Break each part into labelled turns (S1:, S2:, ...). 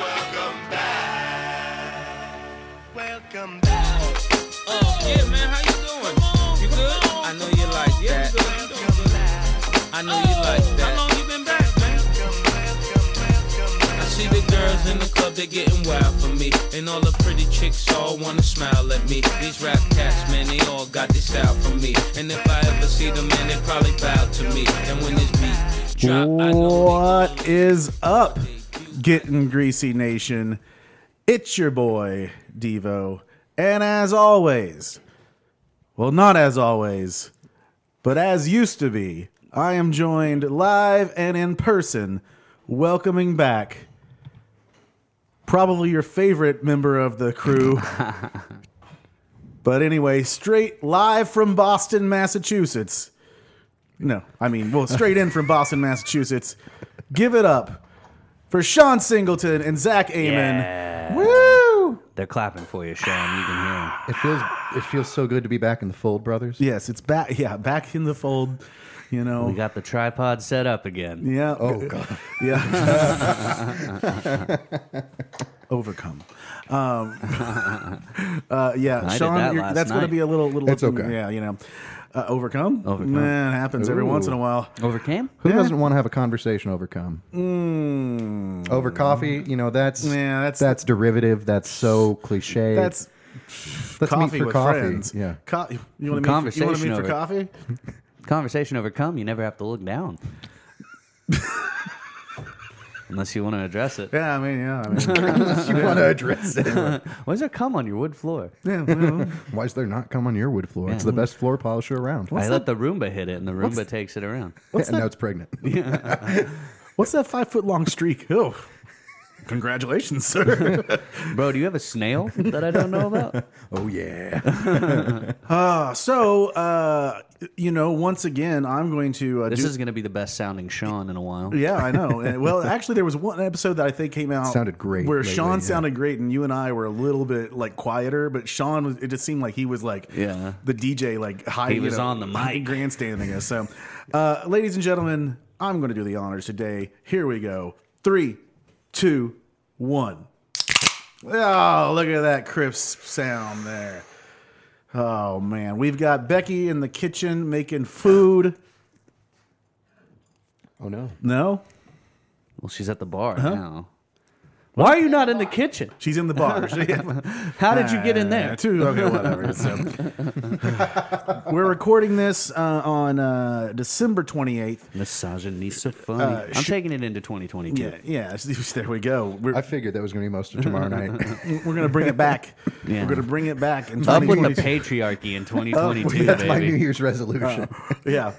S1: Uh, In the club, they're getting wild for me. And all the pretty chicks all wanna smile at me. These rap cats, man, they all got this style from me. And if I ever see them, man, they probably bow to me. And when this beat drop, I know they
S2: What is up, Getting Greasy Nation? It's your boy, Devo. And as always, well, not as always, but as used to be, I am joined live and in person, welcoming back probably your favorite member of the crew. but anyway, straight live from Boston, Massachusetts. No, I mean, well, straight in from Boston, Massachusetts. Give it up for Sean Singleton and Zach Amon.
S3: Yeah.
S2: Woo!
S3: They're clapping for you, Sean. You can hear
S4: It feels it feels so good to be back in the fold, brothers.
S2: Yes, it's back. Yeah, back in the fold. You know.
S3: them. We got the tripod set up again.
S2: yeah.
S4: Oh god.
S2: Yeah. Overcome. Um, uh, yeah,
S3: did
S2: Sean,
S3: that
S2: you're-
S3: last
S2: that's going to
S3: night.
S2: be a little, little.
S4: It's okay.
S2: Yeah, you know. Uh, overcome.
S3: Overcome.
S2: Nah, it happens every
S4: Ooh.
S2: once in a while.
S3: Overcame?
S4: Who doesn't want to have a conversation over cum? Over coffee, you know, that's
S2: Mm. Yeah, that's-
S4: that's derivative. That's so cliche.
S2: That's
S4: Let's meet
S2: coffee
S4: for
S2: with
S4: coffee.
S2: friends.
S4: Yeah.
S2: Co- you want to meet? For, you
S3: Conversation
S2: want to meet for
S3: over-
S2: coffee?
S3: Conversation overcome. You never have to look down. Unless you want to address it.
S2: Yeah, I mean, yeah, I mean,
S4: you want to address it.
S3: Why is there cum on your wood floor?
S2: yeah. well,
S4: Why is there not cum on your wood floor? It's
S3: Yeah.
S4: the best floor polisher around.
S3: I let the Roomba hit it, and the Roomba takes it around.
S4: and now it's pregnant.
S2: What's that five foot long streak? Oh, congratulations, sir.
S3: Bro, do you have a snail that I don't know about?
S4: oh yeah.
S2: Uh, so, uh, you know, once again, I'm going to uh,
S3: This
S2: do.
S3: is going to be the best sounding Sean in a while.
S2: yeah, I know. And, well, actually, there was one episode that I think came out
S4: Sounded great
S2: where
S4: lately,
S2: Sean
S4: yeah.
S2: sounded great, and you and I were a little bit like quieter, but Sean was. It just seemed like he was like
S3: Yeah.
S2: the DJ, like high.
S3: He
S2: you
S3: was
S2: know,
S3: on the mic.
S2: grandstanding us. So, uh, ladies and gentlemen, I'm going to do the honors today. Here we go. Three, two, one. Oh, look at that crisp sound there. Oh man, we've got Becky in the kitchen making food.
S4: Oh no.
S2: No,
S3: Well, she's at the bar now. Why are you not in the kitchen?
S2: she's in the bar.
S3: How did you get in there?
S2: Too. Okay, whatever. So, we're recording this uh, on uh, December 28th.
S3: Misogynist so funny. I'm taking it into 2022.
S2: uh, Yeah, yeah. There we go. We're,
S4: I figured that was going to be most of tomorrow night.
S2: we're gonna bring it back.
S3: Yeah.
S2: We're gonna bring it back in
S3: Up with the
S2: 2022.
S3: patriarchy in 2022,
S4: That's my New
S3: baby.
S4: Year's resolution.
S2: Yeah.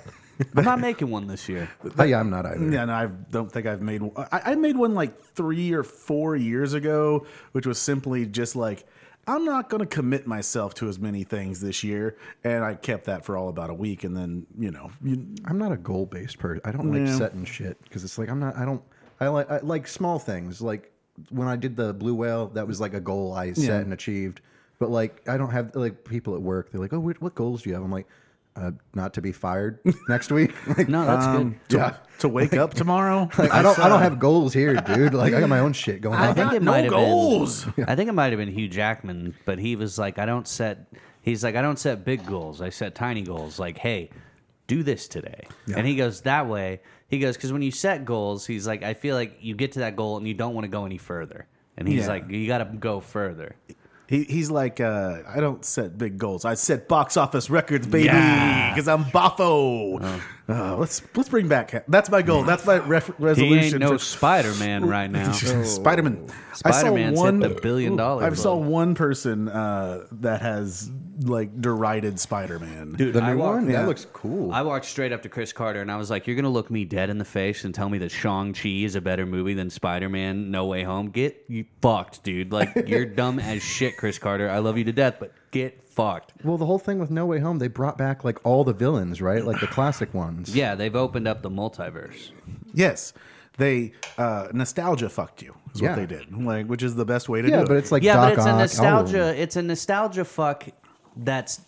S3: I'm not making one this year.
S4: Oh, yeah, I'm not either.
S2: Yeah, no, I don't think I've made. I, I made one like three or four years ago, which was simply just like I'm not going to commit myself to as many things this year, and I kept that for all about a week, and then you know, you,
S4: I'm not a goal based person. I don't
S2: Yeah.
S4: like setting shit because it's like I'm not. I don't. I like I like small things. Like when I did the blue whale, that was like a goal I set
S2: Yeah.
S4: and achieved. But like I don't have like people at work. They're like, oh, what, what goals do you have? I'm like, uh, not to be fired next week. Like,
S3: No, that's good.
S2: to,
S4: Yeah.
S2: to wake up tomorrow.
S4: like, I don't. I don't have goals here, dude. Like I got my own shit going
S3: I
S4: on.
S3: think
S2: got
S3: it
S2: no
S3: might have
S2: goals.
S3: been. I think it might have been Hugh Jackman, but he was like, I don't set. He's like, I don't set big goals. I set tiny goals. Like, hey, do this today. And he goes that way. He goes because when you set goals, he's like, I feel like you get to that goal and you don't want to go any further. And he's
S2: Yeah.
S3: like, you got to go further.
S2: He, he's like, uh, I don't set big goals. I set box office records, baby,
S3: Yeah. Uh-huh.
S2: because I'm boffo. Uh, let's let's bring back. That's my goal. That's my ref- resolution.
S3: He ain't no
S2: for-
S3: Spider Man right now.
S2: Spider-Man.
S3: Spider-Man's hit the billion dollar
S2: I saw
S3: club.
S2: one person uh, that has like derided Spider-Man.
S3: Dude,
S4: the
S3: I
S4: new
S3: walked-
S4: one
S2: yeah.
S4: that looks cool.
S3: I walked straight up to Chris Carter and I was like, "You're gonna look me dead in the face and tell me that Shang Chi is a better movie than Spider Man No Way Home? Get you fucked, dude! Like you're dumb as shit, Chris Carter. I love you to death, but get fucked."
S4: well, the whole thing with No Way Home, they brought back like all the villains, right? Like the classic ones.
S3: Yeah, they've opened up the multiverse.
S2: Yes, they uh, nostalgia fucked you. Is
S4: Yeah.
S2: what they did. Like, which is the best way to
S4: Yeah,
S2: do
S4: but
S2: it.
S4: it's like
S3: yeah,
S4: Doc
S3: but it's
S4: Ock, Oh.
S3: a
S4: all of them.
S3: nostalgia. It's a nostalgia fuck that's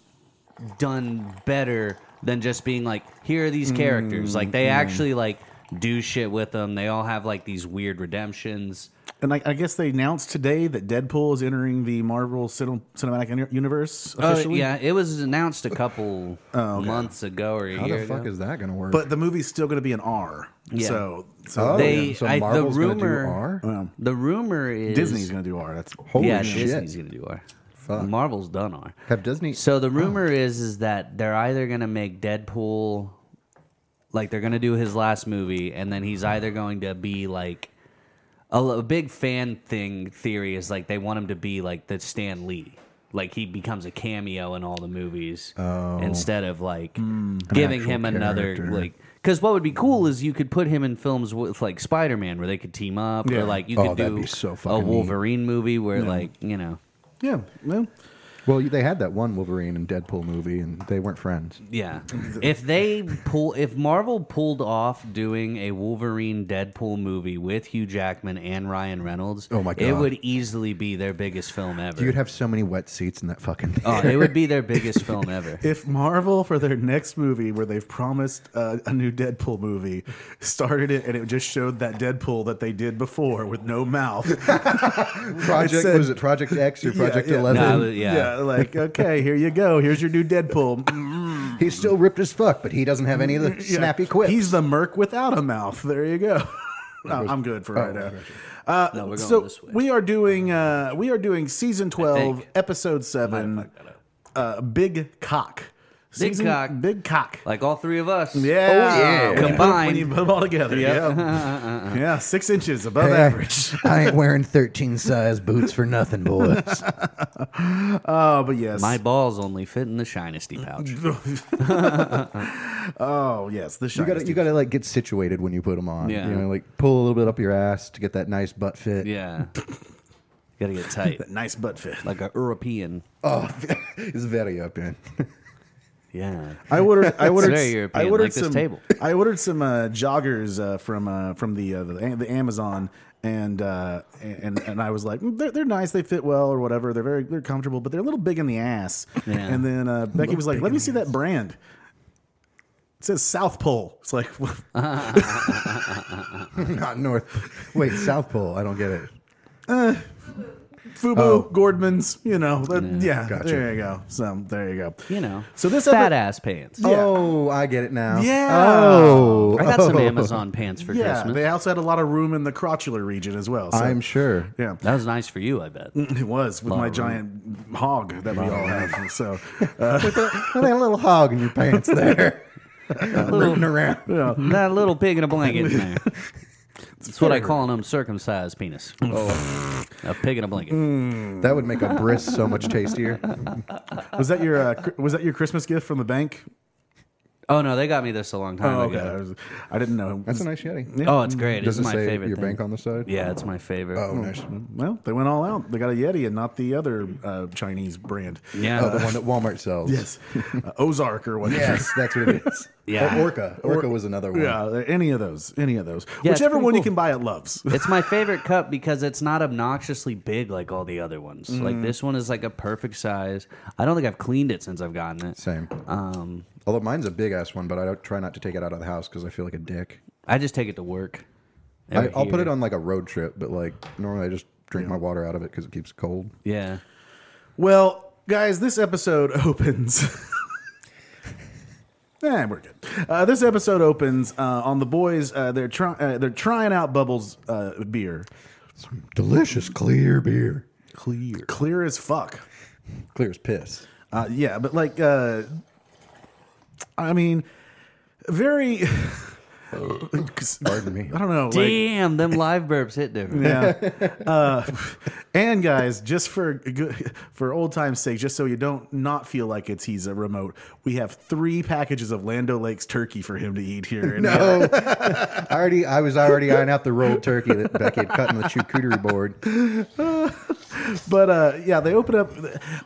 S3: done better than just being like, here are
S4: Mm,
S3: these characters. Like they actually like do shit with them. They all have like these weird redemptions.
S2: and I, I guess they announced today that Deadpool is entering the Marvel Cin- Cinematic Uni- Universe
S3: Oh,
S2: officially.
S3: yeah, it was announced a couple months ago or a
S4: Oh, How
S3: year
S4: the fuck
S3: ago.
S4: is that going to work?
S2: but the movie's still going to be an R.
S3: Yeah.
S2: So, so
S4: Oh,
S3: They-
S4: so
S3: I- the
S4: Marvel's gonna
S3: rumor-
S4: do R.
S2: um,
S3: The rumor is
S2: Disney's going to do R. That's
S4: Holy
S3: yeah,
S4: shit!
S3: Disney's gonna do R.
S4: Fuck.
S3: Marvel's done R.
S4: Have Disney? Oh.
S3: So the rumor is is that they're either gonna make Deadpool, like they're gonna do his last movie, and then he's either going to be like a, l- a big fan thing theory is like they want him to be like the Stan Lee. Like he becomes a cameo in all the movies instead of like giving him
S4: Oh. Hmm. actual
S3: another
S4: character.
S3: like. Because what would be cool is you could put him in films with like Spider Man where they could team up
S2: Yeah.
S3: or like you
S4: Oh,
S3: could
S4: that'd
S3: do
S4: be so
S3: a
S4: fucking neat.
S3: Wolverine movie where like you know
S2: yeah. Well,
S4: well, they had that one Wolverine and Deadpool movie, and they weren't friends.
S3: Yeah. if they pull, if Marvel pulled off doing a Wolverine Deadpool movie with Hugh Jackman and Ryan Reynolds,
S4: Oh my
S3: it
S4: God.
S3: would easily be their biggest film ever.
S4: You'd have so many wet seats in that fucking.
S3: oh, it would be their biggest film ever.
S2: if Marvel for their next movie, where they've promised uh, a new Deadpool movie, started it and it just showed that Deadpool that they did before with no mouth.
S4: Project
S2: said-
S4: was it Project X or Project
S2: yeah.
S4: Eleven?
S3: No, yeah.
S2: like okay, here you go. Here's your new Deadpool. Mm,
S4: He's still ripped as fuck, but he doesn't have any of the
S2: yeah.
S4: snappy quips.
S2: He's the Merc without a mouth. There you go. I'm I'm good for right
S4: Oh,
S2: now.
S4: gotcha.
S2: Uh,
S3: No, we're going
S2: so
S3: this way.
S2: we are doing uh, we are doing season twelve,
S3: think.
S2: episode seven, uh, Big Cock.
S3: Big Cock.
S2: Big Cock. oh,
S3: Like all three of us.
S2: Yeah.
S4: yeah.
S2: When you put-
S3: Combined.
S2: When you put them all together. Yeah. yeah, six inches above
S4: Hey, I-
S2: average.
S4: I ain't wearing thirteen size boots for nothing, boys.
S2: Oh, but yes.
S3: My balls only fit in the shinesty pouch.
S2: oh, yes. The
S4: you gotta, you gotta like get situated when you put them on.
S3: Yeah.
S4: You know, like pull a little bit up your ass to get that nice butt fit.
S3: Yeah. Gotta get tight.
S2: Nice butt fit.
S3: Like a European.
S4: Oh, it's very up in.
S3: Yeah.
S2: I ordered. I ordered.
S3: very
S2: s-
S3: European,
S2: I ordered
S3: like this
S2: some.
S3: table.
S2: I ordered some uh, joggers uh, from uh, from the, uh, the A- the Amazon, and uh, and and I was like, "Mm, they're, they're nice. They fit well or whatever. They're very they're comfortable, but they're a little big in the ass.
S3: Yeah.
S2: And then uh, Becky was like, let me see that brand. It says South Pole. It's like, what?
S4: Not north. Wait, South Pole. I don't get it.
S2: Fubo, Gordman's, you know, but yeah,
S4: Oh. Gotcha.
S2: there you go. So there you go.
S3: You know.
S2: So this
S3: fat
S2: epi-
S3: ass pants.
S4: Oh, I get it now.
S2: Yeah.
S4: Oh,
S3: I got some
S4: Oh.
S3: Amazon pants for
S2: yeah,
S3: Christmas.
S2: they also had a lot of room in the crotchular region as well. So,
S4: I'm sure.
S2: yeah,
S3: that was nice for you, I bet.
S2: it was with my giant hog that we all have. So
S4: With a, with a little hog in your pants there, rooting around.
S3: That little pig in a blanket. Man. That's what I call an uncircumcised penis. A pig in a blanket.
S4: That would make a brisk so much tastier.
S2: was that your uh, cr- was that your Christmas gift from the bank?
S3: Oh no, they got me this a long time
S2: Oh, okay, I,
S3: ago.
S2: was- I didn't know.
S4: That's a nice yeti.
S3: Oh, it's great.
S4: Does
S3: it's
S4: it
S3: my
S4: say
S3: favorite.
S4: your
S3: thing.
S4: bank on the side?
S3: Yeah, it's my favorite.
S4: Oh, nice.
S2: Well, they went all out. They got a Yeti and not the other uh, Chinese brand.
S3: Yeah,
S4: Oh, the one that Walmart sells.
S2: Yes, uh, Ozark or whatever.
S4: Yes, that's what it is.
S3: Yeah.
S4: Or Orca. Orca was another one.
S2: Yeah, any of those, any of those,
S3: Yeah, it's
S2: whichever
S3: pretty
S2: one you
S3: cool.
S2: can buy at Loves.
S3: it's my favorite cup because it's not obnoxiously big like all the other ones.
S4: Mm-hmm.
S3: Like this one is like a perfect size. I don't think I've cleaned it since I've gotten it.
S4: Same.
S3: Um,
S4: Although mine's a big ass one, but I don't try not to take it out of the house because I feel like a dick.
S3: I just take it to work.
S4: I,
S3: Every
S4: I'll put
S3: year.
S4: it on like a road trip, but like normally I just drink my water out of it because it keeps cold.
S3: Yeah.
S2: Well, guys, this episode opens. Eh, we're good. Uh, this episode opens uh, on the boys. Uh, they're trying. Uh, they're trying out Bubbles uh, beer,
S4: Delicious clear beer,
S2: clear, clear as fuck.
S4: clear as piss.
S2: Uh, yeah, but like, uh, I mean, very.
S4: Pardon me.
S2: I don't know. Like,
S3: Damn, them live burps hit different.
S2: yeah. Uh, and guys, just for good, for old times' sake, just so you don't not feel like it's he's a remote, we have three packages of Lando Lake's turkey for him to eat here. And uh, no.
S4: Oh, I already. I was already eyeing out the rolled turkey that Becky had cut in the charcuterie board.
S2: But uh, yeah, they open up.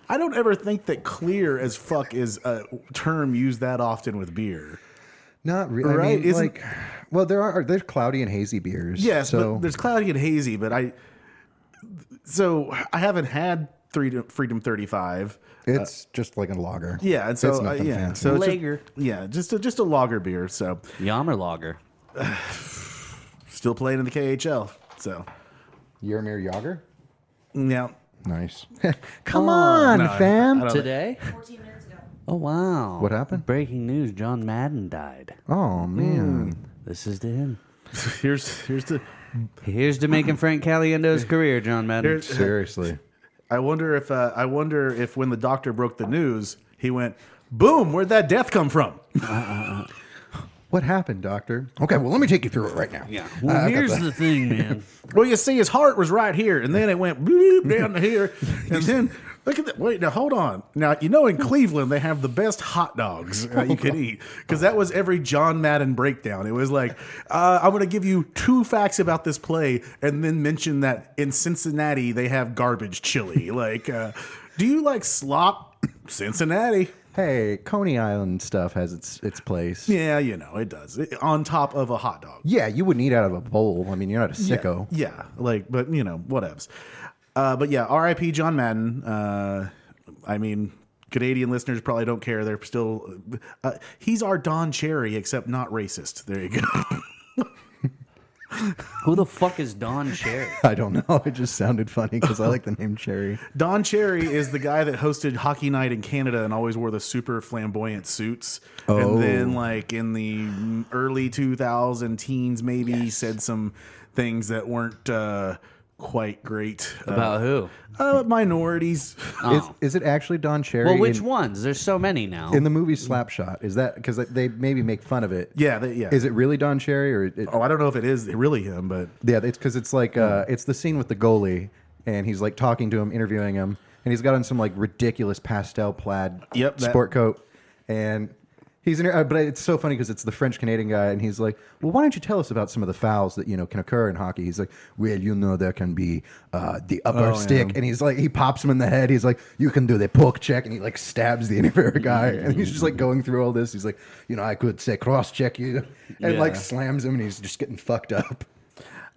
S2: I don't ever think that clear as fuck is a term used that often with beer.
S4: Not really. I
S2: Right,
S4: mean,
S2: isn't-
S4: like, well, there are there's cloudy and hazy beers.
S2: Yes,
S4: so
S2: but there's cloudy and hazy, but I so I haven't had Freedom Freedom 35.
S4: it's just like a lager.
S2: uh, Yeah, and so
S4: It's
S2: uh,
S4: nothing
S2: yeah,
S4: fancy.
S2: so it's just-
S3: Lager.
S2: yeah, just a, just a lager beer. So
S3: Yammer lager.
S2: still playing in the KHL. So
S4: Yermir Yager.
S2: yeah,
S4: Nice.
S2: Oh,
S4: Come on, fam.
S3: Today?
S5: 14 minutes ago.
S3: Oh wow!
S4: What happened?
S3: Breaking news: John Madden died.
S2: Mm.
S4: oh man.
S3: This is to him.
S2: Here's here's the.
S3: Here's to making Frank Caliendo's career, John Madden.
S2: Here's,
S4: Seriously.
S2: I wonder if uh, I wonder if when the doctor broke the news, he went, "Boom! Where'd that death come from?"
S4: What happened, doctor? Okay, well, let me take you through it right now. Yeah.
S3: well, here's the thing, man.
S2: Well, you see, his heart was right here, and then it went bloop down to here, and then look at that. Wait, now hold on. Now you know in Cleveland they have the best hot dogs that you could eat because that was every John Madden breakdown. It was like uh, I'm going to give you two facts about this play, and then mention that in Cincinnati they have garbage chili. Like, uh, do you like slop? Cincinnati.
S4: Hey, Coney Island stuff has its its place. Yeah.
S2: Yeah, you know it does. It- on top of a hot dog.
S4: you wouldn't eat out of a bowl. I mean, you're not a sicko.
S2: Yeah, like, but you know, whatevs. Uh, but yeah, R.I.P. John Madden. Uh, I mean, Canadian listeners probably don't care. They're still. Uh, he's our Don Cherry, except not racist. There you go.
S3: Who the fuck is Don Cherry?
S4: I don't know. It just sounded funny because I like the name Cherry.
S2: Don Cherry is the guy that hosted Hockey Night in Canada and always wore the super flamboyant suits.
S4: Oh.
S2: And then, like in the early 2000 teens, maybe said some things that weren't uh, quite great
S3: About who?
S2: uh, minorities.
S4: Is, is it actually Don Cherry?
S3: Oh. Well, which
S4: in,
S3: ones? There's so many now.
S4: in the movie Slapshot? Is that because they maybe make fun of it?
S2: Yeah, they, yeah.
S4: Is it really Don Cherry or? It,
S2: Oh, I don't know if it is really him, but
S4: Yeah, it's because it's like
S2: Hmm.
S4: uh, it's the scene with the goalie, and he's like talking to him, interviewing him, and he's got on some like ridiculous pastel plaid
S2: Yep, that-
S4: sport coat, and he's in. Uh, but it's so funny because it's the French Canadian guy, and he's like, "Well, why don't you tell us about some of the fouls that you know can occur in hockey?" He's like, "Well, you know there can be uh, the upper
S2: Oh,
S4: stick," and he's like, he pops him in the head. He's like, "You can do the poke check," and he like stabs the interviewer guy, and he's just like going through all this. He's like, "You know, I could say cross check you," and like
S3: Yeah.
S4: slams him, and he's just getting fucked up.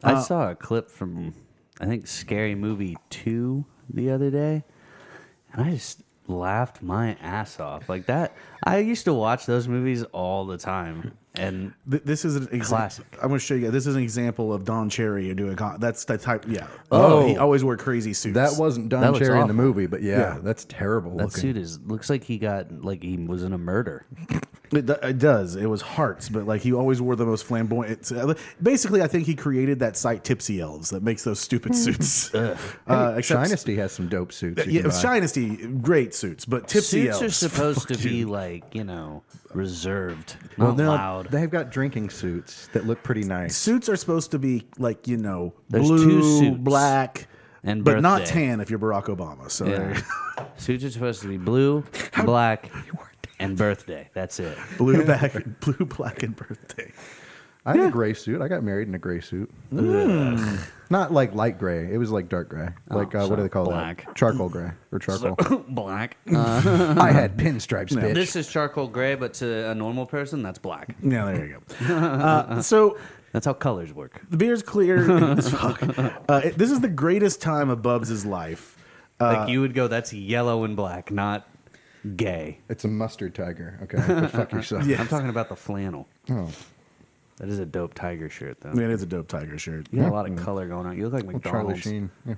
S3: I saw a clip from I think Scary Movie Two the other day, and I just laughed my ass off. Like that, I used to watch those movies all the time, and
S2: th- this is an exa-
S3: Classic.
S2: I'm going to show you. This is an example of Don Cherry doing. Con- that's the type. Yeah.
S4: Oh.
S2: he always wore crazy suits.
S4: That wasn't
S3: That
S4: Don
S3: looks
S4: Cherry in the
S3: awful.
S4: movie, but yeah,
S2: Yeah.
S4: that's terrible
S3: that
S4: looking.
S3: suit is looks like he got like he was in a murder.
S2: It, do- it does. It was hearts, but like he always wore the most flamboyant. so, uh, Basically, I think he created that site Tipsy Elves that makes those stupid suits. uh, except,
S4: Shinesty has some dope suits. you
S2: yeah,
S4: can buy.
S2: Shinesty, great suits, but Tipsy
S3: Suits are
S2: Elves.
S3: supposed
S2: fuck
S3: to
S2: you.
S3: be like you know reserved,
S4: Well,
S3: not
S4: they're-
S3: loud.
S4: They've got drinking suits that look pretty nice.
S2: Suits are supposed to be like you know
S3: There's
S2: blue,
S3: two suits.
S2: black,
S3: And
S2: but not
S3: birthday.
S2: tan if you're Barack Obama. So there-
S3: Yeah. Suits are supposed to be blue, black, and birthday. That's it.
S2: blue back, blue black, and birthday.
S4: I had a gray suit. I got married in a gray suit.
S3: Mm.
S4: Not like light gray. It was like dark gray. Like uh,
S3: Oh, so
S4: what do they call
S3: black.
S4: that? Charcoal gray or charcoal?
S3: black. Uh,
S4: I had pinstripes, bitch.
S3: This is charcoal gray, but to a normal person, that's black.
S2: Yeah, there you go. Uh, so
S3: That's how colors work.
S2: the beer's clear. as fuck. Uh, it- this is the greatest time of Bubs' life.
S3: like you would go, that's yellow and black, not gay.
S4: it's a mustard tiger. Okay, go fuck yourself.
S2: Yeah.
S3: I'm talking about the flannel.
S4: Oh.
S3: That is a dope tiger shirt, though.
S2: Man, it's a dope tiger shirt.
S3: You got a lot of color going on. You look like
S4: Charlie
S3: McDonald's.
S4: Sheen. Yeah.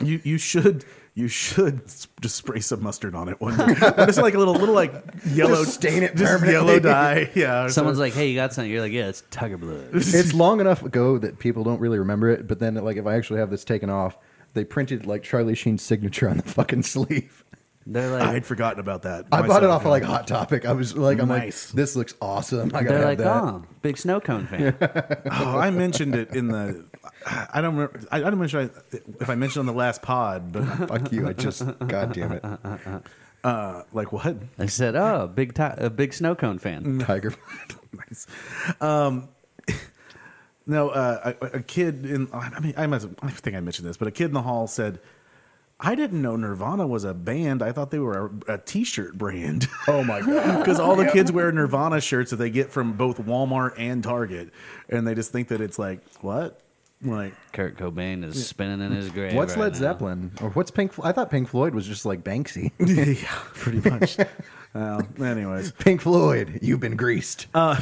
S2: You you should you should s- just spray some mustard on it one day. But it's like a little little like yellow
S4: Just stain it
S2: just
S4: permanently.
S2: yellow dye. Yeah, or
S3: Someone's
S2: something.
S3: like, "Hey, you got something?" You're like, "Yeah, it's tiger blood."
S4: it's long enough ago that people don't really remember it. But then, like, if I actually have this taken off, they printed like Charlie Sheen's signature on the fucking sleeve.
S3: They're like,
S2: I had forgotten about that.
S4: I bought it
S2: myself.
S4: off of like Hot Topic. I was like, I'm
S2: Nice.
S4: like, this looks awesome. I gotta
S3: they're
S4: have
S3: like,
S4: that.
S3: "Oh, big snow cone fan."
S2: Oh, I mentioned it in the. I don't remember. I don't mention if I mentioned on the last pod,
S3: "Oh."
S2: but
S4: Fuck you! I just, god damn it,
S2: uh, like what?
S3: I said, "Oh, big ti- a big snow cone fan."
S4: Tiger.
S2: nice. Um, no, uh, a, a kid in. I mean, I must. I think I mentioned this, but a kid in the hall said, "I didn't know Nirvana was a band. I thought they were a, a t-shirt brand."
S4: Oh my god!
S2: Because all the kids wear Nirvana shirts that they get from both Walmart and Target, and they just think that it's like what, like
S3: Kurt Cobain is spinning in his grave.
S4: What's
S3: right
S4: Led
S3: now.
S4: Zeppelin or what's Pink? Flo- I thought Pink Floyd was just like Banksy.
S2: yeah, pretty much. Well, anyways,
S4: Pink Floyd, you've been greased.
S2: Uh,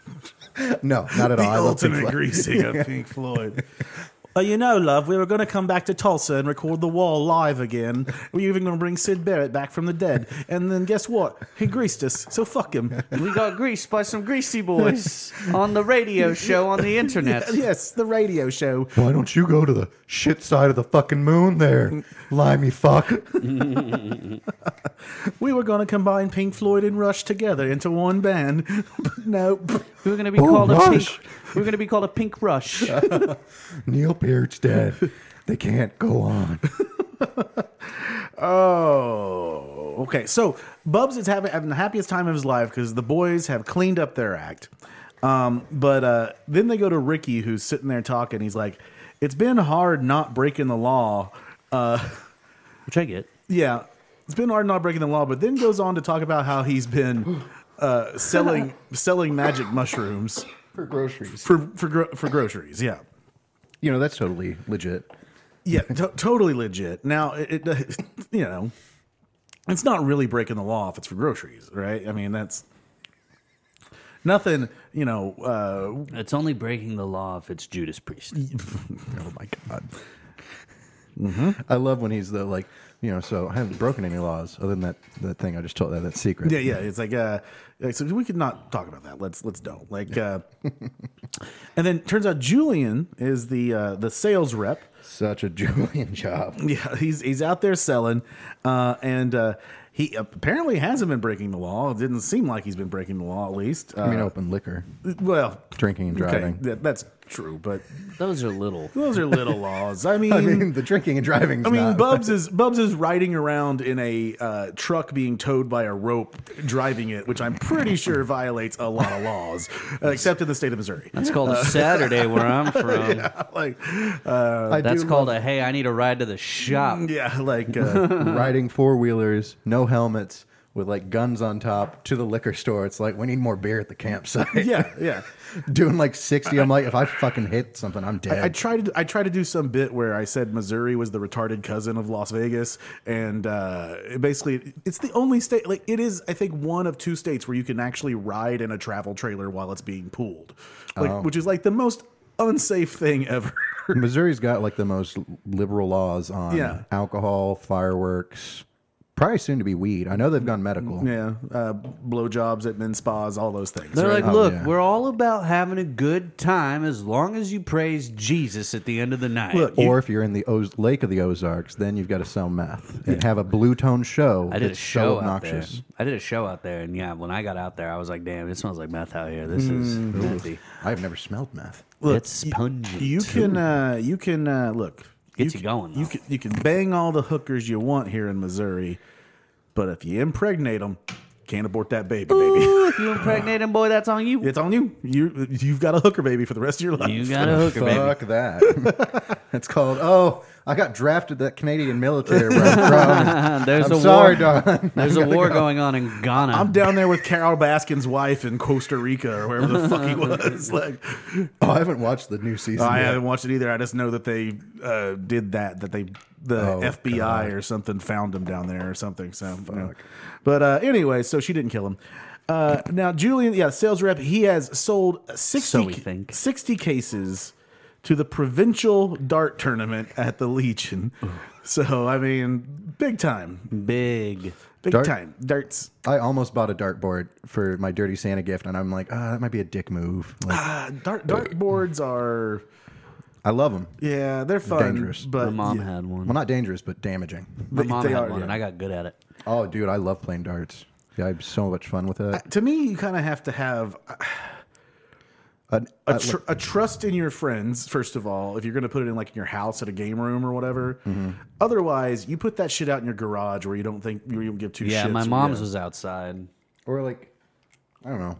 S4: no, not at all.
S2: the
S4: I love Pink
S2: ultimate
S4: Floyd.
S2: greasing of Pink Floyd. Oh, you know, love, we were going to come back to Tulsa and record The Wall live again. We were even going to bring Sid Barrett back from the dead. And then guess what? He greased us, so fuck him.
S3: We got greased by some greasy boys on the radio show on the internet.
S2: yes, the radio show.
S4: Why don't you go to the shit side of the fucking moon there, limey fuck?
S2: We were going to combine Pink Floyd and Rush together into one band. But nope.
S3: We were going to be
S4: Oh,
S3: called a
S4: Rush.
S3: pink. We were going to be called a pink rush.
S4: Neil Peart's dead. They can't go on.
S2: Oh, okay. So Bubs is having, having the happiest time of his life because the boys have cleaned up their act. Um, but uh, then they go to Ricky, who's sitting there talking. He's like, "It's been hard not breaking the law." Uh,
S3: Which I get.
S2: Yeah, it's been hard not breaking the law. But then goes on to talk about how he's been uh, selling selling magic mushrooms
S4: For groceries.
S2: for for gro- for groceries. Yeah.
S4: You know, that's totally legit.
S2: Yeah, to- totally legit. Now, it, it you know, it's not really breaking the law if it's for groceries, right? I mean, that's nothing. You know, uh,
S3: It's only breaking the law if it's Judas Priest.
S4: Oh my god.
S2: Mm-hmm.
S4: I love when he's the like, you know. So I haven't broken any laws other than that that thing I just told that that secret.
S2: yeah, yeah. It's like, uh, like, so we could not talk about that. Let's let's don't like. Uh, and then turns out Julian is the uh, the sales rep.
S4: Such a Julian job.
S2: Yeah, he's he's out there selling, uh, and uh, he apparently hasn't been breaking the law. It didn't seem like he's been breaking the law, at least. Uh,
S4: I mean, open liquor,
S2: well,
S4: drinking and
S2: okay,
S4: driving.
S2: that, that's true, but
S3: Those are little.
S2: Those are little laws. I mean,
S4: I mean, the drinking and driving.
S2: Bubs is Bubs is riding around in a uh, truck being towed by a rope, driving it, which I'm pretty sure violates a lot of laws, uh, except in the state of Missouri.
S3: That's called a Saturday where I'm from.
S2: like,
S4: I
S3: That's
S4: do
S3: called
S4: love Mm,
S3: a hey, I need a ride to the shop.
S2: yeah, like uh,
S4: riding four wheelers, no helmets, with like guns on top to the liquor store. It's like we need more beer at the campsite.
S2: yeah, yeah.
S4: doing like sixty. I'm like, if I fucking hit something, I'm dead.
S2: I, I tried to I tried to do some bit where I said Missouri was the retarded cousin of Las Vegas, and uh, it basically it's the only state like it is I think one of two states where you can actually ride in a travel trailer while it's being pulled, like, which is like the most unsafe thing ever.
S4: Missouri's got like the most liberal laws on
S2: Yeah.
S4: alcohol, fireworks, probably soon to be weed. I know they've gone medical.
S2: yeah, uh, blowjobs at men's spas, all those things.
S3: They're
S2: right?
S3: like, look,
S4: Oh, yeah.
S3: we're all about having a good time as long as you praise Jesus at the end of the night.
S2: Look, you-
S4: Or if you're in the Oz- Lake of the Ozarks, then you've got to sell meth and have a blue tone show.
S3: I did a
S4: that's
S3: show
S4: so obnoxious.
S3: out there. I did a show out there, and yeah, when I got out there, I was like, damn, it smells like meth out here. This is
S4: Mm.
S3: filthy.
S4: I've never smelled meth.
S3: it's spongy.
S2: you can uh, you can uh, look
S3: Gets you
S2: can-
S3: going,
S2: You
S3: though.
S2: can you can bang all the hookers you want here in Missouri, but if you impregnate them, can't abort that baby, baby.
S3: if you impregnate him, boy, that's on you.
S2: It's on you. You you've got a hooker baby for the rest of your life.
S3: you got a hooker, baby.
S4: Fuck that. it's called, oh, I got drafted that Canadian military where I'm
S3: Uh, there's
S4: from.
S3: a
S4: I'm sorry,
S3: war.
S4: darling.
S3: There's a war going on in Ghana.
S2: I'm down there with Carol Baskin's wife in Costa Rica or wherever the fuck he was. Like
S4: Oh, I haven't watched the new season.
S2: Oh, I
S4: yet.
S2: haven't watched it either. I just know that they uh, did that. That they the
S4: Oh,
S2: FBI or something found him down there or something. So, you know. but uh, anyway, so she didn't kill him. Uh, now Julian, yeah, sales rep. He has sold
S3: So we
S2: sixty
S3: think.
S2: 60 cases to the provincial dart tournament at the Legion. So I mean, big time.
S3: Big.
S2: Big
S4: Dart-
S2: time. Darts.
S4: I almost bought a dartboard for my Dirty Santa gift, and I'm like, ah, that might be a dick move.
S3: Ah.
S4: Like,
S2: Uh, dart dart boards are
S4: I love them.
S2: yeah, they're fun.
S4: Dangerous.
S2: But
S3: My mom
S2: yeah.
S3: had one.
S4: Well, not dangerous, but damaging.
S3: My
S2: They-
S3: mom
S2: they
S3: had
S2: are,
S3: one, and
S2: yeah.
S3: I got good at it.
S4: Oh, dude, I love playing darts. Yeah, I have so much fun with it.
S2: to me, you kind of have to have
S4: An- uh,
S2: a, tr- a trust in your friends first of all. If you're going to put it in like in your house at a game room or whatever,
S4: Mm-hmm.
S2: otherwise you put that shit out in your garage where you don't think you don't give two shits.
S3: Yeah, my
S2: or-
S3: mom's
S2: yeah.
S3: was outside.
S4: or like, I don't know.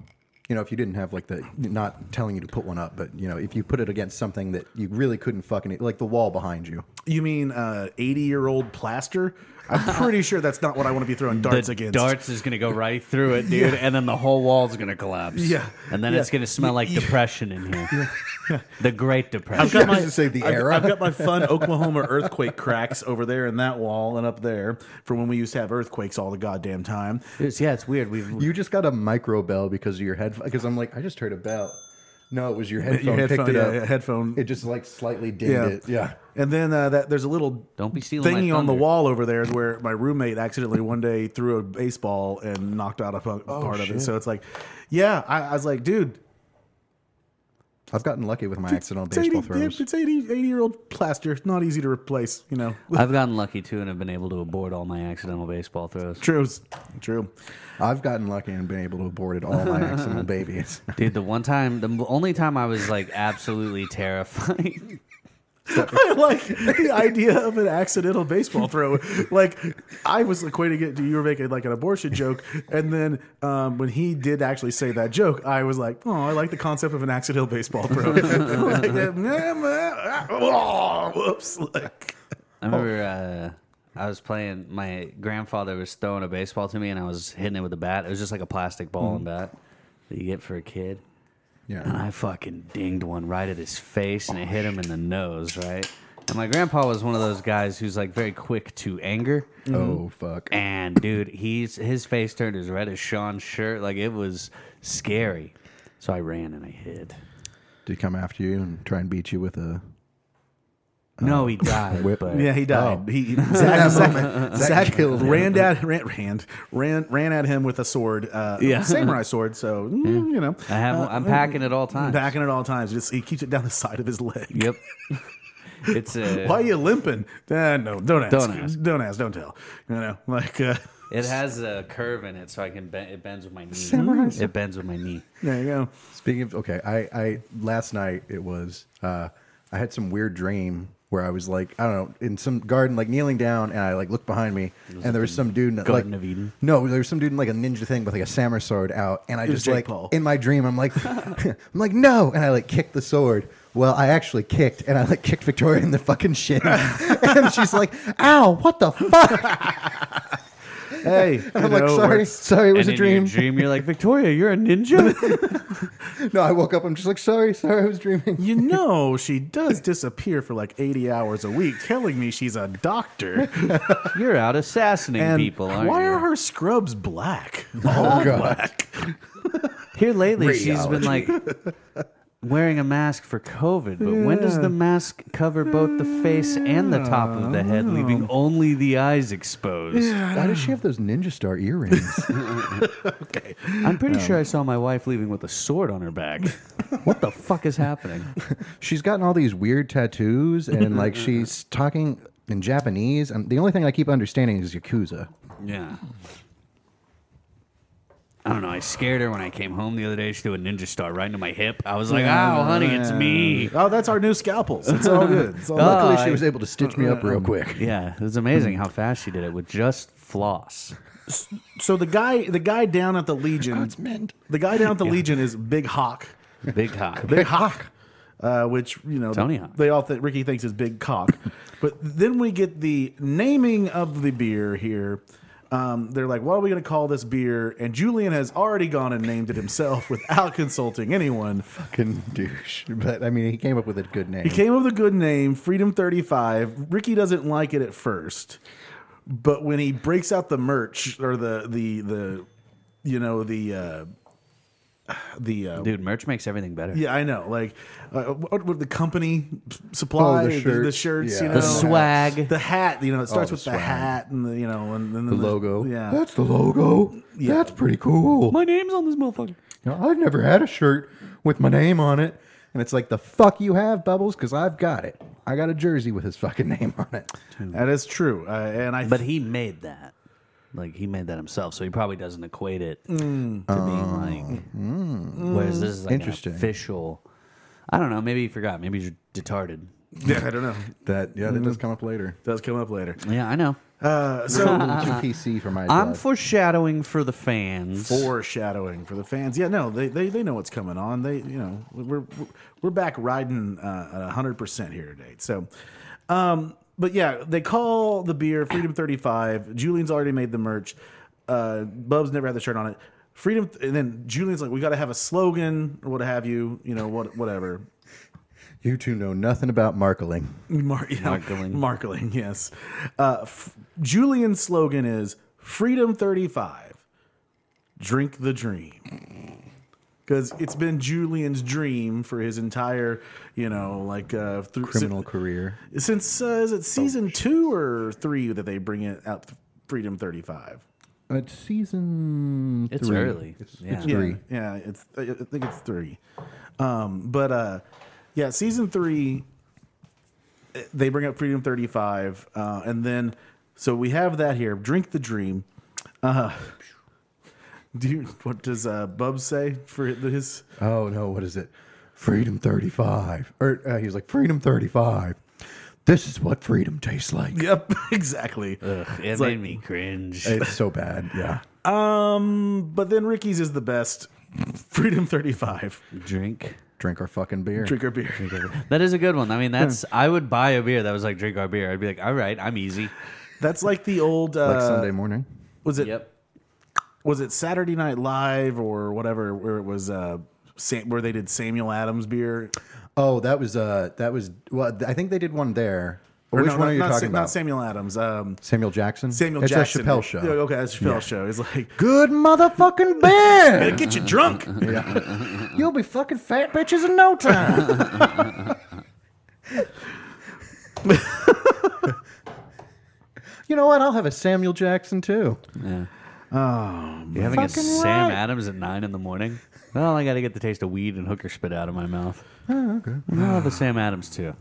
S4: You know, if you didn't have like the not telling you to put one up, but you know, if you put it against something that you really couldn't fucking like the wall behind you.
S2: You mean uh, 80 year old plaster? I'm pretty sure that's not what I want to be throwing darts
S3: the
S2: against.
S3: darts is gonna go right through it, dude, and then the whole wall's gonna collapse.
S2: Yeah.
S3: and then
S2: Yeah.
S3: it's gonna smell like depression in here. The Great Depression.
S4: I was gonna say the
S2: I've,
S4: era.
S2: I've got my fun Oklahoma earthquake cracks over there in that wall and up there from when we used to have earthquakes all the goddamn time.
S3: It's- yeah, it's weird. We've
S4: you just got a micro bell because of your head. Because I'm like, I just heard a bell. No, it was your headphone.
S2: headphone,
S4: picked it
S2: yeah,
S4: up.
S2: yeah, headphone.
S4: It just like slightly dinged
S2: Yeah.
S4: it. Yeah.
S2: And then uh, that there's a little
S3: Don't be stealing my
S2: thingy on the
S3: thunder.
S2: wall over there is where my roommate accidentally one day threw a baseball and knocked out a pu- part of it.
S4: Oh, shit.
S2: So it's like, yeah, I, I was like, dude,
S4: I've gotten lucky with my accidental
S2: it's 80,
S4: baseball throws.
S2: it's 80, 80 year old plaster. It's not easy to replace, you know.
S3: I've gotten lucky too, and I've been able to abort all my accidental baseball throws.
S2: True, it's true.
S4: I've gotten lucky and been able to abort it all my accidental babies.
S3: Dude, the one time, the only time I was like absolutely terrified.
S2: I like the idea of an accidental baseball throw. Like I was equating it to you were making like an abortion joke, and then um, when he did actually say that joke, I was like, oh, I like the concept of an accidental baseball throw. like, that, nah, man, ah, oh, whoops, like
S3: I
S2: Oh.
S3: remember uh, I was playing. My grandfather was throwing a baseball to me, and I was hitting it with a bat. It was just like a plastic ball
S2: Mm.
S3: and bat that you get for a kid. And
S4: Yeah.
S3: I fucking dinged one right at his face, and it hit him in the nose. Right. And my grandpa was one of those guys who's like very quick to anger.
S4: Oh fuck.
S3: And dude, he's his face turned as red as Sean's shirt. Like it was scary. So I ran and I hid.
S4: Did he come after you and try and beat you with a
S3: No, he died.
S4: whip?
S3: but-
S2: yeah, he died. He Zach,
S4: Oh. That
S2: Zach,
S4: moment,
S2: Zach
S4: Zach killed him.
S2: ran at ran, ran ran ran at him with a sword, uh,
S3: Yeah.
S2: samurai sword. So mm, you know,
S3: I have. I'm packing at all times.
S2: backing at all times. Just he keeps it down the side of his leg.
S3: Yep. It's a.
S2: Why are you limping? Uh, no, don't ask.
S3: Don't ask.
S2: Don't ask. Don't tell. You know, like uh,
S3: It has a curve in it, so I can bend. It bends with my knee. Hmm?
S4: Samurai
S3: It bends with my knee.
S2: there you go.
S4: Speaking of okay, I, I last night it was uh, I had some weird dream where I was like I don't know in some garden like kneeling down and I like looked behind me and there was some dude in a-
S3: Garden
S4: like,
S3: of Eden?
S4: No, there was some dude in like a ninja thing with like a samurai sword out and I
S2: was
S4: just
S2: Jake
S4: like
S2: Paul.
S4: in my dream I'm like I'm like no and I like kicked the sword. Well, I actually kicked and I like kicked Victoria in the fucking shin and she's like ow what the fuck
S2: Hey,
S4: and I'm
S2: you
S4: like
S2: know,
S4: sorry
S2: it's-
S4: sorry it was
S3: and
S4: a
S3: in your
S4: dream.
S3: dream, you're like Victoria. You're a ninja.
S4: no, I woke up I'm just like sorry sorry I was dreaming.
S2: You know, she does disappear for like 80 hours a week, telling me she's a doctor.
S3: you're out assassinating
S2: And
S3: people. Aren't
S2: why
S3: you?
S2: are her scrubs black?
S4: Oh god.
S3: Here lately, she's been like wearing a mask for COVID, but when does the mask cover both the face and the top of the head, leaving only the eyes exposed?
S4: Why does she have those ninja star earrings?
S3: I'm pretty sure I saw my wife leaving with a sword on her back. what the fuck is happening?
S4: She's gotten all these weird tattoos, and like she's talking in Japanese. And the only thing I keep understanding is yakuza.
S3: Yeah. I don't know. I scared her when I came home the other day. She threw a ninja star right into my hip. I was like, "Oh, honey, it's me."
S2: Oh, that's our new scalpels. It's all good. It's all
S4: Luckily,
S3: I-
S4: she was able to stitch me up real quick.
S3: Yeah, it was amazing how fast she did it with just floss.
S2: So the guy, the guy down at the Legion,
S4: meant.
S2: the guy down at the Legion is Big Hawk.
S3: Big cock.
S2: Big Hawk, uh, which you know
S3: Tony Hawk.
S2: They all think Ricky thinks is Big Cock, but then we get the naming of the beer here. Um, they're like, "What are we going to call this beer?" And Julian has already gone and named it himself without consulting anyone.
S4: Fucking douche. But I mean, he came up with a good name.
S2: He came up with a good name, Freedom Thirty Five. Ricky doesn't like it at first, but when he breaks out the merch or the the the you know the uh, the uh,
S3: Dude, merch makes everything better.
S2: Yeah, I know. Like, uh, what would the company s- supply
S4: Oh, the
S2: the, the,
S4: shirts.
S2: shirts?
S4: Yeah. Oh,
S2: You know,
S3: The swag.
S2: the hat. You know, it starts
S4: the
S2: with the
S4: swag.
S2: hat, and the, you know, and, and
S4: the logo.
S2: Yeah,
S4: That's the logo. That's pretty cool.
S3: My name's on this motherfucker.
S4: You know, I've never had a shirt with my name on it. And it's like, the fuck you have, Bubbles? Because I've got it. I got a jersey with his fucking name on it.
S2: that is true. Uh, and I,
S3: But he made that. Like he made that himself, so he probably doesn't equate it to being like. Whereas this is like
S4: Mm. Interesting.
S3: an official. I don't know. Maybe he forgot. Maybe he's retarded.
S2: yeah, I don't know.
S4: That, yeah, that does come up later.
S2: Does come up later.
S3: Yeah, I know.
S2: Uh, so
S4: PC for my
S3: I'm
S4: dad.
S3: foreshadowing for the fans.
S2: foreshadowing for the fans. Yeah, no, they they, they know what's coming on. They you know we're we're- we're back riding uh, a hundred percent here today. So, um, but yeah, they call the beer Freedom Thirty Five. Julian's already made the merch. Uh, Bub's never had the shirt on it. Freedom, and then Julian's like, we got to have a slogan or what have you. You know what, whatever.
S4: You two know nothing about markling.
S2: Mar- yeah,
S3: Markeling.
S2: Markeling, yes. Uh, f- Julian's slogan is Freedom 35, drink the dream. because it's been Julian's dream for his entire, you know, like uh, through,
S4: Criminal career.
S2: since uh, is it season two or three that they bring it out? Freedom thirty five.
S4: uh, It's season.
S3: It's
S4: three.
S3: early. yeah.
S4: it's- Three.
S2: Yeah, yeah, it's I I think it's three. Um, but uh, yeah, season three, eh, they bring up Freedom Thirty Five, uh, and then so we have that here. Drink the dream. Uh, do you, what does uh, Bub say for his?
S4: Oh no, what is it? Freedom 35. Or uh, he was like, Freedom 35. This is what freedom tastes like.
S2: Yep, exactly.
S3: Ugh, it made
S2: like-
S3: me cringe.
S4: It's so bad. Yeah.
S2: Um, but then Ricky's is the best. Freedom Thirty Five.
S3: Drink.
S4: Drink our fucking beer.
S2: Drink our beer.
S3: That is a good one. I mean, that's I would buy a beer that was like drink our beer. I'd be like, all right, I'm easy.
S2: That's like the old. Uh,
S4: like Sunday morning.
S2: Was it?
S3: Yep.
S2: was it Saturday Night Live or whatever where it was uh Sam, where they did Samuel Adams beer?
S4: Oh, that was uh that was well, th- I think they did one there. Or
S2: Or
S4: which
S2: no,
S4: one
S2: not,
S4: are you
S2: not
S4: talking
S2: Sa-
S4: about?
S2: Not Samuel Adams. Um,
S4: Samuel Jackson.
S2: Samuel
S4: it's
S2: Jackson.
S4: a Chappelle show.
S2: Yeah, okay, that's Chappelle show. It's like
S4: Good motherfucking beer.
S2: get you drunk.
S4: You'll be fucking fat bitches in no time. you know what? I'll have a Samuel Jackson too.
S3: You having a
S4: Fucking
S3: Sam
S4: right.
S3: Adams at nine in the morning? Well, I got to get the taste of weed and hooker spit out of my mouth. Oh, okay. I'll have a Sam Adams too.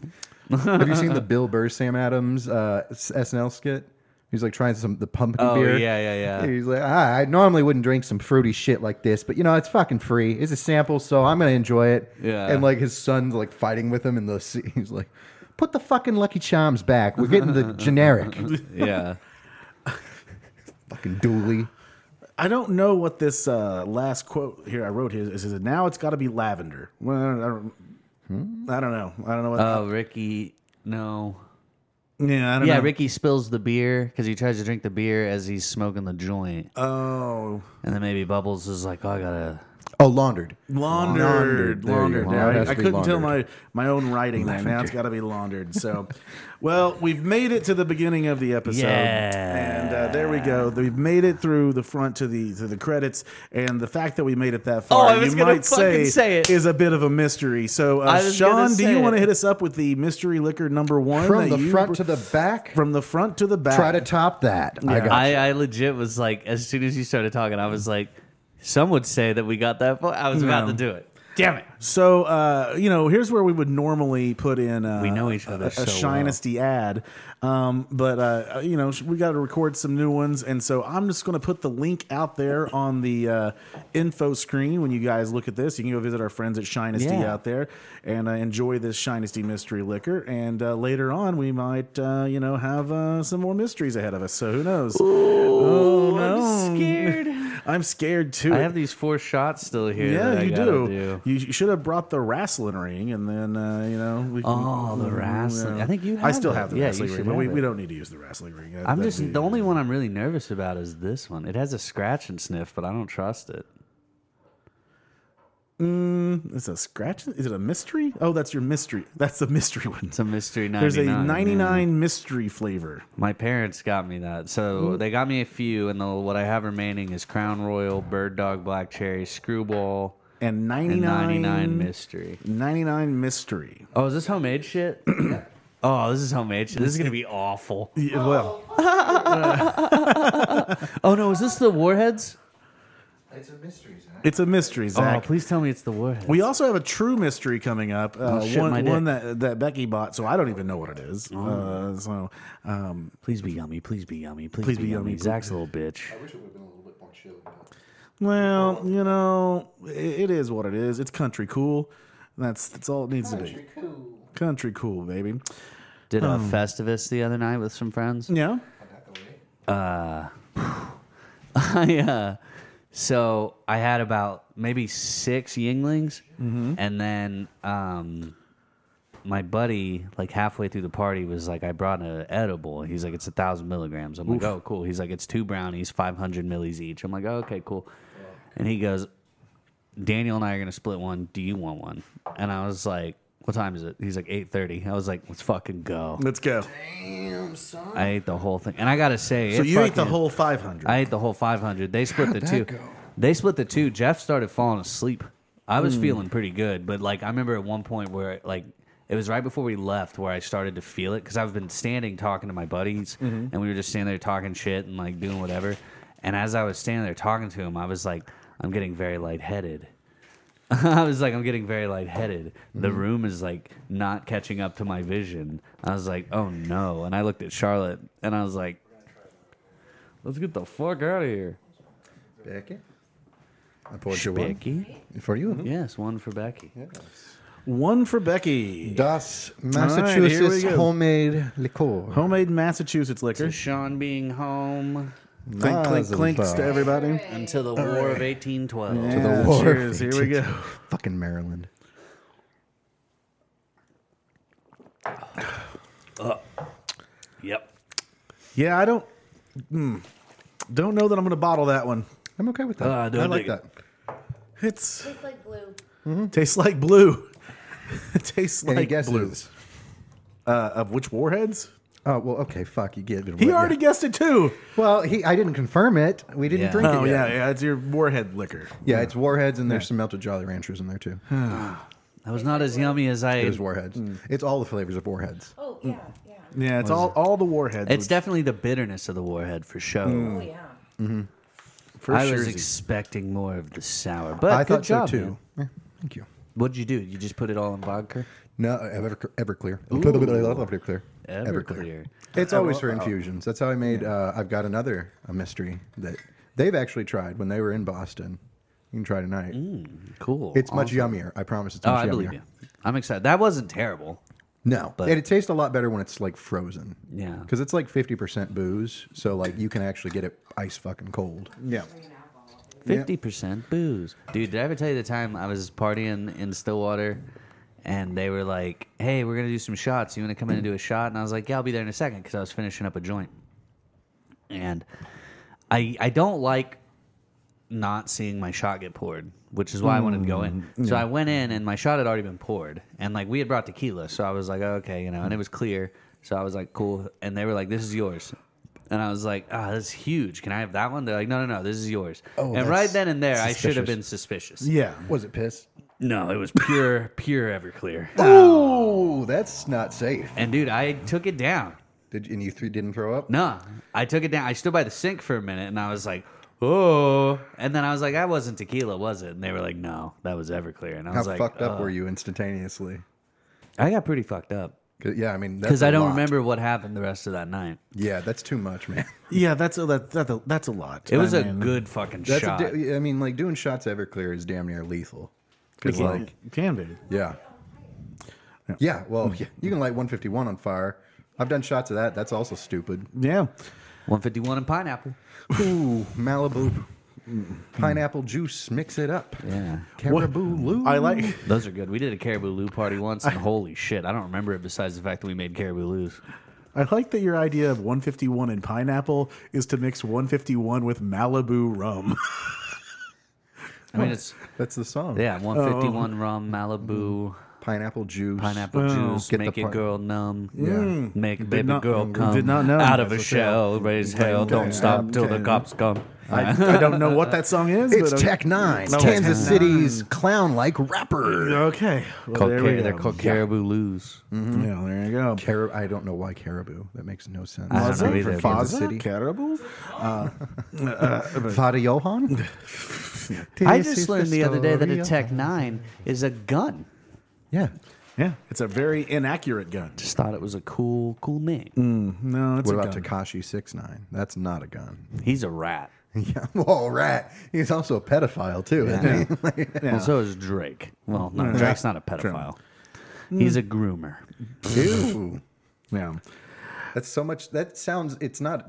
S4: have you seen the Bill Burr Sam Adams uh, S- SNL skit? He's like trying some the pumpkin
S3: Oh,
S4: beer.
S3: yeah, yeah, yeah.
S4: He's like, ah, I normally wouldn't drink some fruity shit like this, but you know it's fucking free. It's a sample, so I'm gonna enjoy it.
S3: Yeah.
S4: And like his son's like fighting with him in the sea. He's like, put the fucking Lucky Charms back. We're getting the generic
S3: Yeah.
S4: fucking dually.
S2: I don't know what this uh, last quote here I wrote here is. Is it now? It's got to be lavender. Well, I don't, I don't, I don't know. I don't know what.
S4: Uh,
S3: Oh, Ricky. No.
S2: yeah, I don't
S3: Yeah,
S2: know.
S3: Ricky spills the beer because he tries to drink the beer as he's smoking the joint,
S2: Oh,
S3: and then maybe Bubbles is like, "Oh, I gotta."
S4: Oh, laundered.
S2: laundered,
S4: Laundered. There you
S2: laundered.
S4: go.
S2: Now
S4: It
S2: I,
S4: has
S2: I
S4: to be
S2: couldn't tell my
S4: laundered.
S2: my own writing there. Now it's got to be laundered. So, well, we've made it to the beginning of the episode,
S3: Yeah.
S2: and uh, there we go. We've made it through the front to the to the credits, and the fact that we made it that far,
S3: Oh, I was
S2: you
S3: gonna
S2: might say,
S3: fucking say it.
S2: is a bit of a mystery. So,
S3: I
S2: uh,
S3: was
S2: Sean,
S3: gonna
S2: do
S3: say
S2: you want to
S3: it.
S2: hit us up with the mystery liquor number one
S4: From
S2: that
S4: the
S2: you br-
S4: front to the back.
S2: from the front to the back?
S4: Try to top that. I got
S3: I, I legit was like, as soon as you started talking, I was like, some would say that we got that. far. I was about
S2: No.
S3: to do it. Damn it.
S2: So uh, you know, here's where we would normally put in. Uh,
S3: We know each other
S2: A, a
S3: so well.
S2: Shinesty ad, um, but uh, you know, we got to record some new ones, and so I'm just going to put the link out there on the uh, info screen. When you guys look at this, you can go visit our friends at Shinesty
S3: Yeah.
S2: out there and uh, enjoy this Shinesty mystery liquor. And uh, later on, we might uh, you know have uh, some more mysteries ahead of us. So who knows? oh no,
S3: Scared.
S2: I'm scared too.
S3: I have these four shots still here.
S2: Yeah,
S3: that I
S2: you
S3: gotta
S2: do. You you should have brought the wrestling ring, and then uh, you know we. Can,
S3: Oh, the
S2: you know.
S3: wrestling. I think you
S2: I
S3: have
S2: still
S3: it.
S2: have the
S3: Yeah, you
S2: wrestling ring,
S3: should
S2: but
S3: have
S2: we,
S3: it.
S2: we don't need to use the wrestling ring. That-
S3: I'm
S2: that'd
S3: just
S2: be-
S3: the only one I'm really nervous about is this one. It has a scratch and sniff, but I don't trust it.
S2: It's a scratch. Is it a mystery? Oh, that's your mystery. That's the mystery one.
S3: It's a mystery 99.
S2: There's a
S3: man.
S2: 99 mystery flavor.
S3: My parents got me that. So they got me a few, and the, what I have remaining is Crown Royal, Bird Dog Black Cherry, Screwball,
S2: And 99,
S3: and 99 Mystery.
S2: 99 mystery.
S3: Oh, is this homemade shit? oh, this is homemade shit. This is going to be awful.
S2: Yeah, well,
S3: Oh, no. Is this the Warheads?
S4: It's a mystery, Zach.
S2: it's a mystery,
S3: Oh,
S2: Zach.
S3: please tell me it's the Warheads.
S2: we also have a true mystery coming up. Uh,
S3: Oh, shit, my
S2: one
S3: dick. Oh.
S2: one that, that Becky bought, so I don't even know what it is. Uh, so um,
S3: please be yummy. Please be yummy. Please,
S2: Please
S3: be,
S2: be
S3: yummy.
S2: yummy.
S3: Zach's a little bitch.
S4: I wish it would have been a little bit more chilled.
S2: Well, you know, i it is what it is. It's country cool. That's that's all it needs to be. Country cool, baby.
S3: Did a Festivus the other night with some friends.
S2: Yeah.
S3: I uh, so I had about maybe six Yinglings,
S2: Mm-hmm.
S3: and then um, my buddy, like halfway through the party, was like, "I brought an edible." He's like, "It's a thousand milligrams." I'm like, "Oh, cool." He's like, "It's two brownies, five hundred millis each." I'm like, oh, "Okay, cool." And he goes, "Daniel and I are gonna split one. Do you want one?" And I was like, "What time is it?" He's like, 8.30. I was like, "Let's fucking go."
S2: Let's go.
S3: I ate the whole thing, and I gotta say,
S2: So
S3: it
S2: you ate the
S3: fucking-
S2: whole 500.
S3: I ate the whole 500. They split the
S4: that
S3: two.
S4: go?
S3: They split the two. Jeff started falling asleep. I
S4: Hmm.
S3: was feeling pretty good, but like I remember at one point where like it was right before we left where I started to feel it because I've been standing talking to my buddies
S4: Mm-hmm.
S3: and we were just standing there talking shit and like doing whatever. And as I was standing there talking to him, I was like, I'm getting very lightheaded. I was like, I'm getting very lightheaded. The
S4: Mm.
S3: room is like not catching up to my vision. I was like, oh no. And I looked at Charlotte and I was like, let's get the fuck out of here.
S4: Becky. I poured you one.
S3: Becky?
S4: For you.
S3: Yes, one for Becky.
S2: One for Becky.
S4: Das
S2: All right,
S4: Massachusetts
S2: here we go.
S4: homemade liqueur.
S2: Homemade Massachusetts liquor.
S3: To Sean being home
S2: Clink, clink, clinks to
S4: Mazel tov.
S2: everybody.
S3: until the War of 1812.
S2: To
S4: the war.
S2: Cheers. Here we go.
S4: Fucking Maryland.
S3: Yep.
S2: Yeah, I don't. mm, don't know that I'm going to bottle that one.
S4: I'm okay with that.
S3: Uh, I don't
S4: I like
S3: dig it.
S4: that.
S2: It's
S5: Tastes like blue.
S2: tastes like blue. It tastes
S4: Any
S2: like
S4: guesses?
S2: blue. Uh, of which warheads?
S4: Oh well, okay. Fuck, you get it.
S2: He
S4: Yeah.
S2: already guessed it too.
S4: Well, he. I didn't confirm it. We didn't
S3: Yeah.
S4: drink
S2: Oh
S4: it.
S2: yeah,
S4: Yet.
S2: yeah. It's your warhead liquor.
S4: Yeah, it's warheads and there's some melted Jolly Ranchers in there too.
S3: That was not as yummy as I.
S4: There's warheads. It's all the flavors of warheads.
S5: Oh yeah, yeah.
S2: Yeah, it's all all the warheads.
S3: It's definitely the bitterness of the warhead for sure.
S4: Mm.
S5: Oh yeah.
S2: for
S3: I was
S2: sure.
S3: expecting more of the sour, but
S4: I
S3: good
S4: thought
S3: job,
S4: so too.
S3: man.
S4: Yeah, thank you.
S3: What'd you do? You just put it all in vodka?
S4: No, uh, Ever, Everclear. Everclear.
S3: Everclear.
S4: It's always for infusions. That's how I made. Uh, I've got another a mystery that they've actually tried when they were in Boston. You can try tonight.
S3: Cool.
S4: Mm, It's much yummier. I promise. It's
S3: Oh,
S4: much
S3: I
S4: yummier.
S3: believe you. I'm excited. That wasn't terrible.
S4: No,
S3: But-
S4: and it tastes a lot better when it's like frozen.
S3: Yeah.
S4: because it's like fifty percent booze, so like you can actually get it ice fucking cold.
S2: yeah.
S3: Fifty percent booze, dude. Did I ever tell you the time I was partying in Stillwater, and they were like, "Hey, we're gonna do some shots. You wanna come in and do a shot?" And I was like, "Yeah, I'll be there in a second because I was finishing up a joint. And I I don't like not seeing my shot get poured, which is why I wanted to go in. So I went in and my shot had already been poured, and like we had brought tequila, so I was like, "Oh, okay, you know, and it was clear, so I was like, cool. And they were like, this is yours. And I was like, ah, this is huge. Can I have that one? They're like, no, no, no, this is yours.
S4: Oh,
S3: and right
S4: that's
S3: then and there, I should have
S4: suspicious.
S3: been suspicious.
S2: Yeah.
S4: Was it piss?
S3: No, it was pure, pure Everclear.
S4: Oh, that's not safe.
S3: And dude, I took it down.
S4: Did and you three didn't throw up?
S3: No, I took it down. I stood by the sink for a minute and I was like, oh. And then I was like, that wasn't tequila, was it? And they were like, no, that was Everclear. And I
S4: How
S3: was like,
S4: fucked up
S3: "Uh."
S4: were you instantaneously?
S3: I got pretty fucked up
S4: 'Cause- yeah, I mean,
S3: because
S4: because
S3: I don't remember what happened the rest of that night.
S4: Yeah, that's too much, man.
S2: Yeah, that's a, that, that that's a lot.
S3: It was
S2: I
S3: a
S2: mean,
S3: good fucking
S4: That's
S3: shot.
S4: A di- I mean, like doing shots Everclear is damn near lethal. 'Cause,
S2: it can-
S4: like,
S2: it can be.
S4: yeah, yeah. Well, yeah, you can light 151 on fire. I've done shots of that. That's also stupid.
S2: Yeah.
S3: 151 and pineapple.
S4: Ooh, Malibu Mm. pineapple juice. Mix it up.
S3: Yeah.
S4: Caribou Lou.
S2: I like.
S3: Those are good. We did a caribou lou party once, and holy shit, I don't remember it besides the fact that we made caribou lous.
S2: I like that your idea of 151 and pineapple is to mix 151 with Malibu rum.
S3: I
S4: Oh.
S3: mean, it's
S4: That's the song.
S3: yeah, 151 rum, Malibu,
S4: Pineapple juice.
S3: pineapple juice,
S4: Get the
S3: make a
S4: part-
S3: girl numb,
S4: Mm.
S3: make a baby
S2: not-
S3: girl
S2: did
S3: come
S2: not know.
S3: out of
S2: That's
S3: a
S2: what
S3: shell, raise hell, don't
S4: okay,
S3: stop till the
S2: okay.
S3: cops come.
S2: I, I don't know what that song is.
S4: It's
S2: but
S4: Tech Nine,
S2: No,
S4: Kansas
S2: Tech Nine.
S4: City's clown-like rapper.
S2: Okay. Well,
S3: Called
S2: there
S3: car-
S2: we go. Mm.
S3: they're called hmm? caribou lous.
S2: Yeah, there you go.
S4: Carib- I don't know why caribou. That makes no sense.
S3: I don't
S2: Faza?
S3: know either,
S2: From
S3: but-
S2: Faza?
S4: Kansas City.
S2: Caribou?
S4: Father Johan.
S3: I just learned the other day that a Tech 9 is a gun.
S4: Yeah.
S2: Yeah, it's a very inaccurate gun.
S3: Just thought it was a cool, cool name.
S2: Mm. No, it's
S4: What
S2: a
S4: about
S2: gun.
S4: Takashi Six Nine? That's not a gun.
S3: He's a rat.
S4: yeah. Well, rat. He's also a pedophile too. Isn't he? Like,
S3: Well, so is Drake. Well, no, Drake's not a pedophile.
S2: Mm.
S3: He's a groomer.
S4: ew.
S2: Yeah.
S4: That's so much. That sounds. It's not.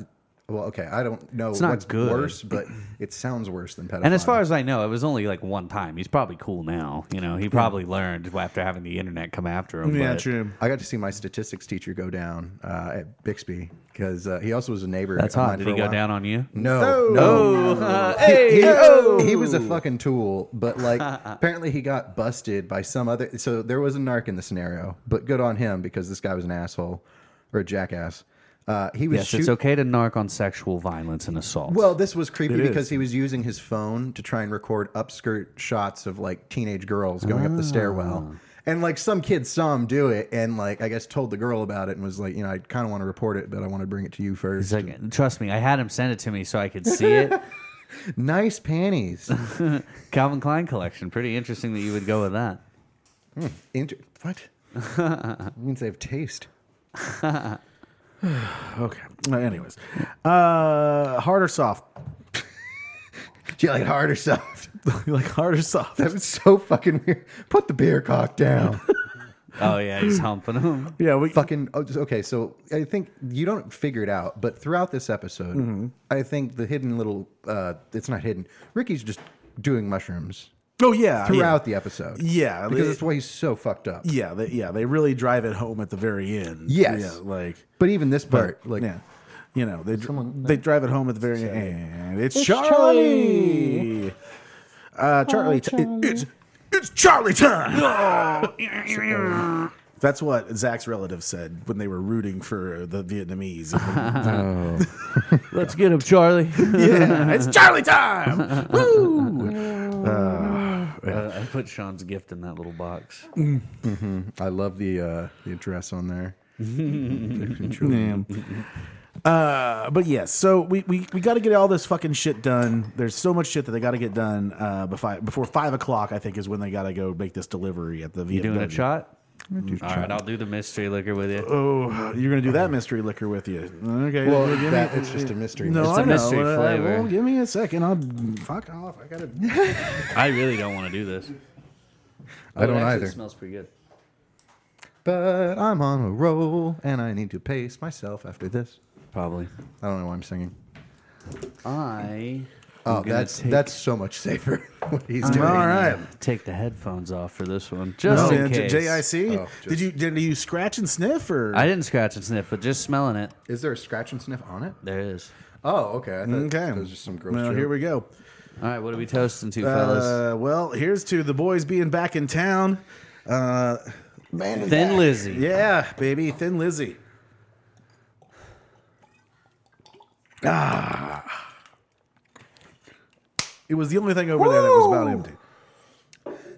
S4: Well, okay. I don't know
S3: not
S4: what's
S3: good.
S4: worse, but it sounds worse than pedophile.
S3: And as far as I know, it was only like one time. He's probably cool now. You know, he probably learned after having the internet come after him.
S2: Yeah,
S3: but
S2: true.
S4: I got to see my statistics teacher go down uh, at Bixby because uh, he also was a neighbor.
S3: That's
S4: of
S3: hot.
S4: mine
S3: Did
S4: for
S3: he
S4: a
S3: go
S4: while.
S3: down on you?
S4: No, no.
S3: hey, oh.
S4: he, he was a fucking tool, but like apparently he got busted by some other. So there was a narc in the scenario, but good on him because this guy was an asshole or a jackass. Uh, he was
S3: Yes,
S4: shoot-
S3: it's okay to narc on sexual violence and assault.
S4: Well, this was creepy
S2: It is.
S4: because he was using his phone to try and record upskirt shots of like teenage girls going up the stairwell.
S3: Ah.
S4: And like some kid saw him do it and like I guess told the girl about it and was like, you know, I kind of want to report it, but I want to bring it to you first.
S3: He's like, trust me, I had him send it to me so I could see it.
S4: nice panties.
S3: Calvin Klein collection. Pretty interesting that you would go with that.
S4: Inter- what? means they have taste.
S2: Okay. Uh, anyways, uh, hard or soft?
S4: Do you like hard or soft?
S2: you like hard or soft?
S4: That was so fucking weird. Put the beer cock down.
S3: Oh yeah, he's humping him.
S2: Yeah, we
S4: fucking oh, just- okay. So I think you don't figure it out, but throughout this episode,
S2: Mm-hmm.
S4: I think the hidden little uh, it's not hidden. Ricky's just doing mushrooms
S2: Oh yeah,
S4: throughout the episode.
S2: Yeah,
S4: because
S2: they-
S4: that's why he's so fucked up.
S2: yeah, yeah, they, yeah. They really drive it home at the very end.
S4: Yes.
S2: yeah, like
S4: But even this part, like
S2: yeah, you know they they drive it home at the very end. It's, Charlie.
S4: Charlie. Oh,
S2: Uh, Charlie, ti- it's it's Charlie time.
S4: Oh.
S2: That's what Zach's relatives said when they were rooting for the Vietnamese.
S3: Let's get him, Charlie.
S2: yeah, it's Charlie time.
S3: Uh, I put Sean's gift in that little box.
S4: I love the uh, the address on there.
S2: Uh, but yes, so we, we, we got to get all this fucking shit done. There's so much shit that they got to get done uh, before before five o'clock. I think is when they got to go make this delivery at the
S3: You doing a
S2: Vietnam.
S3: shot? All right, I'll do the mystery liquor with you.
S2: Oh, you're gonna do that mystery liquor with you? Okay.
S4: Well,
S2: give me-
S4: that, it's just a mystery.
S2: no,
S3: it's a
S2: I know.
S3: mystery
S2: uh,
S3: flavor.
S2: well, give me a second. I'll fuck off. I gotta.
S3: I really don't want to do this.
S4: I
S3: But
S4: don't
S3: actually,
S4: either.
S3: It smells pretty good.
S4: But I'm on a roll, and I need to pace myself after this.
S3: Probably.
S4: I don't know why I'm singing.
S3: I.
S4: Oh,
S3: gonna
S4: that's
S3: take-
S4: that's so much safer. what he's doing.
S2: All right.
S3: Take the headphones off for this one, just
S2: yeah,
S3: in
S2: J-
S3: case.
S2: JIC.
S4: Oh, just-
S2: did you did you scratch and sniff or?
S3: I didn't scratch and sniff, but just smelling it,
S4: Is there a scratch and sniff on it?
S3: there it is.
S4: Oh, okay. I thought
S2: okay.
S4: Those are some gross.
S2: Well, here we go.
S3: All right, what are we toasting to, fellas?
S2: Uh, well, here's to the boys being back in town. Uh,
S4: Man,
S3: Thin Lizzy.
S2: yeah, baby, Thin Lizzy. Ah. It was the only thing over there that was about
S4: Woo!
S2: empty.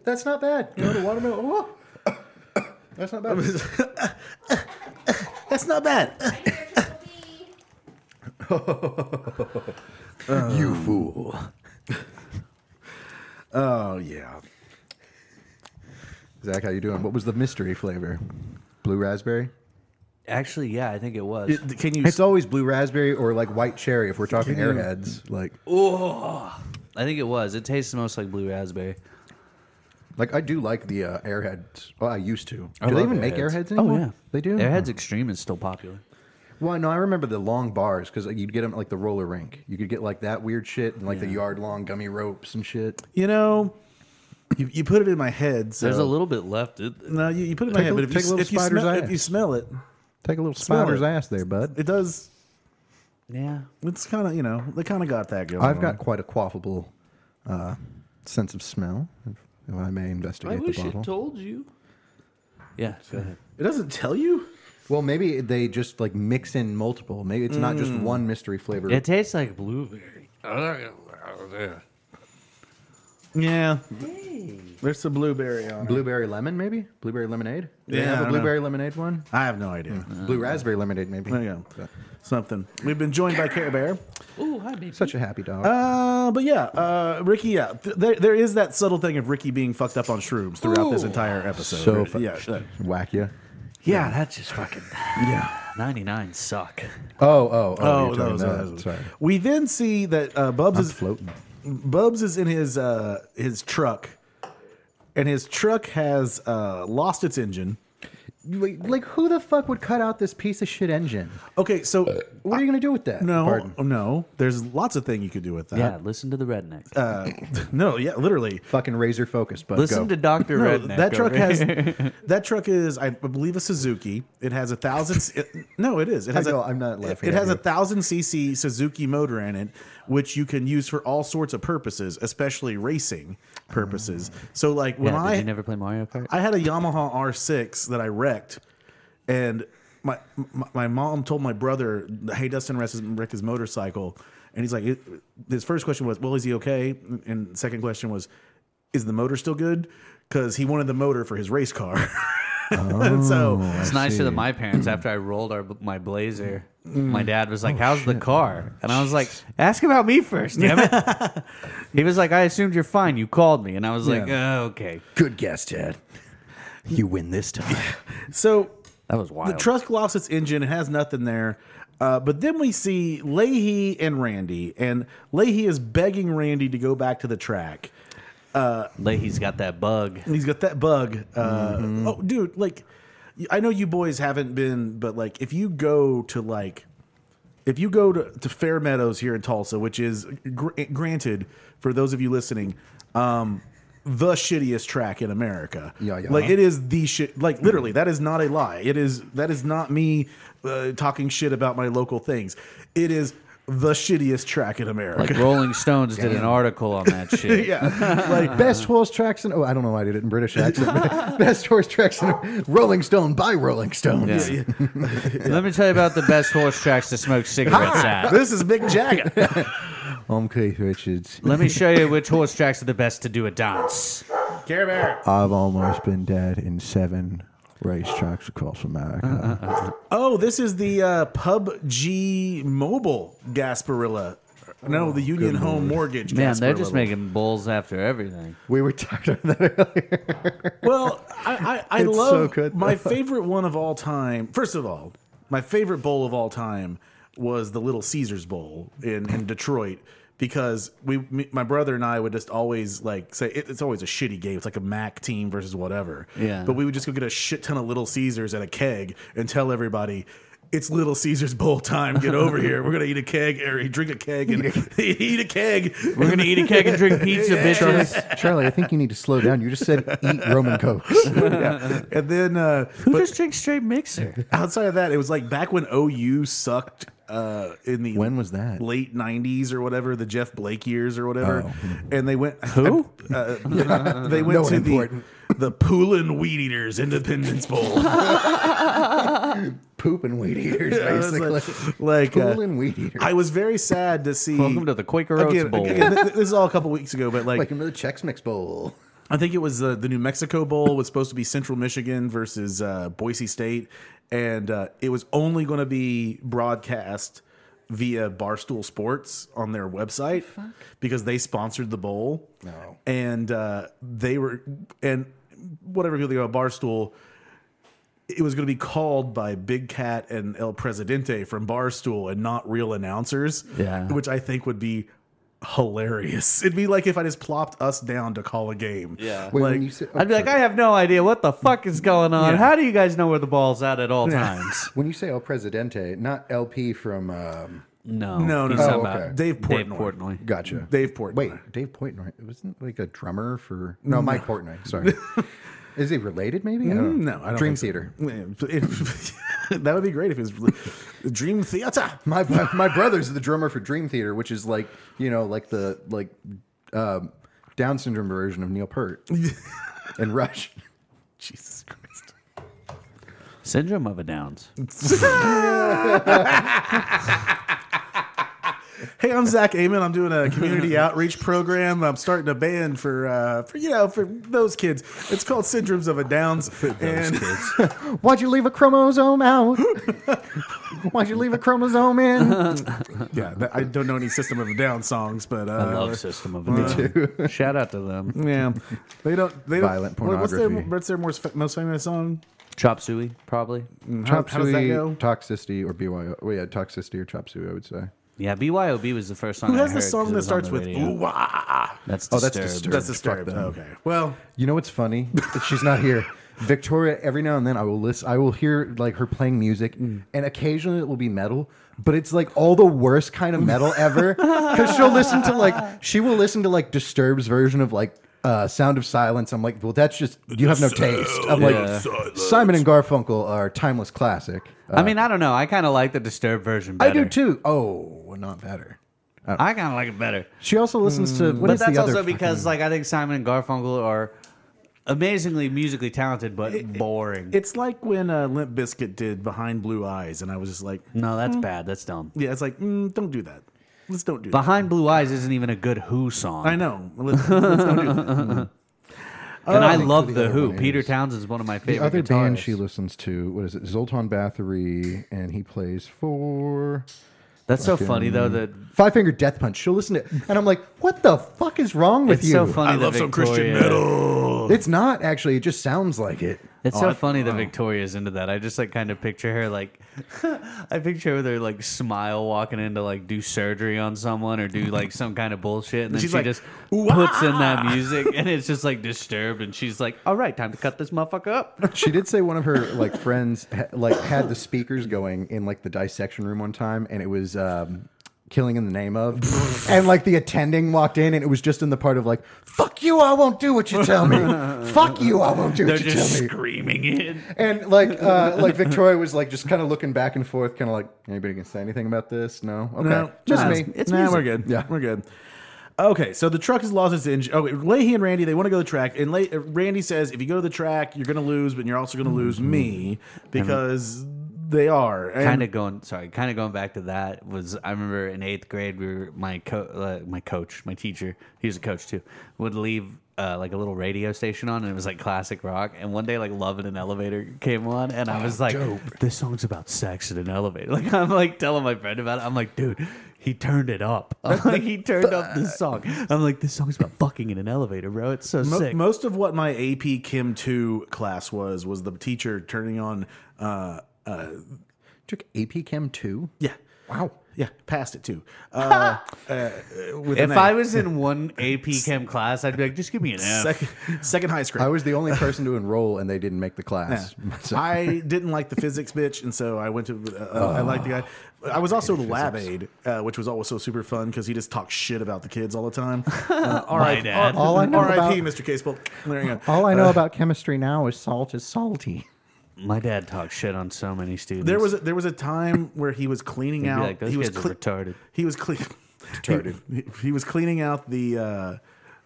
S4: that's not bad. You know, the watermelon. Oh, that's not bad.
S2: That's not bad.
S4: you fool.
S2: Oh yeah.
S4: Zach, how you doing? What was the mystery flavor? Blue raspberry.
S3: Actually, yeah, I think it was.
S2: Can you?
S4: It's always blue raspberry or like white cherry if we're talking airheads. Like,
S3: I think it was. It tastes the most like blue raspberry.
S4: like I do like the uh, airheads. Well, I used to.
S3: I
S4: do they
S3: love
S4: even make airheads
S3: Airheads.
S4: anymore?
S3: Oh yeah,
S4: they do.
S3: Airheads Extreme is still popular.
S4: Well, no, I remember the long bars because you'd get them at, like the roller rink. You could get like that weird shit and like the yard long gummy ropes and shit.
S2: You know, you, you put it in my head. So.
S3: There's a little bit left. It,
S2: No, you, you put it in my
S4: Take a
S2: head,
S4: l-
S2: but if
S4: take a
S2: you,
S4: little
S2: if you,
S4: spider's
S2: smell,
S4: eye.
S2: if you smell it,
S4: Take a little
S2: Smell
S4: spider's
S2: it.
S4: ass there, bud.
S2: it does.
S3: yeah,
S2: It's kind of you know they kind of got that going.
S4: I've
S2: on.
S4: got quite a quaffable uh, sense of smell, if, if I may investigate the bottle.
S3: told you. Yeah, go ahead.
S2: It doesn't tell you.
S4: well, maybe they just like mix in multiple. Maybe it's not just one mystery flavor.
S3: It tastes like blueberry.
S2: Yeah. There's some blueberry on. it.
S4: blueberry lemon, maybe blueberry lemonade. Do
S2: Yeah,
S4: they
S2: I
S4: have
S2: don't
S4: a
S2: know.
S4: blueberry lemonade one.
S2: I have no idea.
S4: Blue raspberry lemonade, maybe.
S2: There you go. Something. We've been joined by Care Bear.
S3: Ooh, hi, baby.
S4: Such a happy dog.
S2: Uh, but yeah, uh, Ricky. Yeah, th- there, there is that subtle thing of Ricky being fucked up on shrooms throughout this entire episode.
S4: so
S2: Right?
S4: fu-
S2: yeah, that-
S4: whack you.
S3: yeah, that's just fucking
S2: yeah.
S3: 99 suck.
S4: Oh, oh, oh!
S2: Oh,
S4: you're
S2: that
S4: doing
S2: was,
S4: that.
S2: that was-
S4: Sorry,
S2: We then see that uh, Bubs
S4: I'm
S2: is
S4: floating.
S2: Bubs is in his uh, his truck, and his truck has uh, lost its engine.
S4: Like, like, who the fuck would cut out this piece of shit engine?
S2: Okay, so
S4: What are you gonna do with that?
S2: no,
S4: Uh, Pardon.
S2: no. There's lots of things you could do with that. Uh,
S3: Yeah, listen to the redneck.
S2: Oh, No, yeah, literally.
S4: Fucking razor focused, but
S3: listen
S4: go.
S3: to Dr.
S2: No,
S3: Redneck.
S2: that truck
S3: over
S2: has
S3: here.
S2: that truck is I believe a Suzuki. It has a thousand. it- no, it is. It has.
S4: know,
S2: a,
S4: I'm not laughing
S2: It
S4: at
S2: has a
S4: you.
S2: thousand cc Suzuki motor in it, which you can use for all sorts of purposes, especially racing purposes. So, like when
S3: Ah. Yeah,
S2: I
S3: did you never play Mario Kart?
S2: I had a Yamaha R6 that I wrecked, and my, my my mom told my brother, "Hey, Dustin wrecked his, wrecked his motorcycle," and he's like, it- his first question was, "Well, is he okay?" And second question was, "Is the motor still good?" Because he wanted the motor for his race car. and so
S3: It's nicer than my parents. After I rolled our, my blazer, my dad was like, "How's the car?" And I was like, "Ask about me first, damn it." he was like, "I assumed you're fine. You called me," and I was like, "Oh, "Okay,
S4: Good guess, Chad. You win this time.
S2: so
S3: that was wild."
S2: The truck lost its engine. It has nothing there. Uh, but then we see Leahy and Randy, and Leahy is begging Randy to go back to the track.
S3: Leahy's got that bug.
S2: And he's got that bug. Uh,
S4: Mm-hmm.
S2: Oh, dude, like, I know you boys haven't been, but like, if you go to like, if you go to, to Fair Meadows here in Tulsa, which is gr- granted for those of you listening, um, the shittiest track in America.
S4: Yeah, yeah.
S2: Like it is the shit. Like literally, that is not a lie. It is that is not me uh, talking shit about my local things. It is the shittiest track in America.
S3: Like Rolling Stones did an article on that shit.
S2: yeah, like
S4: Best horse tracks in. Oh, I don't know why I did it in British accent. Best horse tracks in Rolling Stone by Rolling Stone.
S3: Yeah. Let me tell you about the best horse tracks to smoke cigarettes at.
S2: this is Mick Jagger.
S4: I'm Keith Richards.
S3: Let me show you which horse tracks are the best to do a dance.
S2: Care Bear.
S4: I've almost been dead in seven racetracks across America.
S2: Oh, this is the uh, PUBG Mobile Gasparilla. No, the Union Home Mortgage.
S3: Man, they're
S2: Gasparilla.
S3: just making bulls after everything.
S4: We were talking about that earlier.
S2: Well, I, I, I
S4: It's
S2: love
S4: so good,
S2: my
S4: though.
S2: favorite one of all time. First of all, my favorite bowl of all time was the Little Caesars Bowl in, in Detroit because we, me, my brother and I would just always like say it, it's always a shitty game. It's like a Mac team versus whatever.
S3: Yeah.
S2: But we would just go get a shit ton of Little Caesars and a keg and tell everybody. It's Little Caesars bowl time. Get over here. We're gonna eat a keg or drink a keg and eat a keg.
S3: We're gonna eat a cake and drink pizza, bitches.
S4: Charlie, I think you need to slow down. You just said eat Roman Cokes.
S2: Yeah. And then uh,
S3: Who just drinks straight mixer?
S2: outside of that, it was like back when OU sucked uh, in the
S4: When was that?
S2: late '90s or whatever, the Jeff Blake years or whatever, and they went
S3: Oh, hmm. Who?
S2: uh, they went
S4: No
S2: to
S4: important.
S2: the the Poolin Weed Eaters Independence Bowl.
S4: Poop and weed eaters,
S2: I was
S4: basically.
S2: like, like, uh,
S4: Pool and weed eaters.
S2: I was very sad to see.
S3: Welcome to the Quaker Oats
S2: again,
S3: Bowl.
S2: again, th- this is all a couple weeks ago, but
S4: Like another Chex Mix bowl.
S2: I think it was uh, the New Mexico Bowl was supposed to be Central Michigan versus uh, Boise State, and uh, it was only going to be broadcast via Barstool Sports on their website because they sponsored the bowl.
S4: No.
S2: and uh, they were and whatever people think about Barstool. It was going to be called by Big Cat and El Presidente from Barstool and not real announcers,
S3: Yeah.
S2: which I think would be hilarious. It'd be like if I just plopped us down to call a game.
S3: Yeah.
S4: Wait,
S2: Like-
S4: when you oh, said,
S3: I'd be like, I have no idea what the fuck is going on.
S2: Yeah.
S3: How do you guys know where the ball's at at all times?
S2: "Ah."
S4: when you say El Presidente, not LP from. Um,
S3: No,
S2: No, no,
S3: he's
S2: no.
S3: talking
S4: Oh, okay.
S3: about
S2: Dave
S3: Dave
S2: Portnoy.
S3: Portnoy.
S4: gotcha.
S2: Dave Portnoy.
S4: Wait, Dave Portnoy wasn't like a drummer for no, Mike Portnoy. Sorry, is he related? Maybe I don't know.
S2: Mm, Hmm, No, I don't
S4: Dream
S2: think so.
S4: Theater.
S2: that would be great if it was Dream Theater.
S4: My, my my brother's the drummer for Dream Theater, which is like you know like the like um, Down syndrome version of Neil Peart and Rush.
S2: Jesus Christ.
S3: Syndrome of a Downs.
S2: Hey, I'm Zach Amon. I'm doing a community outreach program. I'm starting a band for, uh, for you know, for those kids. It's called Syndromes of a Downs. and
S4: Why'd you leave a chromosome out? Why'd you leave a chromosome in?
S2: yeah, that- I don't know any System of a Down songs, but uh,
S3: I love System of a Down. Shout out to them.
S2: yeah, they don't. They don't-
S4: Violent
S2: what- What's their,
S4: pornography.
S2: what's their most, most famous song?
S3: Chop Suey, probably.
S4: Mm.
S2: How, how does that
S4: Suey,
S2: go?
S4: Toxicity or BYO? Well, yeah, toxicity or chop suey, I would say.
S3: Yeah, BYOB was the first song.
S2: Who
S3: I
S2: has the
S3: heard 'cause
S2: song
S3: it
S2: that
S3: was on
S2: starts
S3: the
S2: with
S3: radio.
S2: "Ooh wah"?
S3: That's
S4: Oh,
S3: disturbed.
S4: that's Disturbed.
S2: That's
S4: Fuck
S2: disturbed.
S4: them.
S2: Okay. Well,
S4: You know what's funny? That She's not here. Victoria, every now and then I will listen I will hear like her playing music
S2: Mm.
S4: and occasionally it will be metal, but it's like all the worst kind of metal ever. Cause she'll listen to like she will listen to like Disturb's version of like uh, Sound of Silence. I'm like, well that's just you have no taste. I'm
S3: Yeah.
S4: like Simon and Garfunkel are timeless classic. Uh,
S3: I mean, I don't know. I kind of like the disturbed version
S4: I
S3: better.
S4: do too. Oh, well, not better.
S3: I kind of like it better.
S2: Mm.
S4: She also listens to what
S3: but
S4: is
S3: that's
S4: the other
S3: also because, like, I think Simon and Garfunkel are amazingly musically talented, but boring.
S2: It's like when uh, Limp Biscuit did Behind Blue Eyes, and I was just like,
S3: no, that's bad. That's dumb.
S2: yeah, it's like, mm, don't do that. Let's don't do that.
S3: Behind Blue Eyes isn't even a good Who song.
S2: I know. Let's, let's don't do that.
S3: and I
S4: think
S3: love
S4: the
S3: the
S4: other
S3: Who.
S4: one
S3: Peter
S4: is-
S3: Townsend's one of my favorite.
S4: The other band she
S3: guitarists.
S4: listens to, what is it? Zoltan Bathory, and he plays for
S3: That's so funny though. That
S4: Five Finger Death Punch. She'll listen to, and I'm like, what the fuck is wrong with
S3: it's
S4: you?
S3: so funny.
S2: I
S3: that
S2: love some Christian
S3: Victoria-
S2: metal.
S4: It's not actually. It just sounds like it.
S3: It's so funny that Victoria's into that. I just like kind of picture her like, I picture her with her like smile walking in to like do surgery on someone or do like some kind of bullshit, and then
S2: She's
S3: she
S2: like,
S3: just
S2: "Ooh-ah!"
S3: puts in that music, and it's just like disturbed, and she's like, "All right, time to cut this motherfucker up."
S4: She did say one of her like friends ha- like had the speakers going in like the dissection room one time, and it was um, killing in the name of, and like the attending walked in, and it was just in the part of like, "Fuck you, I won't do what you tell me. Fuck you, I won't do
S3: They're
S4: what you
S3: just
S4: tell me."
S3: screaming it.
S4: And like, uh, like Victoria was like just kind of looking back and forth, kind of like, "Anybody gonna say anything about this? No, okay,
S2: No,
S4: just
S2: no,
S4: me.
S2: It's, nah, we're good.
S4: Yeah.
S2: we're good. Okay, so the truck has lost its engine. Oh, wait, Leahy and Randy they want to go to the track, and Le- Randy says if you go to the track, you're going to lose, but you're also going to lose
S4: Mm-hmm.
S2: me because they are. And
S3: kind of going sorry kind of going back to that was i remember in eighth grade we were my co- uh, my coach my teacher he was a coach too would leave uh, like a little radio station on and it was like classic rock and one day like love in an elevator came on and i
S2: Ah,
S3: was like this song's about sex in an elevator like i'm like telling my friend about it i'm like dude he turned it up i'm like he turned up this song i'm like this song's about fucking in an elevator bro it's so
S2: Mo-
S3: sick
S2: most of what my AP Chem 2 class was was the teacher turning on uh uh
S4: Took AP Chem two.
S2: yeah.
S4: Wow.
S2: Yeah, passed it too. Uh, uh, with an
S3: if
S2: A.
S3: i was in one ap chem class i'd be like just give me an f
S2: second second high script.
S4: I was the only person to enroll, and they didn't make the class. So-
S2: I didn't like the physics bitch, and so I went to. Uh, I liked the guy. I was also the lab aide, uh, which was always so super fun because he just talked shit about the kids all the time. Uh, R.I.P.
S3: dad.
S4: All I know
S2: R.I.P.
S4: about-
S2: Mr. Casebolt. There you go.
S4: All I know about chemistry now is salt is salty.
S3: My dad talked shit on so many students.
S2: There was a, there was a time where he was cleaning out.
S3: like, "Those
S2: he was
S3: kids are retarded."
S2: He was clean. Retarded. He, he was cleaning out the. Uh,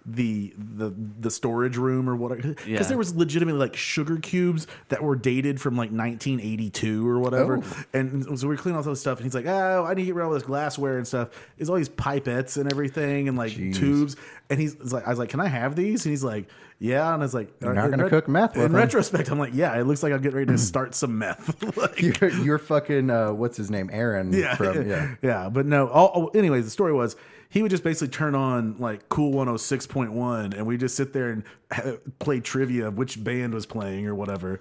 S2: the the the storage room or whatever because
S3: Yeah.
S2: there was legitimately like sugar cubes that were dated from like 1982 or whatever and so we were cleaning all those stuff and he's like oh I need to get rid of all this glassware and stuff there's all these pipettes and everything and like tubes and he's, he's like I was like can I have these and he's like yeah and I was like you're
S4: not gonna cook meth with
S2: in
S4: them.
S2: retrospect I'm like yeah it looks like I'm getting ready to start some meth like,
S4: You're, you're fucking uh, what's his name, Aaron.
S2: yeah,
S4: From, yeah.
S2: yeah. But no. All, oh, anyways, the story was he would just basically turn on like Cool One Hundred Six Point One, and we just sit there and ha- play trivia of which band was playing or whatever.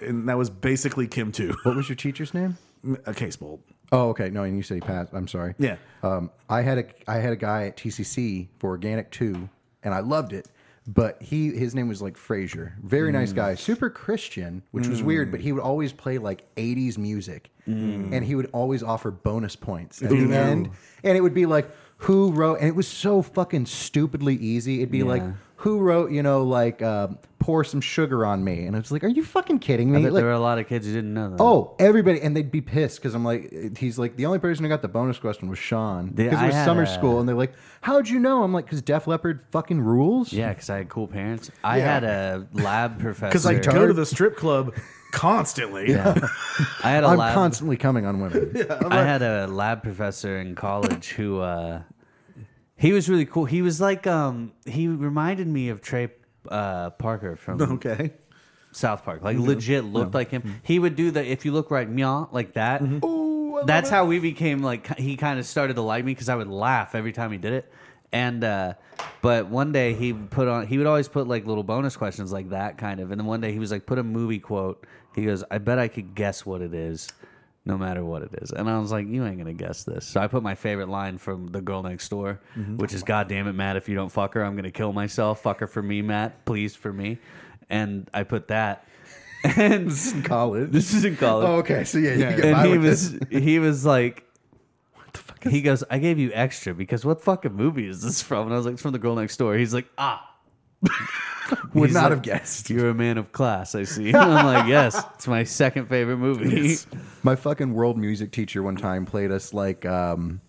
S2: And that was basically Kim Two,
S4: What was your teacher's name?
S2: a case bolt.
S4: Oh, okay. No, and you said he passed. I'm sorry.
S2: Yeah.
S4: Um, I had a I had a guy at TCC for organic two, and I loved it. But he his name was like Frazier. Very nice
S3: Mm.
S4: guy, super Christian, which was weird. But he would always play like '80s music,
S3: Mm.
S4: and he would always offer bonus points at the end. And it would be like, who wrote? And it was so fucking stupidly easy. It'd be like, who wrote? You know, like um, pour some sugar on me. And I was like, are you fucking kidding me?
S3: I bet
S4: Like,
S3: there were a lot of kids who didn't know that.
S4: Oh, everybody, and they'd be pissed because I'm like, he's like the only person who got the bonus question was Sean
S3: Yeah,
S4: because
S3: I
S4: it was
S3: had
S4: summer
S3: a-
S4: school, and they're like, "How'd you know?" I'm like, "Cause Def Leppard fucking rules."
S3: yeah, because I had cool parents. I
S4: Yeah.
S3: had a lab professor.
S2: Because I
S4: Sure.
S2: go to the strip club constantly.
S3: Yeah. I had a
S4: I'm
S3: lab.
S4: constantly coming on women.
S3: I had a lab professor in college who uh, he was really cool. He was like um, he reminded me of Trey uh, Parker from
S2: Okay. Mm-hmm.
S3: South Park. Like legit looked like him. He would do the if you look right, meow like that.
S2: Mm-hmm.
S3: That's how we became like he kind of started to like me because I would laugh every time he did it. And uh but one day he put on he would always put like little bonus questions like that kind of. And then one day he was like, put a movie quote. He goes, I bet I could guess what it is. No matter what it is. And I was like, you ain't gonna guess this. So I put my favorite line from The Girl Next Door,
S4: Mm-hmm.
S3: which is God damn it, Matt, if you don't fuck her, I'm gonna kill myself. Fuck her for me, Matt. Please for me. And I put that. And
S4: This is in college.
S3: this is in college.
S4: oh, okay, so yeah, you can get by
S3: and he
S4: with
S3: was
S4: this.
S3: he was like he goes, I gave you extra because what fucking movie is this from? And I was like, it's from the girl next door. He's like, ah.
S4: would
S3: He's
S4: not
S3: like,
S4: have guessed.
S3: You're a man of class, I see. And I'm like, yes, it's my second favorite movie.
S4: My fucking world music teacher one time played us like um,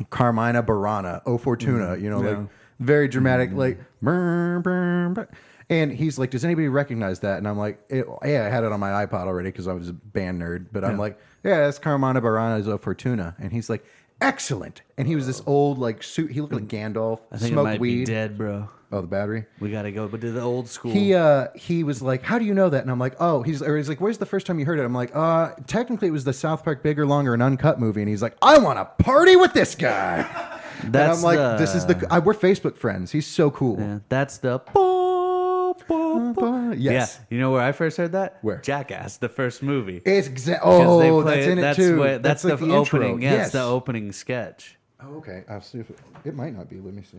S3: Mm-hmm.
S4: Carmina Burana, O Fortuna, you know, like very dramatic, like. brr, brr, brr. And he's like, "Does anybody recognize that?" And I'm like, "Eh, "Yeah, I had it on my iPod already because I was a band nerd." But I'm like, "Yeah, that's Carmona Barana's O Fortuna." And he's like, "Excellent." And he was this old like suit. He looked like Gandalf.
S3: Mm. I think it
S4: smoked
S3: might
S4: weed.
S3: be dead, bro.
S4: Oh, the battery.
S3: We gotta go, but to the old school.
S4: He uh he was like, "How do you know that?" And I'm like, "Oh, he's or he's like, "Where's the first time you heard it?" I'm like, "Uh, technically it was the South Park Bigger Longer and Uncut movie." And he's like, "I want to party with this guy." and
S3: That's
S4: I'm like, "This is the
S3: the-
S4: I, we're Facebook friends. He's so cool."
S3: Yeah, that's the. bo- bo- bo-
S4: Yes.
S3: Yeah. You know where I first heard that?
S4: Where?
S3: Jackass, the first movie.
S4: It's exa-
S3: 'Cause they
S4: oh,
S3: play
S4: that's
S3: it-
S4: in it
S3: that's
S4: too.
S3: where- that's,
S4: like
S3: the,
S4: the intro.
S3: opening. Yeah, it's the opening sketch.
S4: Oh, okay. I'll see if it, it might not be. Let me see.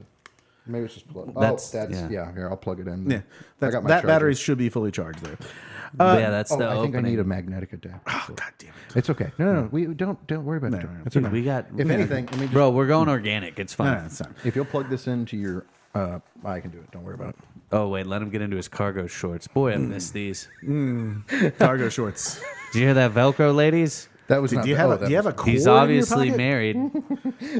S4: Maybe it's just plugged.
S3: That's-
S4: oh, that's
S3: yeah.
S4: yeah. Here, I'll plug it in.
S2: Yeah,
S4: I
S2: that,
S4: got my
S2: that
S4: charger.
S2: battery should be fully charged there.
S3: yeah, that's
S4: Oh,
S3: the
S4: I think I
S3: opening.
S4: need a magnetic adapter. for Oh, it.
S2: God damn it!
S4: It's okay. No, no, no. We don't don't worry about
S2: no,
S4: it.
S2: no.
S4: It's
S3: Dude,
S4: okay.
S3: we got.
S4: If
S3: we-
S4: anything, let me just,
S3: bro, we're going organic. It's
S2: No,
S3: fine.
S2: no, it's not.
S4: if you'll plug this into your, uh, I can do it. Don't worry about it.
S3: Oh wait, let him get into his cargo shorts. Boy, I
S4: Mm.
S3: miss these.
S2: Cargo shorts.
S3: Did you hear that, Velcro ladies?
S4: That was
S2: Dude,
S4: not.
S2: do you
S4: the-
S2: have
S4: oh,
S2: a,
S4: that
S2: do you have a
S4: was-
S2: cord
S3: He's obviously married.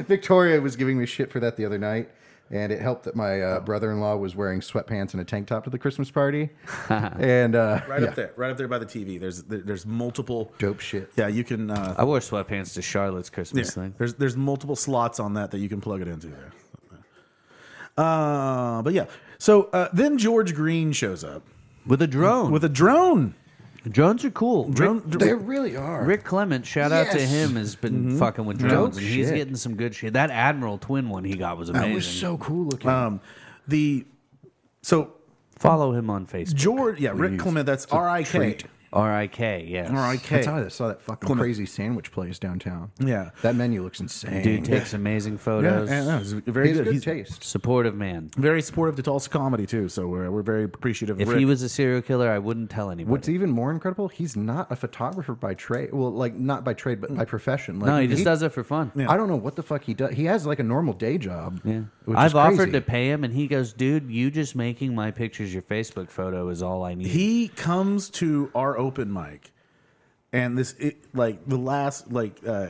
S4: Victoria was giving me shit for that the other night, and it helped that my
S2: Oh.
S4: uh, brother-in-law was wearing sweatpants and a tank top to the Christmas party, and uh,
S2: Right
S4: yeah,
S2: up there, right up there by the TV. There's there, there's multiple.
S4: dope shit.
S2: Yeah, you can. Uh,
S3: I wore sweatpants to Charlotte's Christmas
S2: Yeah.
S3: thing.
S2: There's there's multiple slots on that that you can plug it into there. Uh, but yeah. So uh, then George Green shows up
S3: With a drone.
S2: with a drone.
S3: drones are cool.
S2: Drone.
S3: Rick,
S2: dr-
S4: They really are.
S3: Rick Clement, shout out to
S4: Yes.
S3: him, has been fucking with drones,
S4: Dope
S3: and he's
S4: shit.
S3: getting some good shit. That Admiral Twin one he got was amazing.
S4: It was so cool looking.
S2: um, the so
S3: Follow him on Facebook.
S2: George. Yeah, Rick Clement. That's R I K.
S4: treat.
S3: R I K. Yes.
S2: R I
S4: That's how
S2: K.
S4: I saw that fucking crazy sandwich place downtown.
S2: Yeah.
S4: That menu looks insane.
S3: Dude takes amazing
S2: Yeah,
S3: photos.
S2: yeah, no, he's very
S4: He has
S2: good.
S4: good
S2: He's
S4: taste.
S3: Supportive man.
S2: very supportive to Tulsa comedy too. So we're, we're very appreciative. of
S3: If
S2: Rick.
S3: he was a serial killer, I wouldn't tell anybody.
S4: What's even more incredible, he's not a photographer by trade. Well, like not by trade,
S2: Mm.
S4: but by profession. Like,
S3: no, he just does it for fun.
S4: I don't know what the fuck he does. He has like a normal day job.
S3: Yeah.
S4: which is
S3: I've offered
S4: crazy.
S3: to pay him, and he goes, dude, you just making my pictures your Facebook photo is all I need.
S2: he comes to our open mic and this it, like the last like uh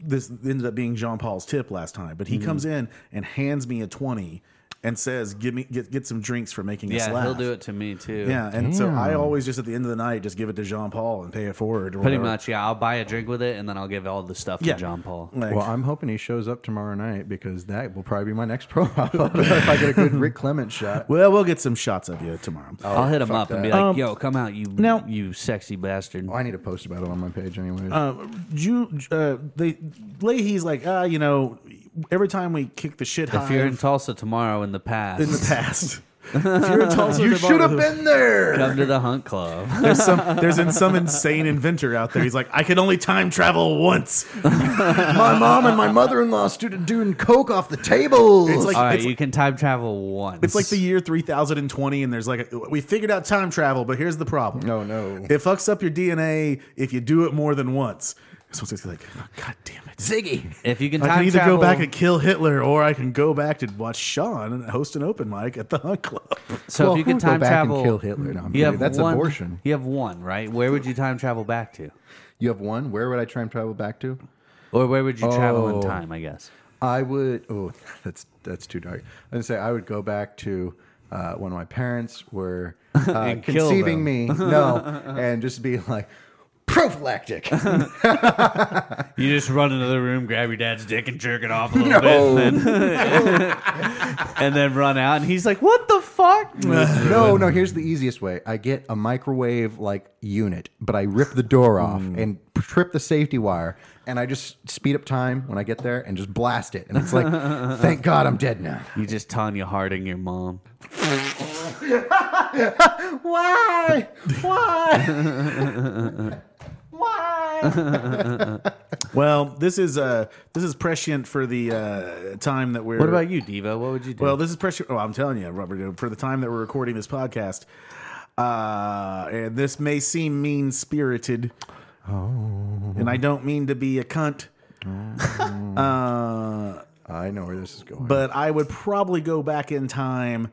S2: this ended up being Jean Paul's tip last time but he
S3: Mm-hmm.
S2: comes in and hands me a 20 and says give me get get some drinks for making us
S3: yeah,
S2: laugh
S3: he'll do it to me too.
S2: yeah and so I always just at the end of the night just give it to Jean Paul and pay it forward or
S3: Pretty
S2: whatever.
S3: much, yeah. I'll buy a drink with it, and then I'll give all the stuff
S2: Yeah.
S3: to John Paul.
S2: Like,
S4: Well, I'm hoping he shows up tomorrow night because that will probably be my next profile if I get a good Rick Clement shot.
S2: well we'll get some shots of you tomorrow
S3: I'll hit him
S4: fuck
S3: up and be
S4: that.
S3: like, "Yo, come out, you
S2: Um, now-
S3: you sexy bastard."
S4: Oh, I need to post about it on my page, anyways.
S3: Um,
S2: Ju- uh, they Leahy's like ah you know every time we kick the shit
S3: if you're in
S2: hive
S3: Tulsa tomorrow in the past,
S2: in the past if you're in Tulsa
S4: you
S2: tomorrow-
S4: should have been there.
S3: come to the Hunt Club.
S2: There's some there's in some insane inventor out there. He's like, I can only time travel once.
S4: my mom and my mother-in-law stood doing coke off the table.
S2: It's like
S3: all right,
S2: it's,
S3: you can time travel once.
S2: it's like the year 3020, and there's like a, we figured out time travel, but here's the problem.
S4: No, no.
S2: it fucks up your DNA if you do it more than once. So it's like, oh, God damn it.
S4: Ziggy.
S3: if you can
S2: I
S3: time
S2: can either
S3: travel,
S2: go back and kill Hitler, or I can go back to watch Sean and host an open mic at the Hunt Club.
S3: so
S4: Well,
S3: if you can
S4: who'd go
S3: time
S4: back and
S3: travel,
S4: kill Hitler? No, I'm
S3: you
S4: kidding.
S3: have
S4: That's
S3: one,
S4: abortion.
S3: You have one, right? Where would you time travel back to,
S4: You have one. Where would I try and travel back to?
S3: or where would you travel in
S4: Oh.
S3: time? I guess.
S4: I would. Oh, that's that's too dark. I would say I would go back to uh, when my parents were uh,
S3: And kill
S4: conceiving
S3: them.
S4: me. No, and just be like prophylactic.
S3: You just run into the room, grab your dad's dick, and jerk it off a little
S4: no,
S3: and then run out. And he's like, "What the fuck?"
S4: no, no. Here's the easiest way. I get a microwave like unit, but I rip the door
S3: Mm.
S4: off and trip the safety wire, and I just speed up time when I get there and just blast it. And it's like, thank God I'm dead now.
S3: You just Tanya Harding your mom.
S4: Why? Why? Why?
S2: Well, this is uh this is prescient for the uh, time that we're.
S3: What about you, Diva? What would you do?
S2: Well, this is pressure. Oh, I'm telling you, Robert, for the time that we're recording this podcast, uh, and this may seem mean spirited. Oh. And I don't mean to be a cunt,
S4: I know where this is going.
S2: but I would probably go back in time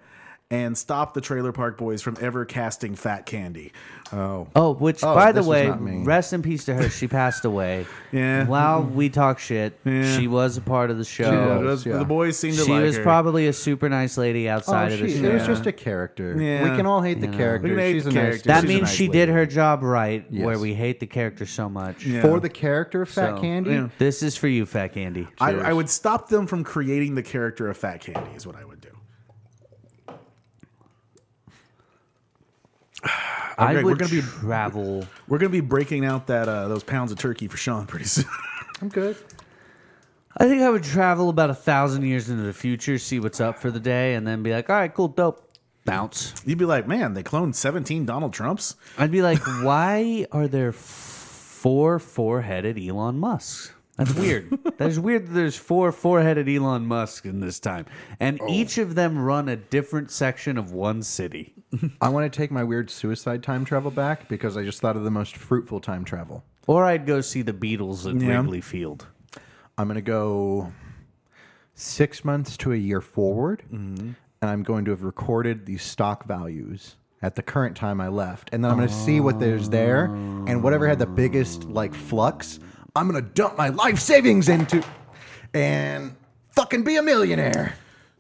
S2: and stop the Trailer Park Boys from ever casting Fat Candy. Oh,
S3: Oh, which
S4: Oh,
S3: by the
S4: this was
S3: way,
S4: not me.
S3: rest in peace to her. She passed away.
S2: Yeah.
S3: While we talk shit,
S2: Yeah.
S3: she was a part of the
S2: Yeah,
S4: it
S3: show.
S4: was,
S2: those-
S4: yeah.
S2: the boys seem to
S3: Oh, she
S2: like
S3: was
S2: her.
S3: probably a super nice lady outside of the
S4: Oh, she,
S3: show.
S4: it was just a character.
S2: Yeah.
S4: We can all hate the
S2: We
S4: character.
S2: can hate
S4: She's
S2: the
S4: a nice.
S2: character.
S3: That
S2: She's a
S3: means
S2: nice
S3: she
S2: lady.
S3: did her job right, where
S4: Yes.
S3: we hate the character so much.
S2: Yeah.
S4: for the character of Fat
S3: So,
S4: Candy.
S2: yeah.
S3: This is for you, Fat Candy.
S2: I, I would stop them from creating the character of Fat Candy. Is what I would do.
S3: I
S2: Greg, we're
S3: would
S2: gonna be-
S3: travel.
S2: We're gonna be breaking out that uh, those pounds of turkey for Sean pretty soon.
S4: I'm good.
S3: I think I would travel about a thousand years into the future, see what's up for the day, and then be like, "All right, cool, dope." Bounce.
S2: You'd be like, man, they cloned seventeen Donald Trumps.
S3: I'd be like, why are there f- four four headed Elon Musks? That's weird. That's weird that there's four four headed Elon Musk in this time. And
S2: Oh.
S3: each of them run a different section of one city.
S4: I want to take my weird suicide time travel back because I just thought of the most fruitful time travel.
S3: Or I'd go see the Beatles at
S2: Yeah.
S3: Wrigley Field.
S4: I'm going to go six months to a year forward,
S2: Mm-hmm.
S4: and I'm going to have recorded the stock values at the current time I left, and then I'm going to see what there's there, and whatever had the biggest like flux, I'm going to dump my life savings into, and fucking be a millionaire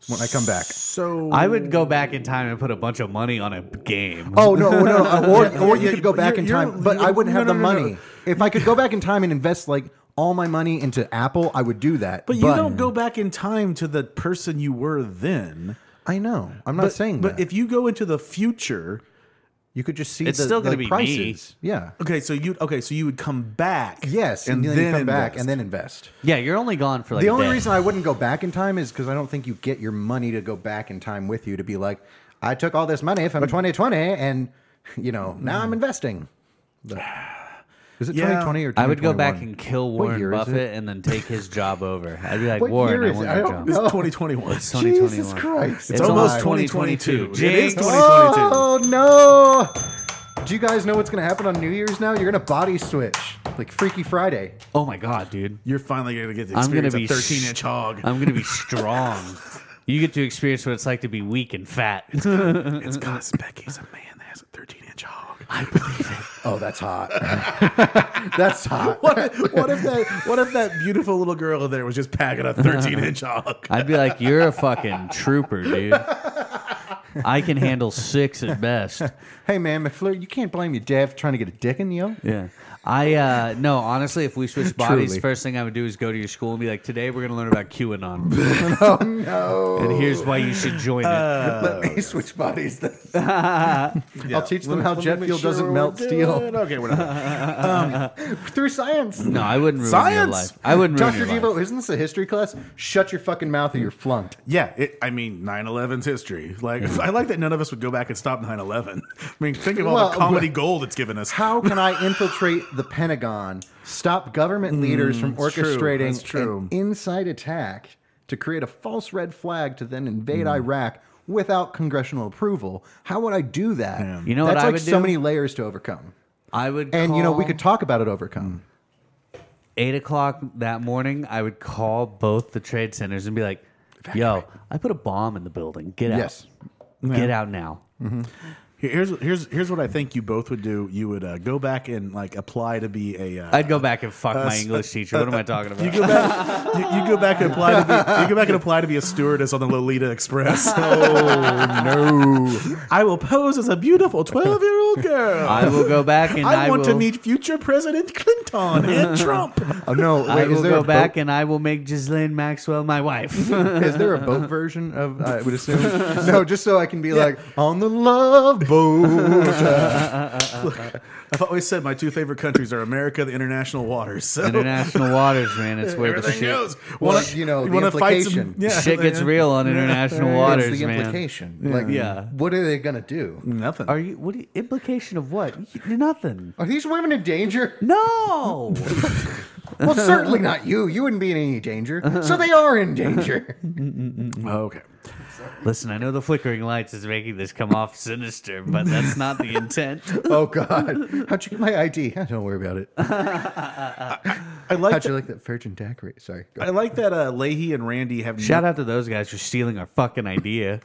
S4: when I come back.
S2: So
S3: I would go back in time and put a bunch of money on a game.
S4: Oh no, no, no. Or, or you
S2: yeah,
S4: could go back
S2: you're-
S4: in
S2: you're-
S4: time, but
S2: you're-
S4: I wouldn't
S2: no,
S4: have
S2: no,
S4: the
S2: no, no.
S4: money. If I could go back in time and invest like all my money into Apple, I would do that.
S2: But you don't go back in time to the person you were then.
S4: I know. I'm not
S2: But,
S4: saying
S2: but
S4: that.
S2: if you go into the future,
S4: you could just see
S3: It's
S4: the,
S3: still gonna
S4: the
S3: be me.
S4: prices. Yeah.
S2: okay, so you okay, so you would come back,
S4: Yes, and, then, you come back
S2: invest.
S4: and then invest.
S3: Yeah, you're only gone for like
S4: the
S3: a
S4: only
S3: day.
S4: reason I wouldn't go back in time is because I don't think you get your money to go back in time with you to be like, I took all this money from 2020 and you know now I'm investing. But- is it
S2: Yeah.
S4: 2020 or 2021?
S3: I would go back and kill
S4: What
S3: Warren
S4: year is it?
S3: Buffett and then take his job over. I'd be like,
S4: What
S3: Warren,
S4: year
S3: I
S4: is
S3: want
S4: it? I
S3: your
S4: don't
S3: job.
S2: It's
S4: know. No.
S2: 2021. It's,
S3: It's 2021.
S4: Jesus Christ!
S3: It's
S2: almost
S3: alive.
S2: 2022. It is
S3: Jinx.
S2: 2022.
S4: Oh no! Do you guys know what's gonna happen on New Year's now? You're gonna body switch like Freaky Friday.
S3: Oh my god, dude.
S2: You're finally gonna get the
S3: I'm gonna
S2: experience
S3: be
S2: of 13
S3: s-
S2: inch hog.
S3: I'm gonna be strong. you get to experience what it's like to be weak and fat.
S2: it's God, Becky's a man that has a 13 inch hog.
S4: Oh, that's hot. that's hot.
S2: What if, what if that? What if that beautiful little girl there was just packing a 13 inch hog?
S3: I'd be like, you're a fucking trooper, dude. I can handle six at best.
S4: Hey man, McFleur, you can't blame your dad for trying to get a dick in you.
S3: Yeah. I uh no, honestly, if we switch bodies,
S4: Truly.
S3: first thing I would do is go to your school and be like, today we're gonna learn about QAnon. oh no. And here's why you should join it.
S4: Let me switch bodies. Then. I'll teach them how
S2: Let me
S4: jet
S2: make
S4: fuel
S2: sure
S4: doesn't
S2: we're
S4: melt
S2: doing-
S4: steel
S2: Okay, we're not.
S4: through science.
S3: no, I wouldn't ruin your
S2: Science!
S3: life. I wouldn't ruin
S4: Dr.
S3: your life.
S4: Devo, isn't this a history class? Shut your fucking mouth or you're flunked.
S2: Yeah, it, I mean, 9/11's history. Like, I like that none of us would go back and stop 9/11. I mean, think of all
S4: Well,
S2: the comedy
S4: well-
S2: gold it's given us.
S4: How can I infiltrate the Pentagon, stop government leaders from
S2: it's true.
S4: orchestrating
S2: That's true.
S4: an inside attack to create a false red flag to then invade Iraq without congressional approval? How would I do that?
S3: You know what
S4: That's
S3: I
S4: like
S3: would
S4: so
S3: do?
S4: many layers to overcome.
S3: I would
S4: And you know, we
S3: call-
S4: could talk about it overcome.
S3: eight o'clock that morning, I would call both the trade centers and be like, "Yo, I put a bomb in the building. Get out.
S4: Yes.
S3: Get out now."
S2: Here- Here's here's here's what I think you both would do. You would uh, go back and like apply to be a. Uh,
S3: I'd go back and fuck my English teacher. What am I talking about?
S2: you go back. you, you go back and apply to be. You go back and apply to be a stewardess on the Lolita Express.
S4: Oh, no.
S2: I will pose as a beautiful twelve-year-old girl.
S3: I will go back and I,
S2: I want
S3: will,
S2: to meet future President Clinton and Trump.
S4: Oh, no. Wait,
S3: I
S4: is
S3: will
S4: there a
S3: go
S4: boat-
S3: back and I will make Ghislaine Maxwell my wife.
S4: Is there a boat version of? I would assume. no, just so I can be like on the love boat.
S2: I've always said my two favorite countries are America, the international waters. So
S3: International waters, man. It's where the
S2: everything
S3: shit,
S2: goes.
S4: Well,
S2: Wanna-
S4: you know, the
S2: wanna fight some-
S4: implication.
S2: yeah.
S3: shit gets real on international waters,
S4: That's the
S3: man.
S4: implication. Like,
S3: Yeah.
S4: what are they gonna do?
S2: Nothing.
S3: Are you what? do you- implication of what? You- Nothing.
S4: Are these women in danger?
S3: No.
S4: Well, certainly not you. You wouldn't be in any danger. So they are in danger.
S2: okay.
S3: Listen, I know the flickering lights is making this come off sinister, but that's not the intent.
S4: Oh God! How'd you get my ID? Ah, Don't worry about it.
S2: I like
S4: How'd you
S2: that,
S4: like that Virgin Daiquiri? Sorry. Go
S2: I like that uh, Leahy and Randy have
S3: Shout out to those guys for stealing our fucking idea.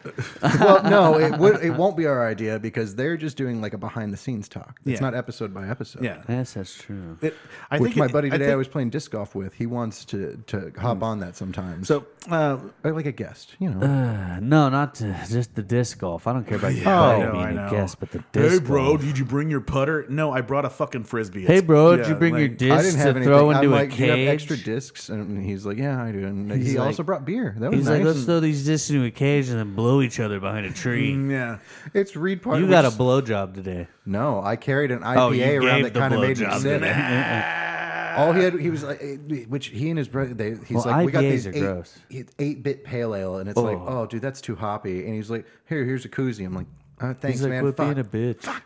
S4: well, no, it would. It won't be our idea because they're just doing like a behind the scenes talk. It's
S2: Yeah.
S4: not episode by episode.
S2: Yeah.
S3: yes, that's true.
S2: It- I
S4: Which
S2: think
S4: my
S2: it-
S4: buddy
S2: I
S4: today I,
S2: think-
S4: was playing disc golf with. He wants to to hop
S3: Mm.
S4: on that sometimes.
S2: so uh,
S4: or like a guest, you know.
S3: Uh, no, not to, just the disc golf. I don't care about your
S2: I
S3: buddy
S2: know,
S3: being
S2: I
S3: a
S2: know.
S3: guest, but the disc.
S2: Hey, bro,
S3: golf.
S2: did you bring your putter? No, I brought a fucking frisbee.
S3: Hey,
S2: It's-
S3: bro, did
S2: yeah,
S3: you bring your
S2: like-
S3: disc to throw into
S4: I'm
S3: a
S4: like,
S3: cage?
S4: "Do you have extra discs? And he's like, yeah, I do. And he
S3: He's like-
S4: also brought beer. That was
S3: He's
S4: nice.
S3: like, let's
S4: And
S3: throw these discs into a cage and then blow each other behind a tree.
S2: Yeah.
S4: it's Reed Park.
S3: you
S4: which
S3: got a
S4: is-
S3: blowjob today.
S4: no. I carried an IPA
S3: Oh, you
S4: around
S3: gave
S4: that
S3: the
S4: kind of made me
S3: blowjob
S4: sick.
S3: to
S4: All he had, he was like, eh, which he and his brother, they, he's
S3: Well,
S4: like, we got
S3: IPAs
S4: these
S3: are gross.
S4: eight, eight bit pale ale, and it's like, oh, dude, that's too hoppy. And he's like, here, here's a koozie. I'm like, oh, thanks,
S3: He's like,
S4: man.
S3: quit
S4: Fuck.
S3: being a bitch.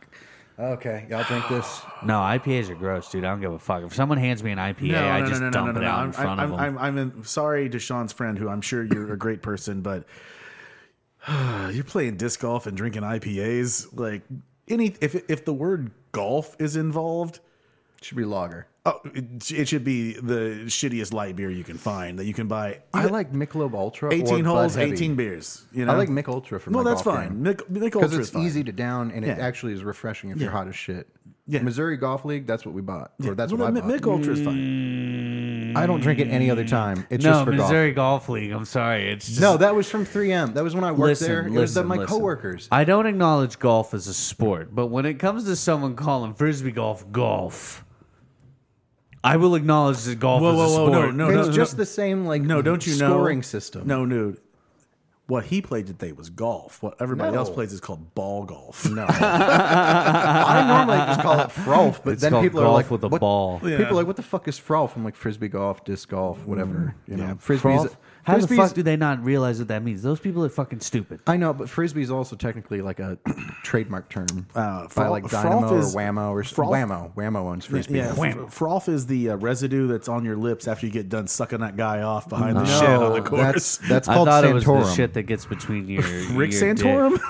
S4: okay, y'all drink this.
S3: No, IPAs are gross, dude. I don't give a fuck. If someone hands me an IPA, I just dump it out
S2: I'm,
S3: in
S2: I'm,
S3: front of
S2: I'm,
S3: them.
S2: I'm, I'm sorry to Sean's friend, who I'm sure you're a great person, but you're playing disc golf and drinking IPAs. Like any, if if the word golf is involved,
S4: Should be lager.
S2: oh, it, it should be the shittiest light beer you can find that you can buy.
S4: I like Michelob Ultra. or
S2: 18
S4: Bud
S2: holes,
S4: Heavy.
S2: 18 beers. You know,
S4: I like Mick Ultra for
S2: Well,
S4: my
S2: that's
S4: golf
S2: fine.
S4: game.
S2: Mick, Mick
S4: because
S2: Ultra
S4: it's
S2: is fine.
S4: easy to down and it
S2: Yeah.
S4: actually is refreshing if you're hot as shit.
S2: Yeah.
S4: Missouri Golf League, that's what we bought. Or that's
S2: Well,
S4: what
S2: no, Mm.
S4: I bought.
S2: Mick Ultra is fine.
S3: Mm.
S4: I don't drink it any other time. It's
S3: no,
S4: just for golf.
S3: Missouri golf. League. I'm sorry. It's just,
S4: No, that was from 3M. That was when I worked
S3: listen,
S4: there. It
S3: Listen,
S4: was the- my
S3: listen.
S4: coworkers.
S3: I don't acknowledge golf as a sport, but when it comes to someone calling frisbee golf golf, I will acknowledge that golf
S2: Whoa,
S3: is
S2: whoa,
S3: a
S2: whoa,
S3: sport.
S2: no, no,
S4: it's
S2: no,
S4: just
S2: no.
S4: the same like
S2: No, don't you know?
S4: Mm-hmm. scoring system.
S2: No, dude. What he played today was golf. What everybody
S4: No.
S2: else plays is called ball golf.
S4: No. I normally just call it frolf, but
S3: It's
S4: then
S3: called
S4: people are
S3: golf
S4: like
S3: with a
S4: what-
S3: ball.
S2: Yeah.
S4: People are like, what the fuck is frolf? I'm like frisbee golf, disc golf, whatever. You know, frisbee's.
S3: Golf? Mm-hmm. How the
S4: frisbee's-
S3: fuck do they not realize what that means? Those people are fucking stupid.
S4: I know, but frisbee is also technically like a trademark term
S2: Uh,
S4: by
S2: frol-
S4: like
S2: frolf
S4: Dynamo or
S2: is-
S4: Whammo or s-
S2: frolf-
S4: Whammo. Whammo owns frisbee.
S2: Yeah,
S4: golf.
S2: fr- froth is the uh, residue that's on your lips after you get done sucking that guy off behind the shed on the course.
S4: that's that's
S3: I
S4: called
S3: thought
S4: Santorum.
S3: it was the shit that gets between your
S2: Rick
S3: your dick.
S2: Santorum.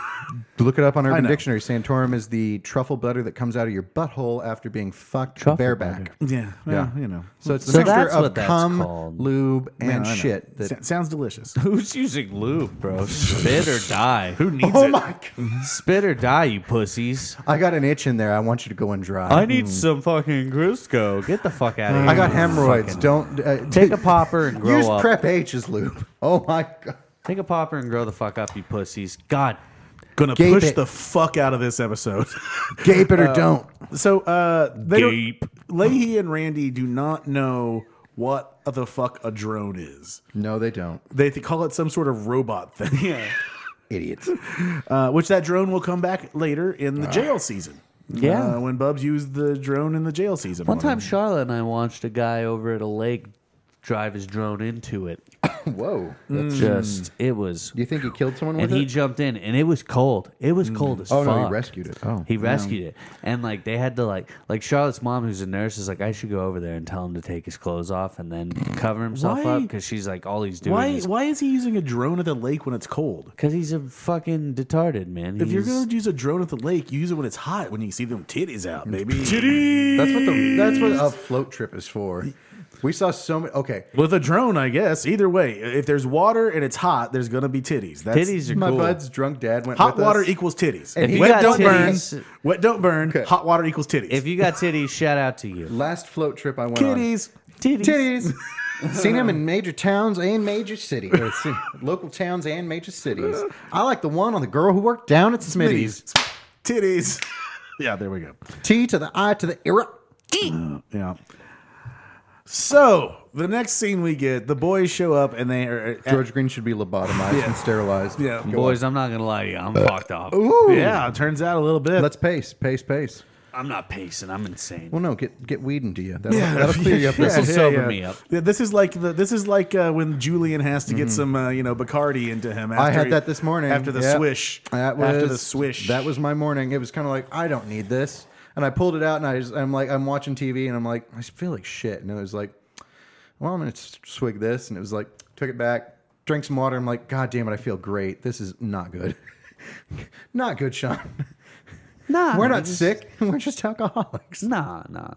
S4: Look it up on Urban
S2: know.
S4: Dictionary. Santorum is the truffle butter that comes out of your butthole after being fucked
S3: Truffle
S4: bareback.
S2: yeah, well, you know,
S4: So it's the
S3: So
S4: mixture
S3: that's
S4: of
S3: what that's
S4: cum,
S3: called.
S4: lube, and
S2: I know.
S4: shit. That,
S2: Sa- sounds delicious.
S3: Who's using lube, bro? Spit or die. Who needs
S4: oh my god!
S3: Spit or die, you pussies.
S4: I got an itch in there. I want you to go and dry.
S3: I need some fucking Crisco. Get the fuck out of here.
S4: I got hemorrhoids. Don't uh,
S3: Take a popper and grow
S4: use
S3: up.
S4: Prep H as lube. Oh my god!
S3: Take a popper and grow the fuck up, you pussies. God.
S2: Gonna
S4: Gape
S2: push
S4: it.
S2: the fuck out of this episode.
S4: Gape it or don't.
S2: so uh, they don't-
S3: Gape.
S2: Leahy and Randy do not know what the fuck a drone is.
S4: No, they don't.
S2: They th- call it some sort of robot thing. Yeah.
S4: Idiots.
S2: Uh, which that drone will come back later in the jail season.
S3: Yeah.
S2: Uh, when Bubs used the drone in the jail season.
S3: One
S2: on
S3: time,
S2: him.
S3: Charlotte and I watched a guy over at a lake drive his drone into it.
S4: Whoa. That's,
S3: Just, it was.
S4: Do you think he killed someone with
S3: And he
S4: it?
S3: jumped in, and it was cold. It was cold as
S4: Oh
S3: fuck.
S4: no, he rescued it. Oh,
S3: He rescued it, and like they had to like like Charlotte's mom, who's a nurse, is like, I should go over there and tell him to take his clothes off and then cover himself
S2: Why-
S3: up because she's like, all he's doing
S2: Why,
S3: is
S2: why is he using a drone at the lake when it's cold?
S3: because he's a fucking detarded man.
S2: If you're
S3: He's-
S2: going to use a drone at the lake, you use it when it's hot, when you see them titties out, baby.
S4: That's what the that's what a float trip is for. We saw so many. Okay,
S2: With a drone, I guess. Either way, if there's water and it's hot, there's going to be titties. That's,
S3: titties are
S4: my
S3: cool. e-
S4: bud's drunk dad went
S2: Hot
S4: with
S2: water
S4: us.
S2: equals titties.
S4: If you
S2: wet
S3: got
S2: don't burn.
S3: titties-
S2: Wet don't burn.
S4: Okay.
S2: Hot water equals titties.
S3: If you got titties, shout out to you.
S4: Last float trip I went
S2: titties,
S4: on.
S3: Titties.
S4: Titties. Seen him in major towns and major cities, or see- local towns and major cities. I like the one on the girl who worked down at Smitty's.
S2: titties. yeah, there we go.
S4: T to the I to the era.
S2: Yeah. So the next scene we get, the boys show up and they are uh, at-
S4: George Green should be lobotomized and sterilized.
S2: Yeah.
S4: Go
S3: Boys, I'm not gonna lie to you, I'm fucked up.
S4: on. Ooh.
S2: yeah, it turns out a little bit.
S4: Let's pace, pace, pace.
S3: I'm not pacing. I'm insane.
S4: Well, no, get get weed into you. That'll,
S2: yeah,
S4: that'll clear you up. Mm-hmm.
S3: This'll
S2: yeah,
S3: sober
S2: yeah.
S3: me up.
S2: Yeah, this is like the this is like uh, when Julian has to get some uh, you know Bacardi into him. After
S4: I had
S2: he-
S4: that this morning
S2: after the
S4: Yeah.
S2: swish.
S4: That was,
S2: after the swish.
S4: That was my morning. It was kind of like I don't need this, and I pulled it out, and I just, I'm like I'm watching TV, and I'm like I feel like shit, and it was like, well, I'm gonna s- swig this, and it was like took it back, drank some water. I'm like, God damn it, I feel great. This is not good. not good, Sean.
S3: Nah,
S4: We're not
S3: just-
S4: sick. We're just alcoholics.
S3: Nah, nah, nah.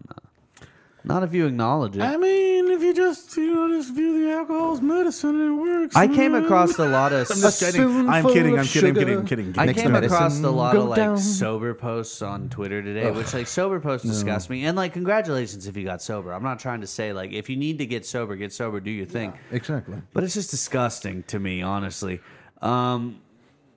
S3: Not if you acknowledge it.
S2: I mean, if you just you know just view the alcohol as medicine, it works.
S3: I came
S2: man.
S3: across a lot of
S4: just
S3: s-
S4: kidding. spoonful
S2: I'm kidding.
S4: of
S2: I'm kidding. I'm
S4: sugar.
S2: kidding. I'm kidding.
S3: I
S4: Mix
S3: came
S4: the
S3: across
S4: medicine,
S3: a lot
S4: go
S3: of like
S4: down.
S3: sober posts on Twitter today, which like sober posts disgust me. And like congratulations if you got sober. I'm not trying to say like if you need to get sober, get sober, do your thing.
S4: Exactly.
S3: But it's just disgusting to me, honestly. Um,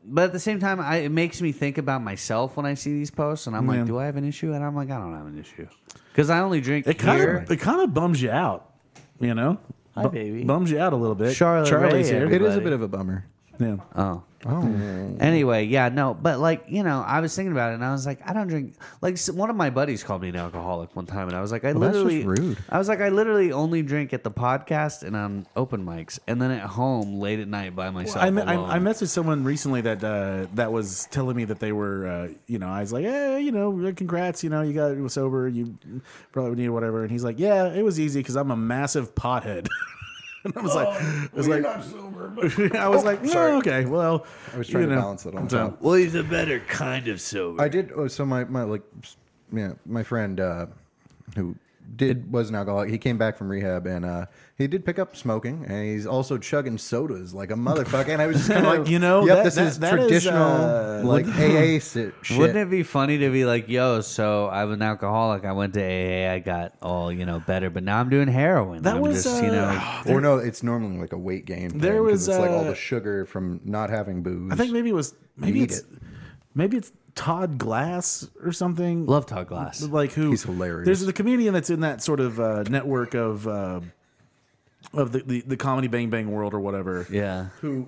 S3: but at the same time, I, it makes me think about myself when I see these posts, and I'm
S2: Yeah.
S3: like, do I have an issue? And I'm like, I don't have an issue because I only drink
S2: It kind
S3: here.
S2: of it kind of bums you out, you know.
S3: Hi,
S2: Bu-
S3: baby.
S2: Bums you out a little bit.
S3: Charlotte
S2: Charlie's
S3: Ray,
S2: here.
S4: It is a
S3: Buddy.
S4: bit of a bummer.
S2: yeah.
S3: oh.
S4: Oh,
S3: Anyway, yeah, no, but like you know, I was thinking about it, and I was like, I don't drink. Like s- one of my buddies called me an alcoholic one time, and I was like, I
S4: that's just
S3: literally
S4: rude.
S3: I was like, I literally only drink at the podcast and on open mics, and then at home late at night by myself.
S2: I, me-
S3: alone.
S2: I, I messaged someone recently that uh, that was telling me that they were, uh, you know, I was like, hey, you know, congrats, you know, you got you were sober, you probably need whatever, and he's like, yeah, it was easy because I'm a massive pothead. and I was like, I was like, I was
S3: Oh,
S2: like, no, okay, well, I
S4: was trying to balance it all out.
S3: well, he's a better kind of sober.
S4: I did. Oh, so my my like, s- yeah, my friend uh, who did was an alcoholic. He came back from rehab and uh, he did pick up smoking, and he's also chugging sodas like a motherfucker. And I was just kind of like,
S2: You know,
S4: yep,
S2: that-
S4: this
S2: that-
S4: is
S2: that is,
S4: traditional
S2: uh,
S4: like AA sit, shit.
S3: Wouldn't it be funny to be like, yo, so I'm an alcoholic. I went to AA. I got all, you know, better, but now I'm doing heroin.
S2: That
S3: I'm
S2: was,
S3: just, you know,
S2: uh,
S4: or no, it's normally like a weight gain. thing,
S2: There
S4: 'cause
S2: was,
S4: it's like all
S2: uh,
S4: the sugar from not having booze.
S2: I think maybe it was maybe
S4: Need
S2: it's
S4: it.
S2: maybe it's Todd Glass or something.
S3: love Todd Glass.
S2: like who
S4: He's hilarious.
S2: There's the comedian that's in that sort of uh, network of uh, of the, the the comedy Bang Bang world or whatever.
S3: Yeah.
S2: Who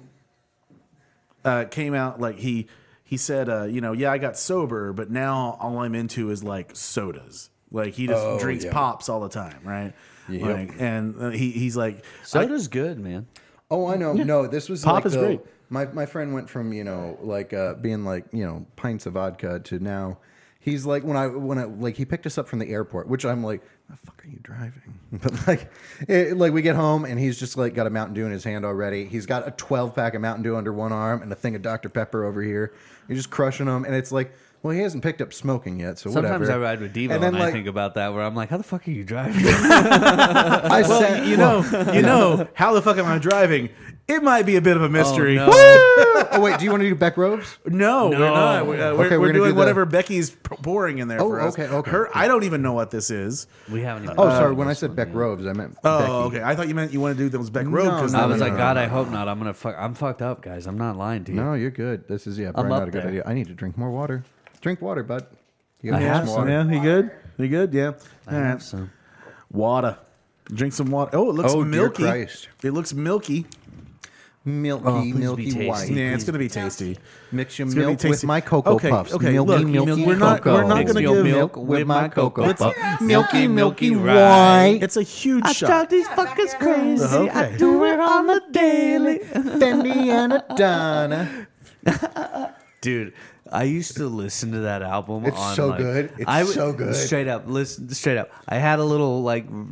S2: uh, came out like he he said, uh, you know, yeah, I got sober, but now all I'm into is like sodas. Like he just
S4: Oh,
S2: drinks
S4: yeah.
S2: pops all the time, right? Like, and uh, he he's like,
S3: Soda's good, man.
S4: Oh, I know. No, this was
S2: Pop
S4: like
S2: is
S4: the-
S2: great.
S4: My my friend went from you know like uh, being like you know pints of vodka to now. He's like when I when I like he picked us up from the airport, which I'm like, the fuck are you driving? But like, it, like we get home and he's just like got a Mountain Dew in his hand already. He's got a 12 pack of Mountain Dew under one arm and a thing of Dr Pepper over here. He's just crushing them, and it's like, well, he hasn't picked up smoking yet, so
S3: Sometimes
S4: whatever.
S3: I ride with Devo
S4: And
S3: and,
S4: then,
S3: I
S4: like-
S3: think about that where I'm like, how the fuck are you driving?
S4: I said,
S2: you know, you know, how the fuck am I driving? It might be a bit of a mystery.
S3: no.
S4: oh wait, do you want to do back robes?
S2: No, we're not. We're, uh, we're,
S4: Okay,
S2: we're
S4: we're gonna do
S2: doing
S4: the-
S2: whatever Becky's p- pouring in there
S4: Oh,
S2: for us.
S4: okay, okay,
S2: Her,
S4: okay.
S2: I don't even know what this is.
S3: we haven't even.
S4: Oh, sorry. When I said Beck Robes, I meant
S2: Oh,
S4: Becky.
S2: okay. I thought you meant you want to do those Beck Road.
S4: No,
S2: 'cause
S4: no,
S3: I
S2: then-
S3: was
S4: no,
S3: like,
S4: no,
S3: God, I hope not. I'm gonna fuck. I'm fucked up, guys. I'm not lying to you.
S4: No, you're good. This is yeah, probably
S3: up
S4: not a good
S3: there.
S4: idea. I need to drink more water. Drink water, bud. You gotta
S3: I
S4: drink
S3: have
S4: some
S3: some,
S4: water.
S2: yeah, you good? You good? Yeah. All right.
S3: So
S2: Water. Drink some water. Oh, it looks
S4: Oh, dear
S2: milky.
S4: Christ.
S2: It looks milky.
S4: Milky,
S3: Oh, please be
S4: milky
S3: tasty.
S4: white.
S2: Yeah, it's
S3: Please.
S2: gonna be tasty.
S4: Mix your
S2: It's gonna be
S4: milk with
S2: tasty.
S4: my cocoa
S2: Okay,
S4: puffs.
S2: okay,
S4: milky,
S2: look,
S4: milky
S2: we're not-
S4: cocoa.
S2: we're not
S3: Mix
S2: gonna
S3: your
S2: give-
S3: milk with my cocoa puff.
S4: Milky, milky,
S3: rye.
S4: white.
S2: It's a huge shot.
S3: these fuckers crazy.
S2: Okay.
S3: it on the daily.
S4: Fendi and Adana.
S3: Dude, I used to listen to that album.
S4: It's
S3: on,
S4: so
S3: like-
S4: good. It's
S3: I
S4: so good.
S3: Straight up, listen. Straight up, I had a little like r-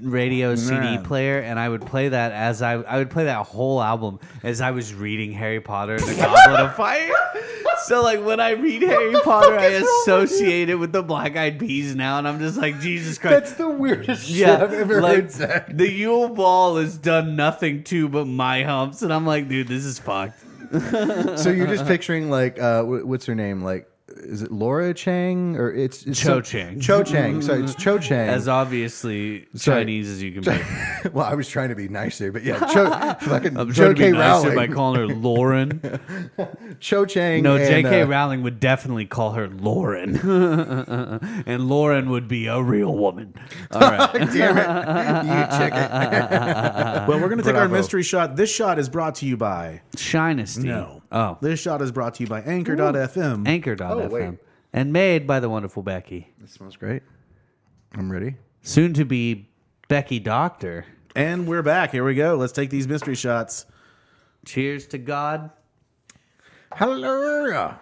S3: radio CD
S2: Man.
S3: player, and I would play that as I I would play that whole album as I was reading Harry Potter and the Goblet of Fire. So like when I read Harry Potter, I associate it with the Black Eyed Peas now, and I'm just like Jesus Christ.
S4: That's the weirdest shit
S3: yeah,
S4: I've ever
S3: like,
S4: heard. Zach.
S3: the Yule Ball has done nothing to but my humps, and I'm like, dude, this is fucked.
S4: So you're just picturing like uh, wh- what's her name? Like is it Laura Chang or it's, it's
S3: Cho
S4: some-
S3: Chang.
S4: Cho Chang. So it's Cho Chang.
S3: As obviously
S4: Sorry.
S3: Chinese as you can be.
S4: well, I was trying to be nice there, but yeah, Cho, fucking
S3: I'm
S4: Cho
S3: trying to
S4: K.
S3: be nicer by
S4: Rowling.
S3: calling her Lauren.
S4: Cho Chang.
S3: No,
S4: and,
S3: J.K.
S4: uh,
S3: Rowling would definitely call her Lauren, and Lauren would be a real woman. All right,
S4: Damn it. You chicken.
S2: Well, we're gonna take our
S4: Bravo.
S2: mystery shot. This shot is brought to you by
S3: Shinesty.
S2: no.
S3: Oh,
S2: This shot is brought to you by Anchor.fm.
S4: Oh, wait.
S3: Anchor.fm, and made by the wonderful Becky,
S4: This smells great. I'm ready.
S3: soon to be Becky Doctor.
S2: and we're back. Here we go. Let's take these mystery shots.
S3: Cheers to God.
S4: Hello.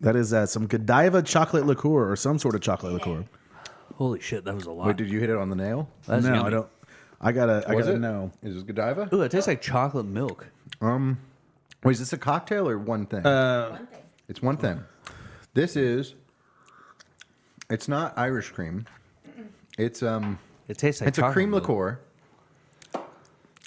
S2: That is uh, some Godiva chocolate liqueur or some sort of chocolate liqueur.
S3: Holy shit, that was a lot.
S4: Wait, did you hit it on the nail?
S3: That's
S2: no,
S3: yummy.
S2: I don't. I gotta, I
S4: Was
S2: gotta
S4: it?
S2: know.
S4: Is this Godiva?
S3: Ooh, it tastes like chocolate milk.
S4: Wait, is this a cocktail or one thing?
S5: One thing.
S4: it's one thing. Uh, This is. It's not Irish cream. It's um.
S3: It tastes like
S4: It's a
S3: chocolate
S4: cream
S3: milk.
S4: liqueur.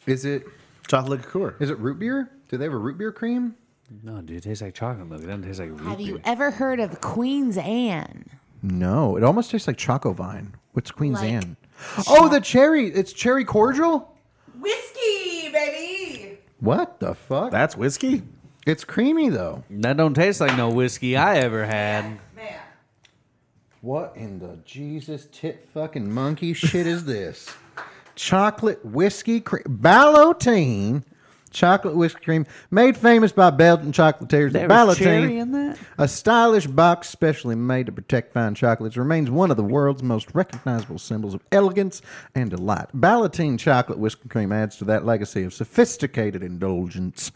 S4: Is it?
S2: Chocolate liqueur.
S4: Is it root beer? Do they have a root beer cream?
S3: No, dude, it tastes like chocolate milk. It doesn't taste like. root
S5: Have you
S3: beer.
S5: ever heard of Queen's Anne?
S4: No, it almost tastes like Choco Vine. What's Queen's
S5: Like-
S4: Anne? Oh, the cherry. It's cherry cordial.
S5: Whiskey, baby.
S4: What the fuck?
S2: That's whiskey.
S4: it's creamy though.
S3: That don't taste like no whiskey I ever had.
S5: Man.
S4: What in the Jesus tit fucking monkey shit is this? Chocolate whiskey cream, Ballotine chocolate whiskey cream, made famous by Belgian chocolatiers.
S3: There was cherry
S4: Ballotine,
S3: in that.
S4: a stylish box specially made to protect fine chocolates, remains one of the world's most recognizable symbols of elegance and delight. Ballotine chocolate whiskey cream adds to that legacy of sophisticated indulgence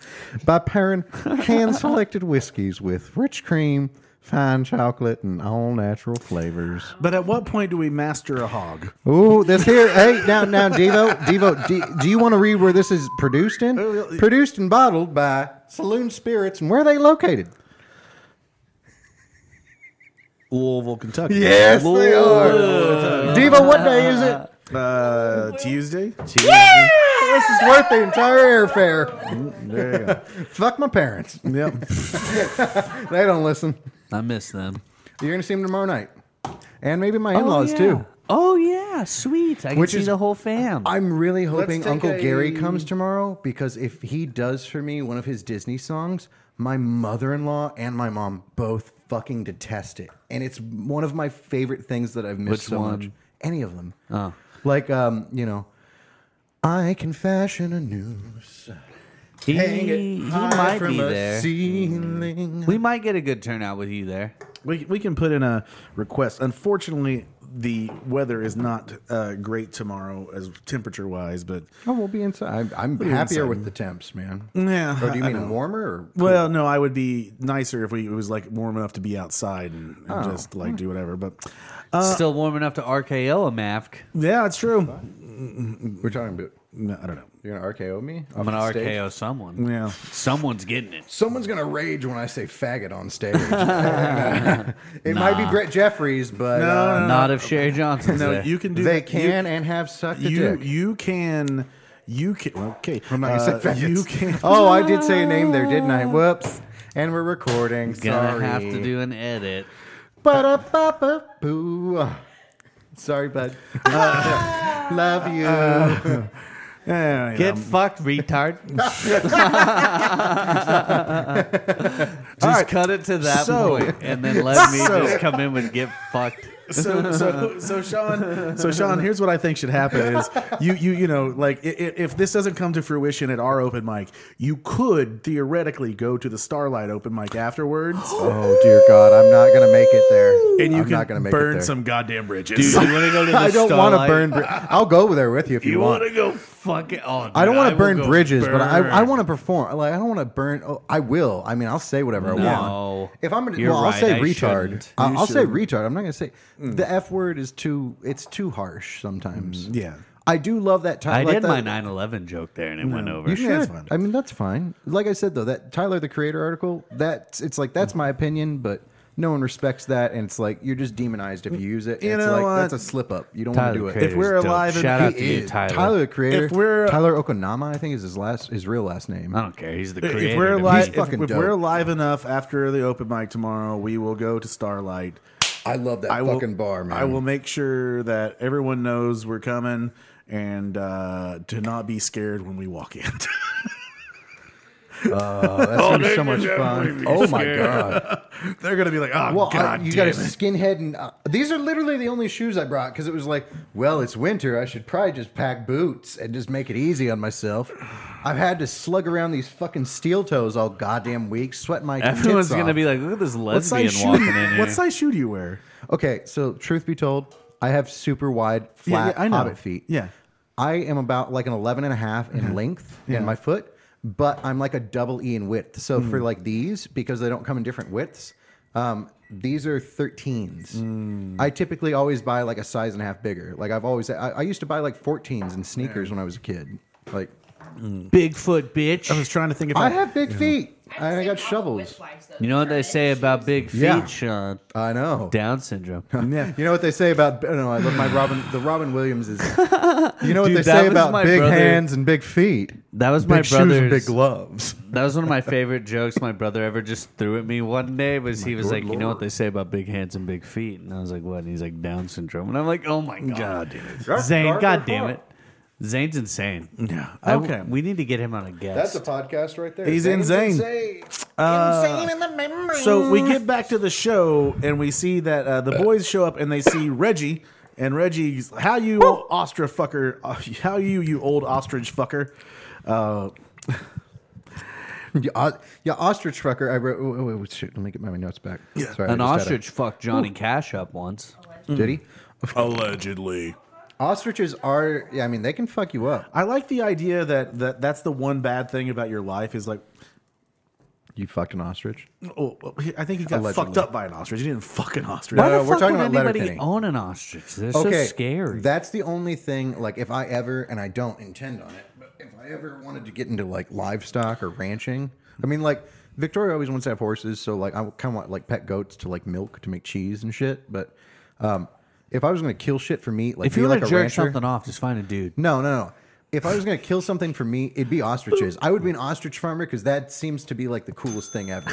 S4: by pairing hand-selected whiskeys with rich cream. Fine chocolate and all natural flavors.
S2: But at what point do we master a hog?
S4: Ooh, this here. Hey, now, now, Devo, Devo, do, do you want to read where this is produced in?
S2: Oh, yeah.
S4: Produced and bottled by Saloon Spirits, and where are they located?
S2: Louisville, Kentucky.
S4: Yes, they are. Devo, what day is it?
S2: Uh, Tuesday.
S4: This is worth the entire airfare. There you go. Fuck my parents.
S2: Yep.
S4: They don't listen.
S3: I miss them.
S4: You're gonna see them tomorrow night, and maybe my in-laws
S3: yeah.
S4: too.
S3: Oh yeah, sweet. I can
S4: Which
S3: see
S4: is-
S3: the whole fam.
S4: I'm really hoping
S2: take
S4: Uncle
S2: a-
S4: Gary comes tomorrow because if he does for me one of his Disney songs, my mother in law and my mom both fucking detest it. And it's one of my favorite things that I've missed
S3: Which
S4: so much.
S3: one?
S4: Any of them.
S3: Oh.
S4: Like, um, you know, I can fashion a noose.
S3: he
S4: hang it
S3: he
S4: high
S3: might
S4: from
S3: be
S4: a
S3: there.
S4: Ceiling.
S3: We might get a good turnout with you there.
S2: We, we can put in a request. Unfortunately, the weather is not uh, great tomorrow, as temperature wise. But
S4: Oh, we'll be inside. I'm, I'm
S2: be
S4: happier
S2: inside.
S4: with the temps, man.
S2: yeah,
S4: Or do you
S2: I- I
S4: mean
S2: know.
S4: warmer? Or
S2: Well, no, I would be nicer if we it was like warm enough to be outside and, and
S4: Oh.
S2: just
S4: Hmm.
S2: like do whatever. But
S3: Still warm enough to RKO a mafk.
S2: yeah, it's true.
S4: we're talking about
S2: No, I don't know.
S4: you're gonna RKO me?
S3: I'm gonna RKO someone.
S2: Yeah.
S3: Someone's getting it.
S4: Someone's gonna rage when I say faggot on stage. it might be Brett Jeffries, but uh,
S3: Not if Sherry Johnson's
S2: No,
S3: there.
S2: you can do
S4: they
S2: that.
S4: can and have sucked a
S2: You you,
S4: dick.
S2: you can you can okay.
S4: I'm not gonna say
S2: Uh,
S4: faggots.
S2: you can.
S4: Oh, I did say a name there, didn't I? Whoops. And we're recording.
S3: gonna
S4: Sorry.
S3: have to do an edit.
S4: Ba-da-ba-ba-boo. Sorry, bud. Love you.
S2: Yeah, yeah.
S3: Get fucked, retard. Um, Just cut it to that
S2: So-
S3: point and then let me
S2: So-
S3: just come in with get fucked.
S2: so so so Sean so Sean here's what I think should happen is you you you know like i- i- if this doesn't come to fruition at our open mic you could theoretically go to the Starlight open mic afterwards
S4: Oh dear God, I'm not gonna make it there.
S2: and you
S4: I'm
S2: can
S4: not gonna make it
S2: burn
S4: there.
S2: some goddamn bridges
S3: Dude, you wanna go to the
S4: I don't want to
S3: Starlight?
S4: burn. bri- I'll go there with you if you,
S3: You
S4: want.
S3: wanna go fuck it? Oh,
S4: I don't
S3: dude,
S4: want to
S3: will
S4: burn
S3: go
S4: bridges, but I,
S3: burn.
S4: I want to perform. Like I don't want to burn. Oh, I will. I mean, I'll say whatever I
S3: No.
S4: want. If I'm gonna,
S3: You're
S4: well, I'll
S3: right,
S4: say
S3: I
S4: retard.
S3: shouldn't.
S4: I- I'll,
S2: You
S4: say
S2: shouldn't.
S4: retard. I'm not gonna say the f word is too. It's too harsh sometimes.
S2: yeah
S4: I do love that. Tyler,
S3: I
S4: like
S3: did
S4: that-
S3: my 9/11 joke there, and it went over.
S4: You
S2: Yeah, it's
S4: should.
S2: fine.
S4: I mean, that's fine. Like I said though, that Tyler the Creator article. That's it's like that's my opinion, but. No one respects that, and it's like you're just demonized if you use it. and
S2: You
S4: it's
S2: know
S4: like
S2: what?
S4: that's a slip up. You don't
S3: Tyler
S4: want to do it.
S3: Creator's
S2: If we're
S3: dope.
S2: alive and-
S3: shout out
S4: He
S3: to you,
S4: is.
S3: Tyler.
S4: the creator.
S2: If we're- uh,
S4: Tyler Okonama, I think is his last his real last name.
S3: I don't care. He's the creator.
S2: if we're
S3: to me.
S2: alive
S4: He's
S2: if,
S4: fucking
S2: if we're
S4: dope.
S2: alive enough after the open mic tomorrow we will go to Starlight
S4: I love that
S2: I will, I will make sure that everyone knows we're coming and uh, to not be scared when we walk in.
S4: Oh, that's gonna be so much fun. Oh my god.
S2: They're gonna be like, "Oh
S4: Well, I-
S2: God,
S4: you
S2: damn
S4: got a
S2: it!"
S4: skinhead, and uh, these are literally the only shoes I brought because it was like, well, it's winter. I should probably just pack boots and just make it easy on myself. I've had to slug around these fucking steel toes all goddamn week, sweat my.
S3: Everyone's
S4: tits
S3: gonna
S4: off.
S3: be like, "Look at this
S2: What
S3: lesbian
S2: size
S3: walking
S2: shoe?
S3: in here."
S2: What size shoe do you wear?
S4: Okay, so truth be told, I have super wide, flat
S2: I know.
S4: hobbit feet.
S2: Yeah. Uh-huh.
S4: I am about like an 11 and a half in length
S2: Yeah.
S4: in my
S2: Hmm.
S4: foot, but I'm like a double E in width. So for like these, because they don't come in different widths, Um, these are 13s.
S2: Hmm.
S4: I typically always buy like a size and a half bigger. Like I've always, I, I used to buy like 14s and sneakers when I was a kid. Like
S3: Bigfoot bitch.
S2: I was trying to think if
S4: I
S2: I,
S4: have big feet. I, I got shovels.
S3: You know what they say about big feet,
S4: Yeah.
S3: Sean?
S4: I know.
S3: Down syndrome.
S2: Yeah.
S4: You know what they say about no, I love my Robin. The Robin Williams is. You know what
S3: Dude,
S4: they
S3: that
S4: say
S3: was
S4: about
S3: my
S4: big
S3: brother-
S4: hands and big feet,
S3: That was
S4: big
S3: my
S4: shoes and
S3: brother's.
S4: big gloves.
S3: that was one of my favorite jokes my brother ever just threw at me one day. Was he was like, you know what they say about big hands and big feet? And I was like, what? And he's like, Down syndrome. And I'm like, oh my god,
S4: Gar-
S3: Zane,
S4: Garfield
S3: god damn
S4: Hall.
S3: it, Zane's insane.
S2: Yeah.
S3: I-
S2: Okay.
S3: we need to get him on a guest.
S4: That's a podcast right there.
S2: He's
S4: Zane's
S2: insane.
S4: insane.
S3: uh,
S5: Insane in the memory.
S2: So we get back to the show and we see that uh, the boys show up and they see Reggie and Reggie's how you ostrich fucker, uh, how you you old ostrich fucker. Uh,
S4: Yeah, o- yeah, ostrich trucker. I wrote. Oh, wait, wait, shit, let me get my notes back. Yeah, Sorry, I
S3: An
S4: just Uh, had a-
S3: ostrich Oh. fucked Johnny Cash up once.
S4: Did he?
S2: Allegedly,
S4: Ostriches are. Yeah, I mean they can fuck you up.
S2: I like the idea that that that's the one bad thing about your life is like,
S4: You fucked an ostrich.
S2: oh, oh, he- I think he got
S4: Allegedly.
S2: fucked up by an ostrich. He didn't fuck an ostrich.
S3: Why
S4: No,
S3: the
S4: we're
S3: fuck
S4: talking
S3: would
S4: about
S3: anybody
S4: Letterkenny.
S3: own an ostrich? They're
S4: Okay,
S3: so scary.
S4: That's the only thing. Like if I ever and I don't intend on it, but if I ever wanted to get into like livestock or ranching, I mean like. Victoria always wants to have horses, so like I kind of want like pet goats to like milk to make cheese and shit. But um, if I was gonna kill shit for meat, like
S3: if
S4: be
S3: you want
S4: like
S3: to
S4: a
S3: jerk
S4: rancher,
S3: something off, just find a dude.
S4: No, no, no. If I was gonna kill something for me, it'd be ostriches. I would be an ostrich farmer because that seems to be like the coolest thing ever.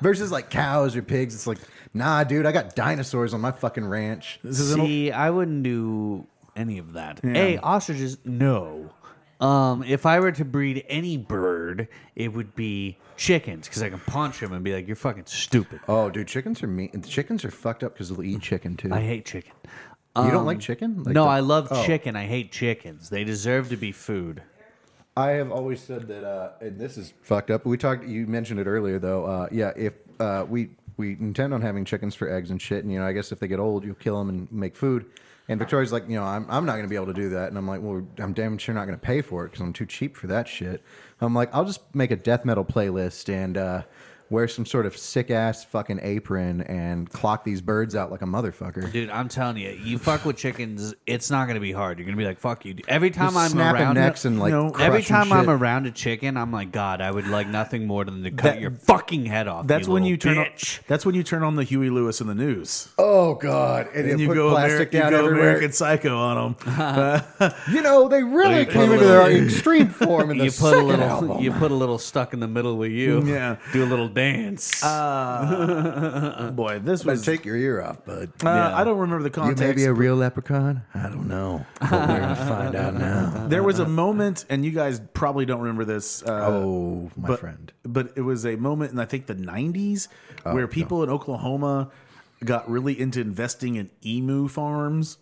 S4: Versus like cows or pigs, it's like, nah, dude, I got dinosaurs on my fucking ranch.
S2: This is an old-
S3: See, I wouldn't do any of that. A ostriches, no. Um, if I were to breed any bird, it would be chickens because I can punch them and be like, "You're fucking stupid.
S4: Oh, dude, chickens are mean. Chickens are fucked up because they'll eat chicken too.
S3: I hate chicken."
S4: you don't like chicken? Like
S3: no,
S4: the-
S3: I love
S4: Oh.
S3: chicken. I hate chickens. They deserve to be food.
S4: I have always said that, uh, and this is fucked up. We talked. You mentioned it earlier, though. Uh, yeah, if uh, we we intend on having chickens for eggs and shit, and you know, I guess if they get old, you kill them and make food. And Victoria's like, you know, I'm, I'm not going to be able to do that. And I'm like, well, I'm damn sure not going to pay for it because I'm too cheap for that shit. I'm like, I'll just make a death metal playlist and uh, wear some sort of sick ass fucking apron and clock these birds out like a motherfucker.
S3: Dude, I'm telling you, you fuck with chickens, it's not gonna be hard. You're gonna be like, "Fuck you." dude." Every time
S4: Just
S3: I'm
S4: snapping
S3: around,
S4: necks and like
S2: no, every
S3: every
S4: crushing
S3: time I'm
S4: shit.
S3: around a chicken, I'm like, "God, I would like nothing more than to cut
S2: That-
S3: your fucking head off."
S2: that's when
S3: little
S2: you turn. On,
S3: bitch.
S2: that's when you turn on the Huey Lewis in the news.
S4: Oh god! And,
S2: And
S4: it
S2: you
S4: put
S2: go,
S4: plastic
S2: Ameri- you
S4: down
S2: go
S4: everywhere.
S2: American Psycho on them.
S4: You know, they really
S3: put
S4: came
S3: a
S4: into their
S3: little-
S4: extreme form in the
S3: you put a
S4: second
S3: little
S4: album.
S3: you put a little stuck in the middle with you
S2: Yeah.
S3: do a little dance
S2: Boy, this
S4: But
S2: was.
S4: take your ear off, bud.
S2: uh, I don't remember the
S4: you
S2: context.
S4: may be a real leprechaun. I don't know. But we're gonna find out now.
S2: There was a moment, and you guys probably don't remember this. Uh,
S4: Oh, my
S2: but,
S4: friend. Oh,
S2: But it was a moment in I think the '90s where people in Oklahoma got really into investing in emu farms.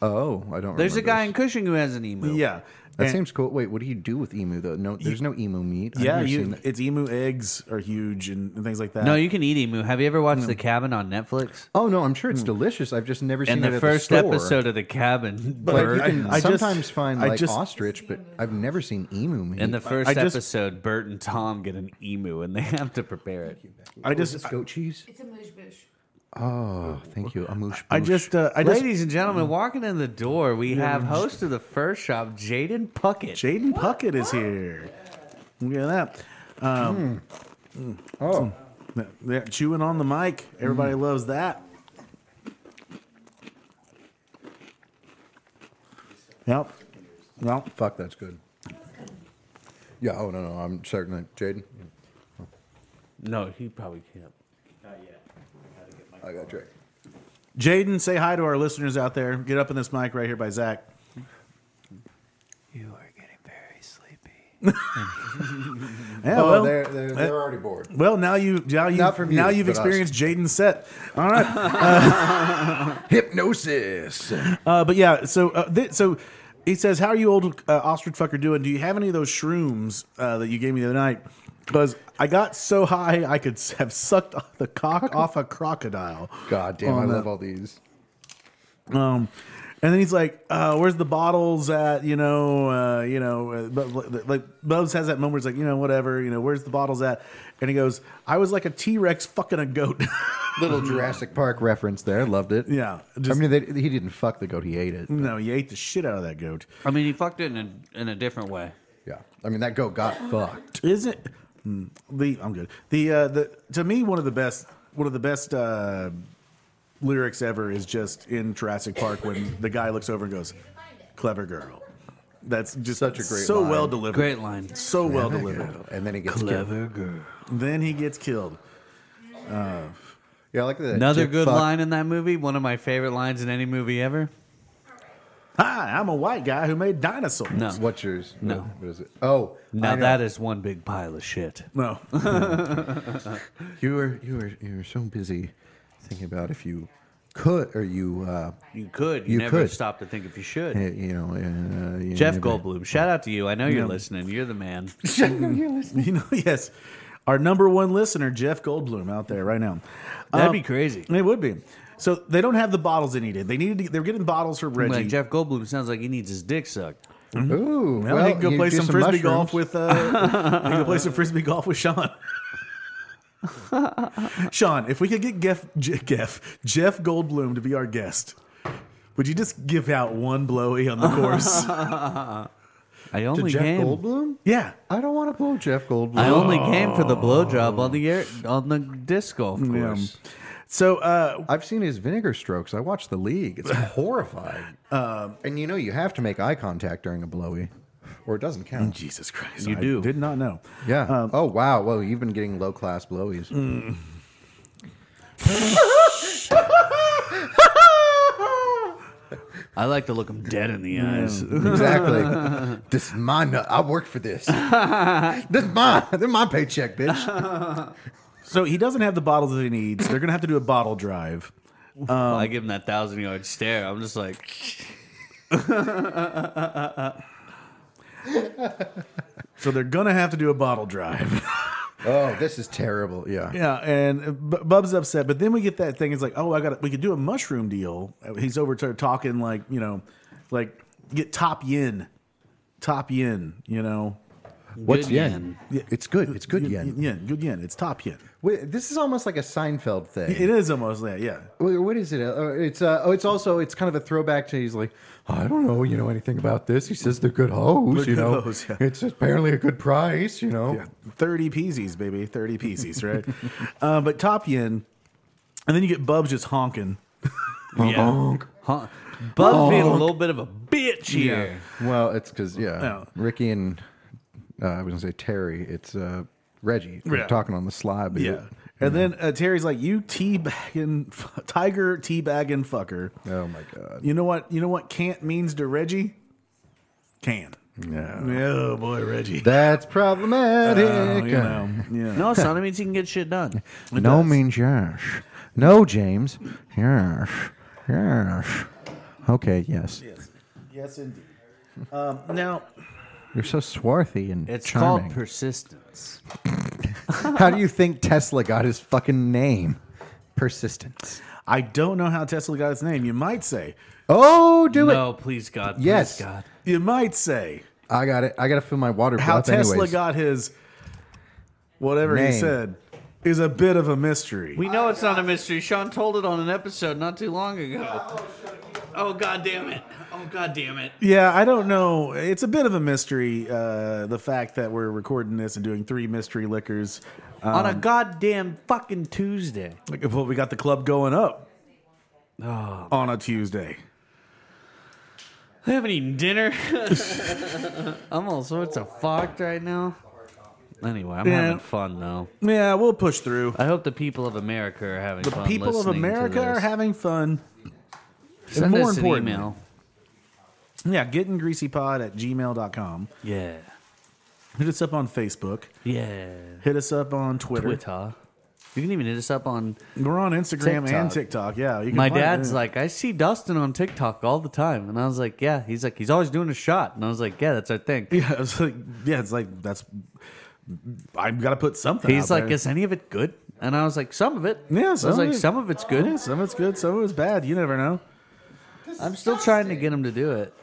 S4: Oh, I don't.
S3: there's
S4: remember
S3: a guy in
S4: this.
S3: cushing who has an emu
S2: Yeah,
S4: That
S2: And-
S4: seems cool. Wait, what do you do with emu though? No, there's no emu meat. I've
S2: yeah.
S4: never
S2: You,
S4: seen that.
S2: its emu eggs are huge and, and things like that.
S3: no you can eat emu have you ever watched the cabin on netflix
S4: Oh no, I'm sure it's delicious. I've just never
S3: Hmm. and
S4: seen it
S3: the
S4: at
S3: first
S4: the store.
S3: episode of the cabin
S4: Like,
S3: bird
S4: you can
S2: I- I just-
S4: sometimes find
S2: I
S4: like
S2: just-
S4: ostrich, but I've never seen emu meat.
S3: in the first
S2: I just-
S3: episode bert and tom get an emu and they have to prepare it
S2: I
S4: Is
S2: just,
S4: this goat cheese.
S5: It's a moosh boosh.
S4: Oh, thank you. Amoosh.
S2: I
S4: boosh.
S2: just, uh, I just.
S3: ladies and gentlemen walking in the door we have host of the first shop jaden puckett
S2: Jaden Puckett is here. Look at that. Um,
S4: Oh, Hmm.
S2: That- that chewing on the mic. Everybody loves that. Yep. Well,
S4: fuck, that's good. Yeah. Oh no, no. I'm certain. Jaden,
S3: no he probably can't
S4: I got Drake.
S2: Jaden, say hi to our listeners out there. Get up in this mic right here by Zach.
S3: you are getting very sleepy
S2: Yeah,
S4: Oh,
S2: well,
S4: they're, they're, they're already bored.
S2: well, now you now you
S4: Not from you,
S2: now you've
S4: but us.
S2: experienced Jaden's set. All right,
S4: Hypnosis.
S2: uh, but yeah, so uh, th- so he says, "How are you old uh, ostrich fucker doing? Do you have any of those shrooms uh, that you gave me the other night?" Because I got so high I could s- have sucked the cock off a crocodile.
S4: God damn, I
S2: On the-
S4: love all these.
S2: And then he's like, uh, "Where's the bottles at?" You know, uh, you know, uh, but, like Bubs has that moment. Where he's like, you know, whatever. You know, where's the bottles at? And he goes, "I was like a T Rex fucking a goat."
S4: Little Jurassic Park reference there. Loved it.
S2: yeah, just, Mm.
S4: I mean, they, he didn't fuck the goat. He ate it.
S2: no, you ate the shit out of that goat.
S3: I mean, he fucked it in a, in a different way.
S4: Yeah. I mean, that goat got fucked.
S2: Isn't hmm, the I'm good. The uh, the to me one of the best one of the best uh, lyrics ever is just in Jurassic Park when the guy looks over and goes, "Clever girl." That's just
S4: Such a great
S2: so
S4: line.
S2: well delivered.
S3: Great line.
S2: So well delivered.
S4: And then he gets killed.
S3: girl.
S2: Then he gets killed.
S4: Yeah, I like that.
S3: Another
S4: Jip
S3: good
S4: fucked-
S3: line in that movie. One of my favorite lines in any movie ever.
S2: Hi, I'm a white guy who made dinosaurs.
S3: No.
S4: What's yours?
S3: No.
S4: What is it? Oh,
S3: Now
S4: I know.
S3: that is one big pile of shit.
S2: No.
S4: Uh, you were you were you were so busy thinking about if you could or you uh,
S3: You could. You,
S4: You
S3: never
S4: could.
S3: stop to think if you should.
S4: eh, you know uh, you
S3: Jeff
S4: never-
S3: Goldblum, shout out to you. I know you're
S2: Yeah.
S3: listening. You're the man.
S2: you know, yes. Our number one listener, Jeff Goldblum, out there right now.
S3: That'd
S2: Um,
S3: be crazy.
S2: It would be. So they don't have the bottles they needed. They needed. To, they were getting bottles for Reggie.
S3: Like Jeff Goldblum sounds like he needs his dick sucked.
S4: Ooh,
S2: Well, Mm-hmm. he can go
S4: you
S2: play
S4: do
S2: some frisbee
S4: mushrooms.
S2: golf with. Uh, he can play some frisbee golf with Sean. Sean, if we could get Jeff, Jeff, Jeff Goldblum to be our guest, would you just give out one blowy on the course?
S3: I
S4: To
S3: only
S4: Jeff
S3: came.
S4: Goldblum.
S2: yeah,
S4: I don't want to blow Jeff Goldblum.
S3: I only came for the blowjob on the air, on the disc golf course.
S2: So uh,
S4: I've seen his vinegar strokes. I watched the league. It's horrifying. Um, and you know you have to make eye contact during a blowy, or it doesn't count.
S2: Jesus Christ,
S3: You
S2: I
S3: do.
S2: Did not know.
S4: Yeah.
S2: Um,
S4: oh wow. Well, you've been getting low class blowies.
S2: mm,
S3: I like to look him dead in the eyes.
S4: Exactly. this is my nut. I work for this. this is my this is my paycheck, bitch.
S2: So he doesn't have the bottles that he needs. They're gonna have to do a bottle drive.
S3: I give him that thousand yard stare. I'm just like,
S2: So they're gonna have to do a bottle drive.
S4: Oh, this is terrible. Yeah.
S2: Yeah, and uh, B- Bub's upset, but then we get that thing. It's like, oh, I got. We could do a mushroom deal. He's over to talking like you know, like get top yin, top yin. You know,
S4: What's
S3: Good
S4: yen? It's good. It's good yen.
S2: yin, good yin. It's top yin.
S4: Wait, this is almost like a Seinfeld thing.
S2: It is almost that. Yeah,
S4: Wait, what is it? Uh, It's uh, oh, it's also it's kind of a throwback to he's like, I don't know, you know anything about this. He says they're good hoes,
S2: They're
S4: you
S2: good
S4: know.
S2: hoes, yeah.
S4: It's apparently a good price, you know.
S2: yeah. Thirty peasies, baby. Thirty peasies, right? uh, but top yin, and then you get Bub's just honking.
S3: yeah. Huh. Bub's being a little bit of a bitch here.
S4: Well, it's because yeah,
S2: No.
S4: Ricky and uh, I was gonna say Terry. It's uh, Reggie They're
S2: Yeah.
S4: talking on the sly, but
S2: Yeah. And then uh, Terry's like, "You teabagging, f- tiger teabagging fucker."
S4: oh my god,
S2: You know what? You know what? Can't means to Reggie. Can. Oh boy, Reggie.
S4: that's problematic.
S2: Oh, you know, yeah.
S3: No, son, it means he can get shit done.
S4: no means yes. No, James. Yes. Yes. Okay. Yes.
S2: Yes, indeed. Um, now,
S4: You're so swarthy and
S3: It's
S4: charming.
S3: called persistence.
S4: How do you think Tesla got his fucking name? Persistence.
S2: I don't know how Tesla got its name. You might say.
S4: Oh, do it.
S3: no, please God. Please
S4: Yes.
S3: God.
S2: You might say
S4: I got it. I got to fill my water
S2: how
S4: bottle.
S2: Tesla
S4: anyways.
S2: got his whatever he
S4: Name.
S2: said is a bit of a mystery.
S3: We know it's not a mystery. Sean told it on an episode not too long ago. Oh god damn it. Oh god damn it.
S2: yeah, I don't know. It's a bit of a mystery. Uh, the fact that we're recording this and doing three mystery liquors.
S3: on a goddamn fucking Tuesday.
S2: Like, Well, we got the club going up
S3: Oh,
S2: on a Tuesday.
S3: I haven't eaten dinner. I'm all sorts of fucked right now. Anyway, I'm
S2: Yeah.
S3: having fun though.
S2: Yeah, we'll push through.
S3: I hope the people of America are having
S2: The
S3: fun.
S2: people of
S3: listening to
S2: America are
S3: this.
S2: having fun.
S3: Send
S2: more
S3: us an
S2: importantly-
S3: email.
S2: Yeah, gettinggreasypod at gmail.com.
S3: Yeah.
S2: Hit us up on Facebook.
S3: Yeah.
S2: Hit us up on Twitter.
S3: Twitter. You can even hit us up on.
S2: We're on Instagram and
S3: TikTok.
S2: TikTok. Yeah. You can
S3: My
S2: find it.
S3: dad's like, I see Dustin on TikTok all the time, and I was like, Yeah. He's like, he's always doing a shot, and I was like, Yeah, that's our thing.
S2: yeah, it's like, yeah, it's like, that's, I've got to put something
S3: He's
S2: out
S3: like,
S2: there.
S3: Is any of it good? And I was like, Some of it.
S2: Yeah,
S3: I was
S2: some of
S3: like,
S2: it-
S3: Some of it's good.
S2: yeah, some of it's good, some of it's bad. You never know.
S4: This
S3: I'm still trying to get him to do it.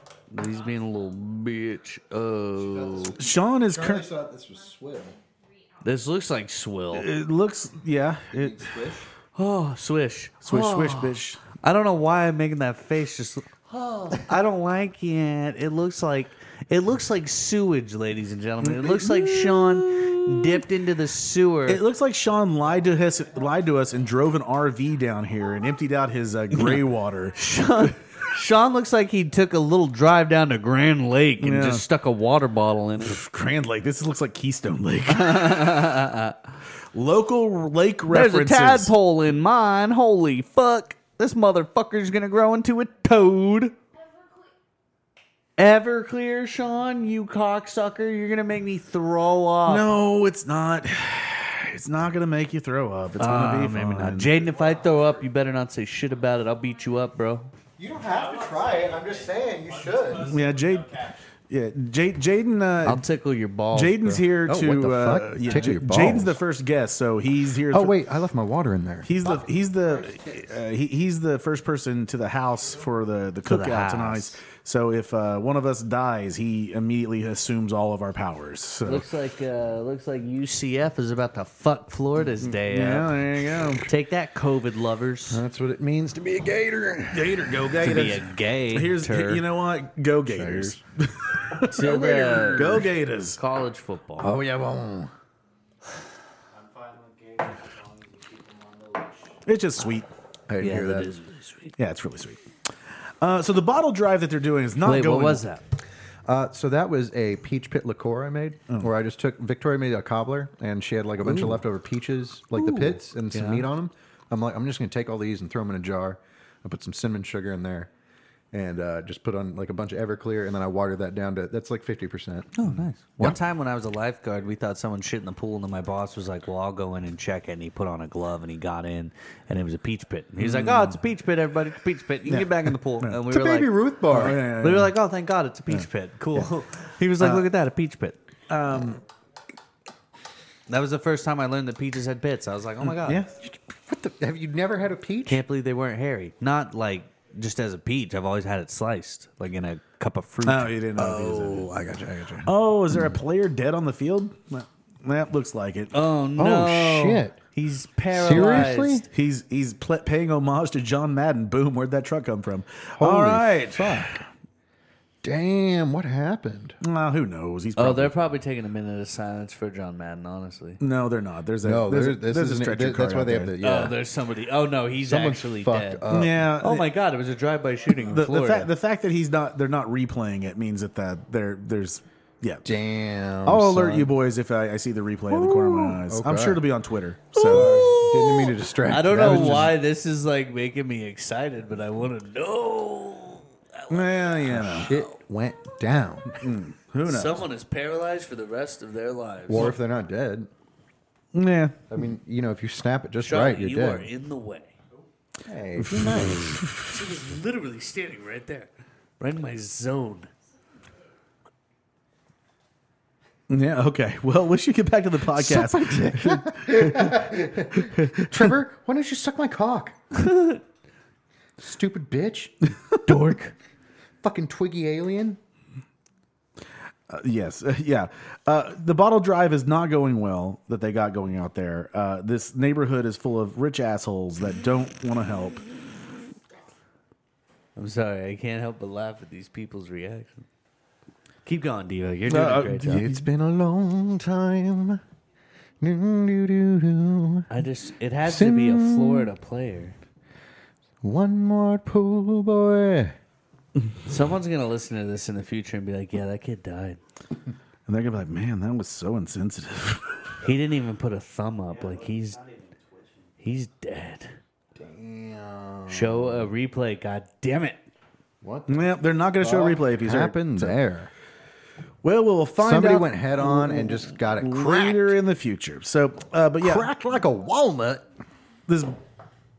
S3: He's being a little bitch. Oh,
S2: Sean is cur-
S4: thought this was Swill.
S3: this looks like swill.
S2: it looks yeah, it
S3: Oh, swish,
S2: swish
S3: Oh.
S2: swish bitch.
S3: I don't know why I'm making that face. Just oh, I don't like it. It looks like it looks like sewage, ladies and gentlemen. It looks like Sean dipped into the sewer.
S2: It looks like Sean lied to us lied to us and drove an RV down here and emptied out his uh, gray water.
S3: Sean, Sean looks like he took a little drive down to Grand Lake and
S2: Yeah.
S3: just stuck a water bottle in it.
S2: Grand Lake. This looks like Keystone Lake. Local lake
S3: There's a
S2: references.
S3: tadpole in mine. Holy fuck. This motherfucker's gonna grow into a toad. Everclear, Sean, you cocksucker. You're gonna make me throw up.
S2: No, it's not. It's not gonna make you throw up. It's gonna
S4: Uh,
S2: be
S3: Maybe not.
S2: fine.
S3: Jaden, if I throw up, you better not say shit about it. I'll beat you up, bro.
S4: You don't have to try it. I'm just saying you should.
S2: Yeah, Jade. Yeah, Jade. Jaden. Uh,
S3: I'll tickle your balls.
S2: Jaden's
S3: bro.
S2: here
S4: Oh,
S2: to.
S4: what the
S2: uh,
S4: fuck?
S2: yeah,
S4: Tickle your
S2: Jaden's
S4: balls.
S2: the first guest, so he's here.
S4: Oh
S2: for-
S4: wait, I left my water in there.
S2: He's the he's the uh, he, he's the first person to the house for the the
S3: the
S2: cookout
S3: house.
S2: tonight. So if uh, one of us dies, he immediately assumes all of our powers. So
S3: Looks like uh, looks like UCF is about to fuck Florida's day
S2: yeah,
S3: up.
S2: there you go.
S3: Take that, COVID lovers.
S4: That's what it means to be a gator.
S2: Gator, go
S3: To
S2: Gators.
S3: be a gay.
S2: Here's
S3: tur-
S2: you know what? Go Gators.
S3: to the
S2: Go Gators.
S3: college football.
S4: Oh yeah, well.
S2: It's just sweet.
S4: I didn't hear that.
S2: Yeah, it's really sweet. Uh, so the bottle drive that they're doing is not
S3: Wait,
S2: going.
S3: what was that?
S4: Uh, so that was a peach pit liqueur I made, where I just took Victoria made a cobbler, and she had like a bunch of leftover peaches, like the pits, and some
S3: Yeah.
S4: meat on them. I'm like, I'm just gonna take all these and throw them in a jar. I put some cinnamon sugar in there, and uh, just put on like a bunch of Everclear, and then I watered that down to that's like fifty percent.
S3: Oh, nice. One time when I was a lifeguard, we thought someone shit in the pool, and then my boss was like, "Well, I'll go in and check it." And he put on a glove, and he got in, and it was a peach pit. And He's like, "Oh, it's a peach pit, everybody! It's a peach pit. You can get back in the pool." And we
S4: It's a
S3: were
S4: baby
S3: like,
S4: Ruth bar.
S2: yeah,
S3: "We were like, oh, thank God, it's a peach pit. Cool." he was like, "Look at that, a peach pit." Um, that was the first time I learned that peaches had pits. I was like, "Oh my god,
S2: Yeah.
S4: What the? Have you never had a peach?
S3: can't believe they weren't hairy." Not like just as a peach. I've always had it sliced, like in a cup of fruit.
S2: Oh, you didn't know. Oh.
S4: I got you. I got you.
S2: oh, is there a player dead on the field? Well, That looks like it.
S3: Oh no!
S4: shit.
S3: He's paralyzed.
S4: Seriously?
S2: He's he's pl- paying homage to John Madden. Boom, where'd that truck come from? All
S4: Holy
S2: right.
S4: Fuck. Damn. What happened?
S2: Well, who knows? He's
S3: Oh,
S2: probably-
S3: they're probably Oh, taking a minute of silence for John Madden. Honestly.
S2: no, they're not. There's a
S4: No,
S2: there's,
S4: there-
S2: a,
S4: this
S2: there's a
S4: isn't-
S2: stretcher
S4: th-
S2: car
S4: That's why
S2: out
S4: they have
S2: there.
S4: the. Yeah.
S3: Oh, there's somebody. Oh no, he's
S4: Someone's
S3: actually
S4: fucked
S3: dead.
S4: up.
S2: yeah.
S3: Oh
S2: the-
S3: my god, it was a drive-by shooting in
S2: The, the
S3: Florida.
S2: fact the fact that he's not they're not replaying it means that that there there's yeah.
S4: Damn.
S2: I'll alert
S4: son.
S2: you boys if I, I see the replay in the corner of my eyes. I'm
S4: okay.
S2: sure it'll be on Twitter. So
S4: Didn't mean to distract.
S3: I
S4: you.
S3: don't
S4: That
S3: know
S4: was just-
S3: why this is like making me excited, but I want to know.
S2: well, you know,
S4: Shit went down.
S2: who knows?
S3: Someone is paralyzed for the rest of their lives.
S4: Or if they're not dead.
S2: yeah.
S4: I mean, you know, if you snap it just
S3: Sean,
S4: right, you're
S3: you are
S4: dead.
S3: in the way.
S4: Hey, be nice.
S3: She was literally standing right there, right in my zone.
S2: Yeah, okay. Well, we should get back to the podcast.
S4: Trevor, why don't you suck my cock? Stupid bitch. Dork. Fucking twiggy alien.
S2: Yes, yeah. Uh, the bottle drive is not going well that they got going out there. Uh, this neighborhood is full of rich assholes that don't want to help.
S3: I'm sorry, I can't help but laugh at these people's reaction. Keep going, Diva. You're doing
S2: No, uh,
S3: a great job.
S4: It's been a long time. Doo, doo, doo, doo.
S3: I just it has to be a Florida player.
S4: One more pool boy.
S3: Someone's gonna listen to this in the future and be like, "Yeah, that kid died.
S2: And they're going to be like, man, that was so insensitive.
S3: He didn't even put a thumb up. Like he's he's dead." Damn. Show a replay. God damn it.
S4: What
S2: yeah, they're not going to show a replay if he's hurt.
S4: happened there?
S2: Well, we'll find
S4: Somebody
S2: out
S4: went head on and just got it cracked.
S2: later in the future. So, uh, but yeah,
S4: Cracked like a walnut.
S2: this.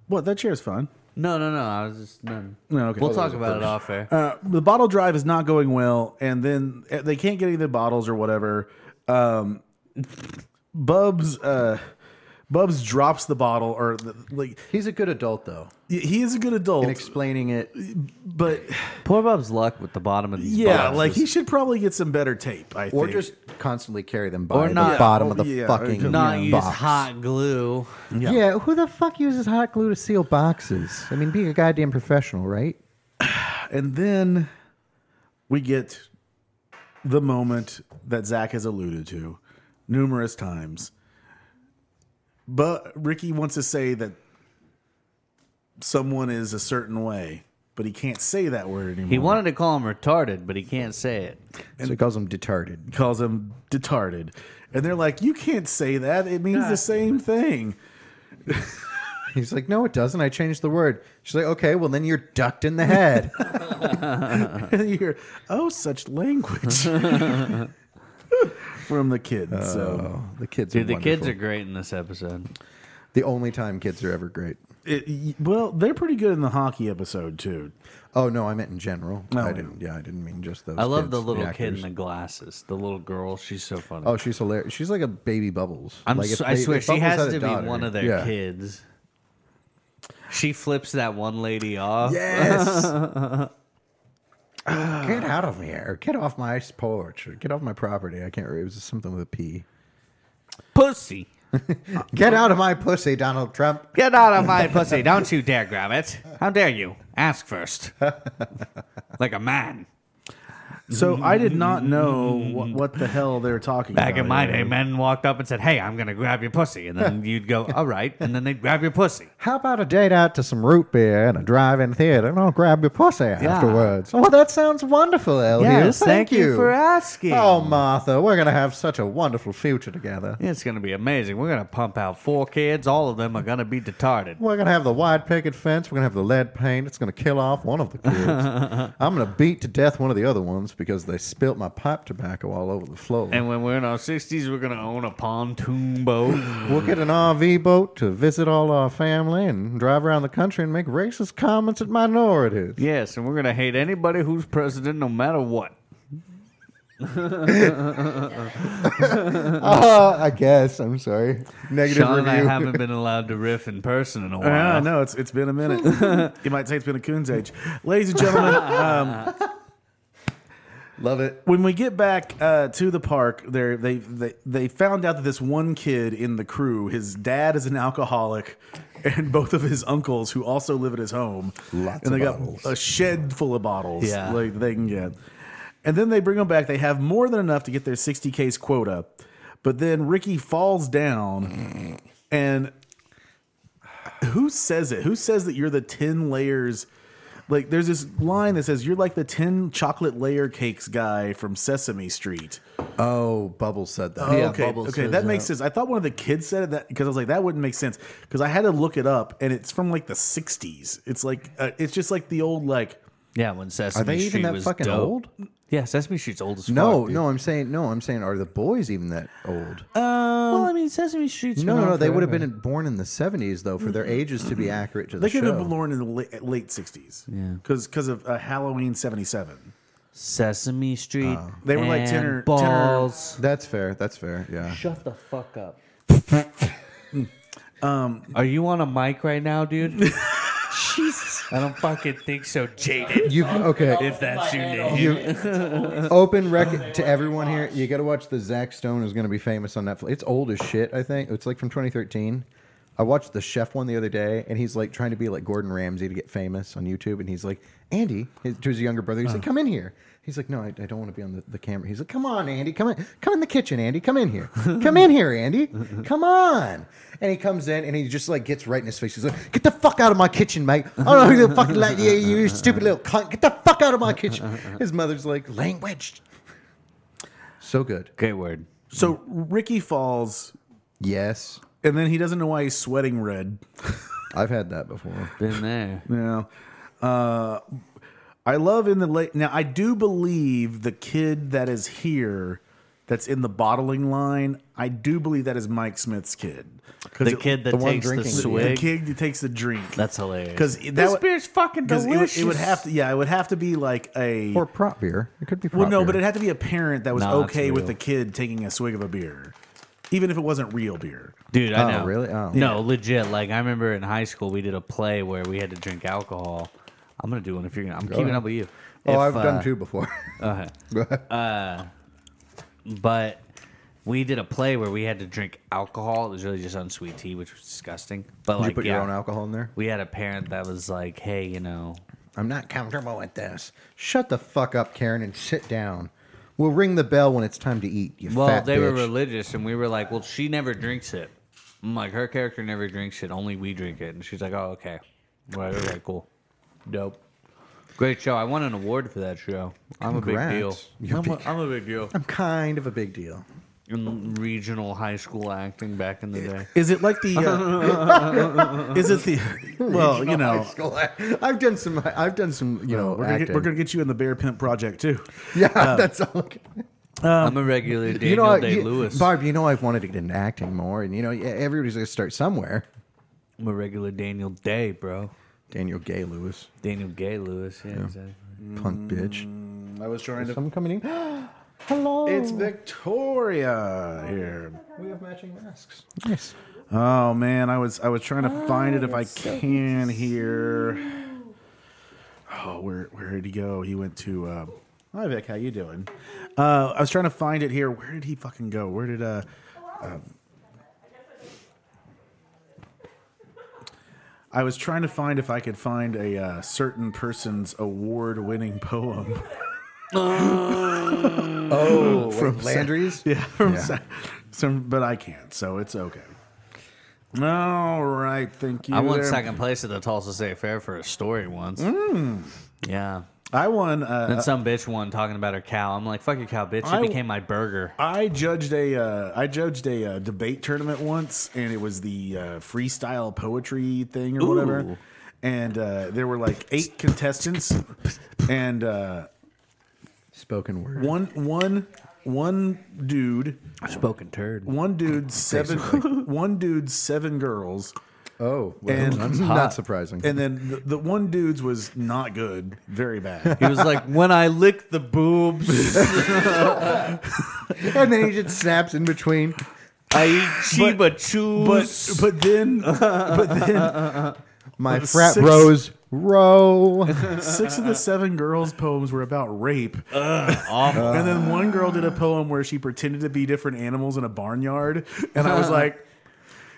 S2: What that chair's fine.
S3: No, no, no. I was just no.
S2: No, okay.
S3: We'll talk about it off air.
S2: Uh, the bottle drive is not going well, and then uh, they can't get any of the bottles or whatever. Um, Bubs, uh, Bubs drops the bottle, or the, like
S4: He's a good adult though.
S2: he- he is a good adult,
S4: In explaining it,
S2: but
S3: Poor Bob's luck with the bottom of these
S2: yeah,
S3: bottles
S2: like he
S3: is-
S2: should probably get some better tape. I
S4: or
S2: think.
S4: just constantly carry them by
S3: Or
S4: the
S3: not.
S4: bottom
S2: Yeah,
S4: of the
S2: or- yeah, or
S4: fucking
S2: could-
S3: not
S4: you know,
S3: use
S4: box.
S3: hot glue.
S4: Yeah. who the fuck uses hot glue to seal boxes? I mean, being a goddamn professional, right?
S2: and then we get the moment that Zach has alluded to numerous times. But Ricky wants to say that someone is a certain way, but he can't say that word anymore.
S3: He wanted to call him retarded, but he can't say it.
S4: so he calls them detarded.
S2: calls him detarded. And they're like, You can't say that. It means the same thing.
S4: He's like, no, it doesn't. I changed the word. She's like, okay, well then you're ducked in the head.
S2: And you hear, Oh, such language from the kid. so
S4: oh, the kids,
S3: Dude,
S4: are
S3: the kids
S4: wonderful.
S3: are great in this episode.
S4: the only time kids are ever great.
S2: it, well, they're pretty good in the hockey episode too.
S4: Oh no, I meant in general.
S2: No.
S4: I didn't. Yeah, I didn't mean just those.
S3: I love
S4: kids,
S3: the little kid in
S4: actors.
S3: the glasses, the little girl. She's so funny.
S4: Oh, she's hilarious. She's like a baby Bubbles.
S3: I'm
S4: like
S3: s
S4: if
S3: I
S4: they-
S3: swear
S4: if
S3: she
S4: Bubbles
S3: has
S4: had a
S3: to
S4: daughter-
S3: be one of their
S4: yeah.
S3: kids. She flips that one lady off.
S4: Yes. get out of here! Or get off my porch! Or get off my property! I can't. remember. It was something with a P.
S3: Pussy.
S4: Get out of my pussy, Donald Trump.
S3: Get out of my pussy. Don't you dare grab it. How dare you? Ask first. like a man.
S2: So I did not know what, what the hell they were talking about.
S3: Back
S4: Oh,
S3: in my day,
S2: here.
S3: men walked up and said, Hey, I'm going to grab your pussy. And then you'd go, All right. And then they'd grab your pussy.
S4: How about a date out to some root beer and a drive-in theater, and I'll grab your pussy afterwards. Oh, that sounds wonderful, Elliot.
S3: Yes,
S4: Oh, thank,
S3: thank you for asking.
S4: Oh, Martha, we're gonna have such a wonderful future together.
S3: It's going to be amazing. We're going to pump out four kids. All of them are going to be retarded.
S4: We're gonna have the wide picket fence. We're gonna have the lead paint. It's gonna kill off one of the kids. I'm gonna beat to death one of the other ones because they spilt my pipe tobacco all over the floor.
S3: And when we're in our 60s, we're going to own a pontoon boat.
S4: we'll get an RV boat to visit all our family and drive around the country and make racist comments at minorities.
S3: yes, and we're going to hate anybody who's president no matter what.
S4: Uh, I guess. I'm sorry. Negative
S3: Sean and I
S4: review.
S3: haven't been allowed to riff in person in a while.
S2: Yeah, no, it's it's been a minute. you might say it's been a coon's age, ladies and gentlemen. Um,
S4: Love it.
S2: when we get back uh, to the park, there they they they found out that this one kid in the crew, his dad is an alcoholic, and both of his uncles who also live at his home,
S4: Lots
S2: and
S4: of
S2: they got
S4: bottles.
S2: a shed full of bottles,
S3: Yeah.
S2: like they can get. And then they bring them back. They have more than enough to get their sixty case quota, but then Ricky falls down, and who says it? Who says that you're the 10 layers? Like, there's this line that says, You're like the 10 chocolate layer cakes guy from Sesame Street.
S4: Oh, Bubbles said that.
S2: okay. Okay. That makes sense. I thought one of the kids said it that because I was like, That wouldn't make sense. Because I had to look it up and it's from like the 60s. It's like, uh, it's just like the old, like,
S3: Yeah, when Sesame
S4: Are they
S3: Street
S4: even that
S3: was
S4: fucking
S3: dope.
S4: old?
S3: Yeah, Sesame Street's old as
S4: No,
S3: fuck. dude.
S4: no, I'm saying no. I'm saying are the boys even that old?
S2: Uh,
S3: Well, I mean, Sesame Street's
S4: no,
S3: been
S4: no, no.
S3: on
S4: They would have
S3: forever.
S4: been born in the 70s though for their ages to be accurate to
S2: Mm-hmm.
S4: the
S2: they could
S4: show.
S2: have been born in the late, late 60s. Yeah. Because of uh, Halloween 77.
S3: Sesame Street.
S4: Uh,
S2: They were like
S3: and
S2: 10 or- 10 or-
S3: balls.
S4: That's fair. That's fair. Yeah.
S3: Shut the fuck up. um, are you on a mic right now, dude? Jesus, I don't fucking think so, Jaden.
S4: You okay?
S3: If that's your name,
S4: You open record to everyone here. You got to watch the Zach Stone is going to be famous on Netflix. It's old as shit. I think it's like from 2013. I watched the chef one the other day, and he's like trying to be like Gordon Ramsay to get famous on YouTube. And he's like, Andy, his, to his younger brother, he's like, come in here. He's like, no, I, I don't want to be on the, the camera. He's like, come on, Andy, come in, come in the kitchen, Andy, come in here, come in here, Andy, come on. And he comes in and he just like gets right in his face. He's like, get the fuck out of my kitchen, mate. I don't know who the fuck like you, you stupid little cunt. Get the fuck out of my kitchen. His mother's like, language. So good.
S3: great word.
S2: So Ricky falls
S4: Yes,
S2: and then he doesn't know why he's sweating red.
S4: I've had that before.
S3: Been there.
S2: Yeah. Uh, I love in the late. Now, I do believe the kid that is here that's in the bottling line, I do believe that is Mike Smith's kid. 'Cause
S3: The
S2: it-
S3: kid that
S4: the one
S3: takes the
S4: drinking the- the
S2: the
S3: swig.
S2: kid that takes the drink.
S3: That's hilarious.
S2: Because
S3: this beer's fucking
S2: it, would-
S3: delicious.
S2: it would have to, yeah, it would have to be like a.
S4: Or prop beer. It could be prop
S2: well, no,
S4: beer.
S2: but it had to be a parent that was
S3: Nah, that's
S2: okay with
S3: real.
S2: the kid taking a swig of a beer. even if it wasn't real beer.
S3: Dude, I
S4: Oh,
S3: know.
S4: really? Oh.
S3: No, legit. Like I remember in high school, we did a play where we had to drink alcohol. I'm gonna do one if you're gonna. I'm keeping
S4: ahead.
S3: up with you.
S4: Oh,
S3: If,
S4: I've
S3: uh,
S4: done two before.
S3: okay.
S4: Go ahead.
S3: But we did a play where we had to drink alcohol. It was really just unsweet tea, which was disgusting. But
S4: Did
S3: like,
S4: you put
S3: yeah,
S4: your own alcohol in there?
S3: we had a parent that was like, "Hey, you know,
S4: I'm not comfortable with this. Shut the fuck up, Karen, and sit down. We'll ring the bell when it's time to eat. You
S3: well,
S4: fat
S3: they
S4: bitch.
S3: were religious, and we were like, well, she never drinks it. I'm like, her character never drinks it. Only we drink it. And she's like, oh, okay. Right, right, cool, dope, great show. I won an award for that show. I'm a big deal.
S4: Congrats. You're
S3: I'm, a,
S4: big.
S3: I'm a big deal
S4: I'm kind of a big deal.
S3: in regional high school acting back in the day.
S2: Is it like the? Uh, is it the? Well, you know,
S4: I've done some. I've done some. You know,
S2: we're gonna, get, we're uh, gonna get you in the Bear Pimp Project too.
S4: Yeah, that's all.
S3: I'm a regular Daniel
S4: Uh, you know, I-
S3: Day
S4: you-
S3: Lewis.
S4: Barb. You know, I've wanted to get into acting more, and you know, yeah, everybody's gonna start somewhere.
S3: I'm a regular Daniel Day, bro.
S4: Daniel Gay Lewis,
S3: Daniel Gay Lewis. Yeah, exactly.
S4: punk bitch.
S2: Mm, I was trying to.
S4: Someone coming in. Hello.
S2: It's Victoria here.
S4: we have matching masks. Nice.
S2: Oh man, I was I was trying to find it if I can here. Oh, where where did he go? He went to. Uh, Hi Vic, how you doing? Uh, I was trying to find it here. Where did he fucking go? Where did uh? um, I was trying to find if I could find a uh, certain person's award-winning poem
S4: Oh, from Landry's.
S2: yeah, from Sa- some, but I can't, so it's okay. All right, thank you.
S3: I won
S2: there.
S3: second place at the Tulsa State Fair for a story once.
S4: Mm.
S3: Yeah.
S2: I won. Uh,
S3: Then some bitch one talking about her cow. I'm like, fuck your cow, bitch. It
S2: I-
S3: became my burger.
S2: I judged a uh, I judged a uh, debate tournament once, and it was the uh, freestyle poetry thing or
S3: Ooh.
S2: whatever. And uh, there were like eight contestants, and uh,
S4: Spoken word.
S2: one one one dude,
S3: Spoken turd.
S2: one dude seven, one dude seven girls.
S4: Oh, well,
S2: And-
S4: that's
S3: Hot.
S4: not surprising.
S2: And then the, the one dude's was not good, very bad.
S3: He was like, when I lick the boobs,
S4: and then he just snaps in between.
S3: I eat Chiba
S2: But
S3: Chews.
S2: but then but then
S4: My
S2: Six-
S4: frat rose row.
S2: six of the seven girls' poems were about rape,
S3: Awful.
S4: uh,
S2: and then one girl
S4: Ah.
S2: did a poem where she pretended to be different animals in a barnyard, and I was like,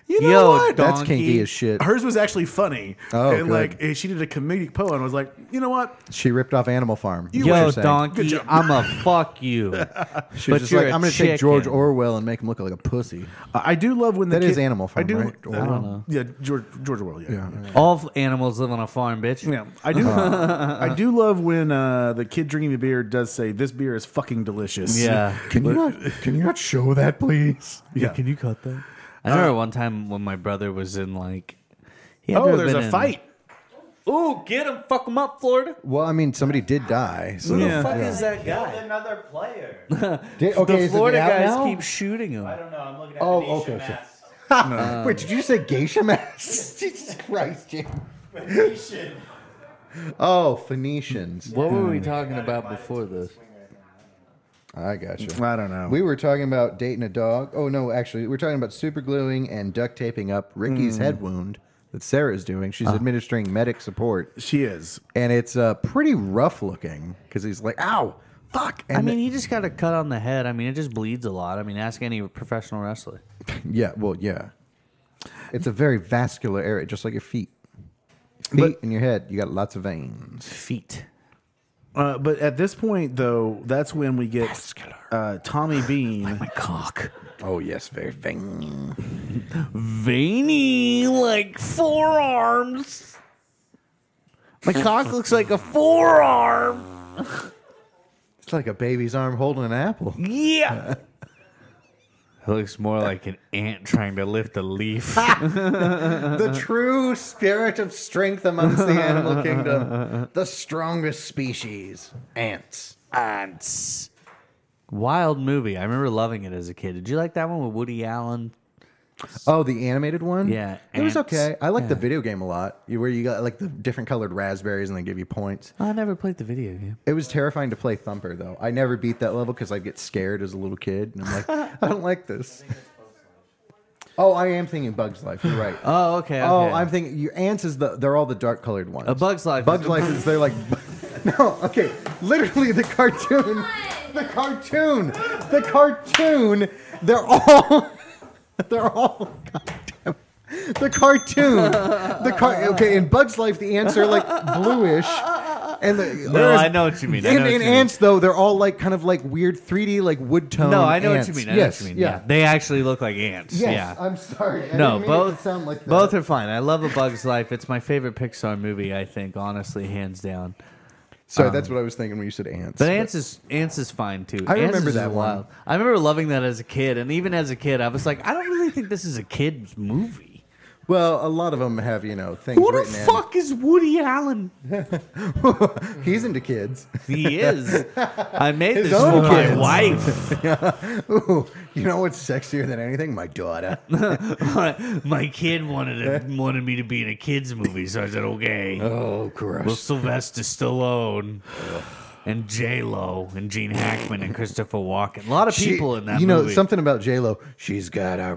S2: you know
S3: Yo,
S2: what?
S3: dog.
S4: That's
S3: Donkey.
S4: kinky as shit.
S2: Hers was actually funny,
S4: Oh,
S2: and
S4: good.
S2: like eh, she did a comedic poem. and I was like, you know what?
S4: She ripped off Animal Farm. is what
S3: Yo,
S4: you're saying.
S3: donkey, I'm a fuck you.
S4: She was
S3: but
S4: just
S3: you're
S4: like,
S3: a
S4: I'm going to take George
S3: chicken."
S4: Orwell and make him look like a pussy.
S2: I I do love when the
S4: That
S2: kid,
S4: is Animal Farm,
S2: I do,
S4: right?
S2: I
S4: Orwell.
S2: don't know. Yeah, George George Orwell. yeah.
S3: All f- animals live on a farm, bitch.
S2: Yeah, I do.
S4: Uh-huh.
S2: I do love when uh, the kid drinking the beer does say, "This beer is fucking delicious."
S3: Yeah.
S4: Can you not? Can you not show that, please?
S2: yeah.
S3: you cut that? I
S4: Uh,
S3: remember one time when my brother was in like. he had to
S2: Oh,
S3: have
S2: there's
S3: been
S2: a
S3: in-
S2: fight.
S3: Ooh, get him, fuck him up, Florida.
S4: Well, I mean, somebody did die. So
S2: Yeah.
S3: Fuck is that guy?
S6: another player.
S4: Did, okay,
S3: The
S4: is it
S3: Florida
S4: out
S3: guys
S4: now?
S3: keep shooting him.
S6: I don't know. I'm looking at
S4: Oh,
S6: the Venetian
S4: okay, so-
S6: mask.
S4: Wait, did you say geisha mask? Jesus Christ, James.
S6: Venetian.
S4: Oh, Phoenicians.
S3: What were we talking about before this?
S4: I got you.
S2: I don't know.
S4: We were talking about dating a dog. Oh no, actually, we're talking about super gluing and duct taping up Ricky's
S3: Hmm.
S4: head wound that Sarah's doing.
S3: Ah.
S4: She's administering medic support,
S2: she is.
S4: and it's uh, pretty rough looking because he's like, "Ow, fuck!" And
S3: I mean, you just got a cut on the head. I mean, it just bleeds a lot. I mean, ask any professional wrestler.
S4: yeah, well, yeah, it's a very vascular area, just like your feet, feet and your head. You got lots of veins.
S3: Feet.
S2: Uh, but at this point, though, that's when we get
S4: Vascular.
S2: uh, Tommy Bean.
S3: My cock.
S4: Oh yes, very veiny.
S3: Veiny, like forearms. My cock looks like a forearm.
S4: It's like a baby's arm holding an apple.
S3: Yeah. It looks more like an ant trying to lift a leaf. Uh,
S4: the true spirit of strength amongst the animal kingdom. The strongest species, ants.
S3: Ants. Wild movie. I remember loving it as a kid. Did you like that one with Woody Allen?
S4: Oh, the animated one?
S3: Yeah,
S4: It was
S3: ants.
S4: okay. I like the video game a lot, you- where you got like the different colored raspberries and they give you points.
S3: Oh, I never played the video game.
S4: It was terrifying to play Thumper, though. I never beat that level because I'd get scared as a little kid. And I'm like, I don't like this. Oh, I am thinking Bugs Life. You're right.
S3: Oh, okay.
S4: Oh,
S3: okay.
S4: I'm thinking your ants is the they're all the dark colored ones.
S3: A Bug's Life
S4: Bugs
S3: is-
S4: Life is they're like no. Okay, literally the cartoon, the cartoon, the cartoon. They're all they're all. God damn it. The cartoon, the car. Okay, in Bugs Life, the ants are like bluish, and the,
S3: No, I know what you mean. I
S4: In,
S3: know what
S4: in
S3: you mean.
S4: ants, though, they're all like kind of like weird 3D, like wood tone.
S3: No, I know
S4: ants.
S3: what you mean. I
S4: yes,
S3: know what you mean.
S4: yeah.
S3: They actually look like ants.
S4: Yes,
S3: yeah.
S4: I'm sorry. I
S3: no,
S4: didn't mean it to
S3: both
S4: sound like that.
S3: both are fine. I love A Bug's Life. It's my favorite Pixar movie. I think, honestly, hands down.
S4: Sorry, that's what I was thinking when you said ants.
S3: But ants is ants is fine too.
S4: I
S3: Ants
S4: remember
S3: is
S4: that one.
S3: wild. I remember loving that as a kid, and even as a kid, I was like, I don't really think this is a kid's movie.
S4: Well, a lot of them have you know things.
S3: Who the
S4: written in.
S3: fuck is Woody Allen?
S4: He's into kids.
S3: He is. I made
S4: His
S3: this
S4: own
S3: for my
S4: kids.
S3: wife,
S4: Ooh, you know what's sexier than anything? My daughter.
S3: my kid wanted to, wanted me to be in a kids movie, so I said okay.
S4: oh,
S3: Well,
S4: gross.
S3: Sylvester Stallone and J Lo and Gene Hackman and Christopher Walken. A lot of
S4: She-
S3: people in that
S4: You know
S3: movie.
S4: something about J Lo. She's got a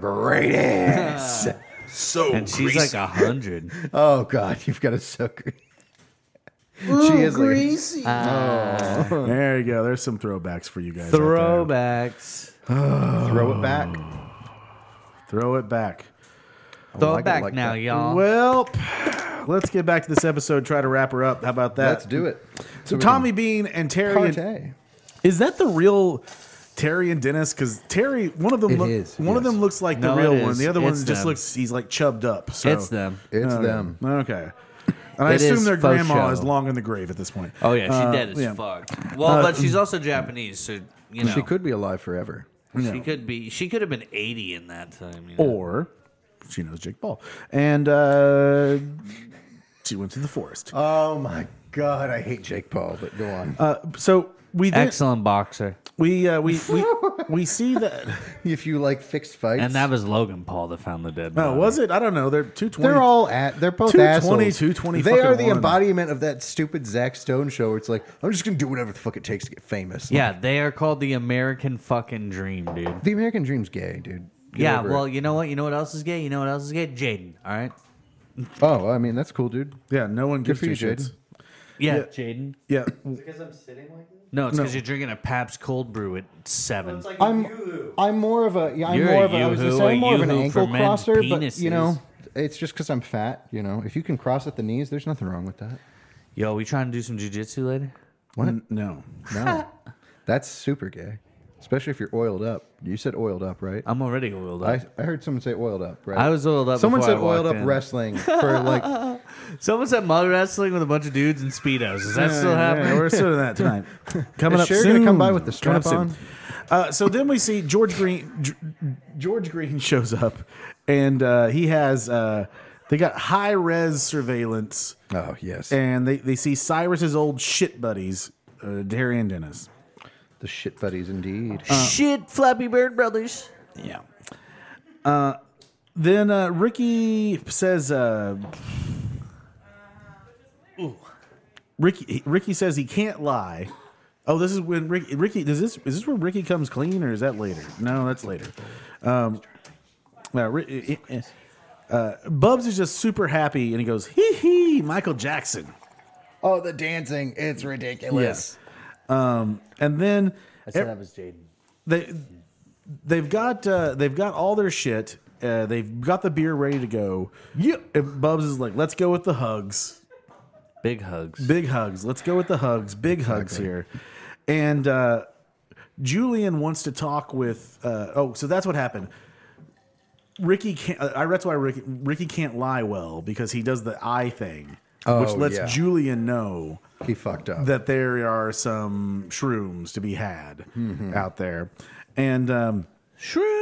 S4: great ass.
S2: So
S3: and she's like a hundred.
S4: oh God, you've got a so great. she is greasy.
S2: there you go. There's some throwbacks for you guys. out there.
S3: Throwbacks.
S4: throw it back.
S3: Oh.
S2: Throw it back.
S3: Throw
S4: like
S3: it
S4: it
S3: back
S4: like
S3: now,
S4: that.
S3: y'all.
S2: Well, let's get back to this episode. Try to wrap her up. How about that?
S4: Let's do it.
S2: So
S4: we
S2: Tommy Bean and
S4: can
S2: Terry. and-
S4: partay.
S2: is that the real Terry and Dennis? Because Terry, one of them,
S4: It
S2: look-
S4: is,
S2: one of
S4: yes.
S2: them looks like
S3: No,
S2: the real
S3: it
S2: one.
S3: is.
S2: The other
S3: It's
S2: one just
S3: them.
S2: looks. He's like chubbed up. So
S3: It's them.
S4: It's them.
S2: Okay. And I
S3: It is
S2: assume their
S3: faux
S2: grandma
S3: show.
S2: is long in the grave at this point.
S3: Oh yeah, she
S2: Uh,
S3: dead as
S2: yeah.
S3: fuck. Well, but she's also Japanese, so you know
S4: She could be alive forever.
S3: she could be she could have been eighty in that time. you know.
S2: Uh, Or she knows Jake Paul, and uh, she went through the forest.
S3: Uh,
S4: Oh my God, I hate Jake Paul. But go on.
S2: Uh, so we then,
S3: excellent boxer,
S2: we uh, we we we see that.
S4: if you like fixed fights,
S3: and that was Logan Paul that found the dead.
S2: Oh,
S3: body.
S2: was it? I don't know. They're two twenty.
S4: They're all at. They're both
S2: 220,
S4: assholes.
S2: 220
S4: They are
S2: fucking
S4: the
S2: one.
S4: embodiment of that stupid Zack Stone show where it's like, I'm just gonna do whatever the fuck it takes to get famous.
S3: Yeah, they are called the American fucking dream, dude.
S4: The American Dream's gay, dude. Get
S3: yeah,
S4: over
S3: well,
S4: it.
S3: you know what? You know what else is gay? You know what else is gay? Jaden. All right.
S4: Oh, I mean, that's cool, dude.
S2: Yeah, no one gives
S4: for
S2: two
S4: you, Jaden.
S2: shits.
S3: Yeah,
S2: Yeah.
S3: Jaden.
S2: Yeah,
S6: Because I'm sitting like this?
S3: No, it's
S2: No.
S3: because you're drinking a Pabst Cold Brew at seven.
S6: It's like
S4: I'm-
S6: you.
S4: I'm more of a. Yeah, I'm
S3: You're
S4: more
S3: a
S4: of a. I was gonna
S3: yoo-hoo,
S4: say, I'm
S3: a
S4: more of an
S3: yoo-hoo for
S4: ankle
S3: men's
S4: crosser, but you
S3: penises.
S4: know, it's just because I'm fat. You know, if you can cross at the knees, there's nothing wrong with that.
S3: Yo, we trying to do some jujitsu later?
S2: N- no.
S4: No, that's super gay, especially if you're oiled up. You said oiled up, right?
S3: I'm already oiled up.
S4: I, I heard someone say oiled up, right?
S3: I was oiled up.
S4: Someone
S3: before
S4: said
S3: I walked
S4: oiled up
S3: in.
S4: wrestling for like
S3: Someone said mud wrestling with a bunch of dudes in speedos. Is that still
S2: Yeah,
S3: happening?
S2: yeah, we're still doing that tonight. Coming
S4: Is
S2: up
S4: Cher
S2: soon.
S4: gonna come by with the
S2: Coming up
S4: strap
S2: soon. Uh, so then we see George Green. G- George Green shows up, and uh, he has. Uh, they got high res surveillance,
S4: Oh yes,
S2: and they, they see Cyrus's old shit buddies, uh, Terry and Dennis.
S4: the shit buddies indeed.
S3: Uh, Shit, Flappy Bird Brothers.
S2: Yeah. Uh, then uh, Ricky says. Uh, Ricky Ricky says he can't lie. Oh, this is when Ricky Ricky does this is this where Ricky comes clean or is that later? No, that's later. Um, uh, Ri- uh, uh, Bubs is just super happy and he goes hee hee Michael Jackson.
S4: oh, the dancing! It's ridiculous.
S2: Um, and then
S3: I said that was Jaden.
S2: they they've got uh, they've got all their shit. Uh, they've got the beer ready to go. Yep. And Bubs is like, let's go with the hugs,
S3: Big hugs.
S2: big hugs. Let's go with the hugs, big hugs here. And uh, Julian wants to talk with. Uh, oh, so that's what happened. Ricky can't. uh, I that's why Ricky, Ricky can't lie well because he does the eye thing, which
S4: Oh,
S2: lets
S4: yeah.
S2: Julian know
S4: He fucked up.
S2: that there are some shrooms to be had
S3: Mm-hmm.
S2: out there. And um, shrooms.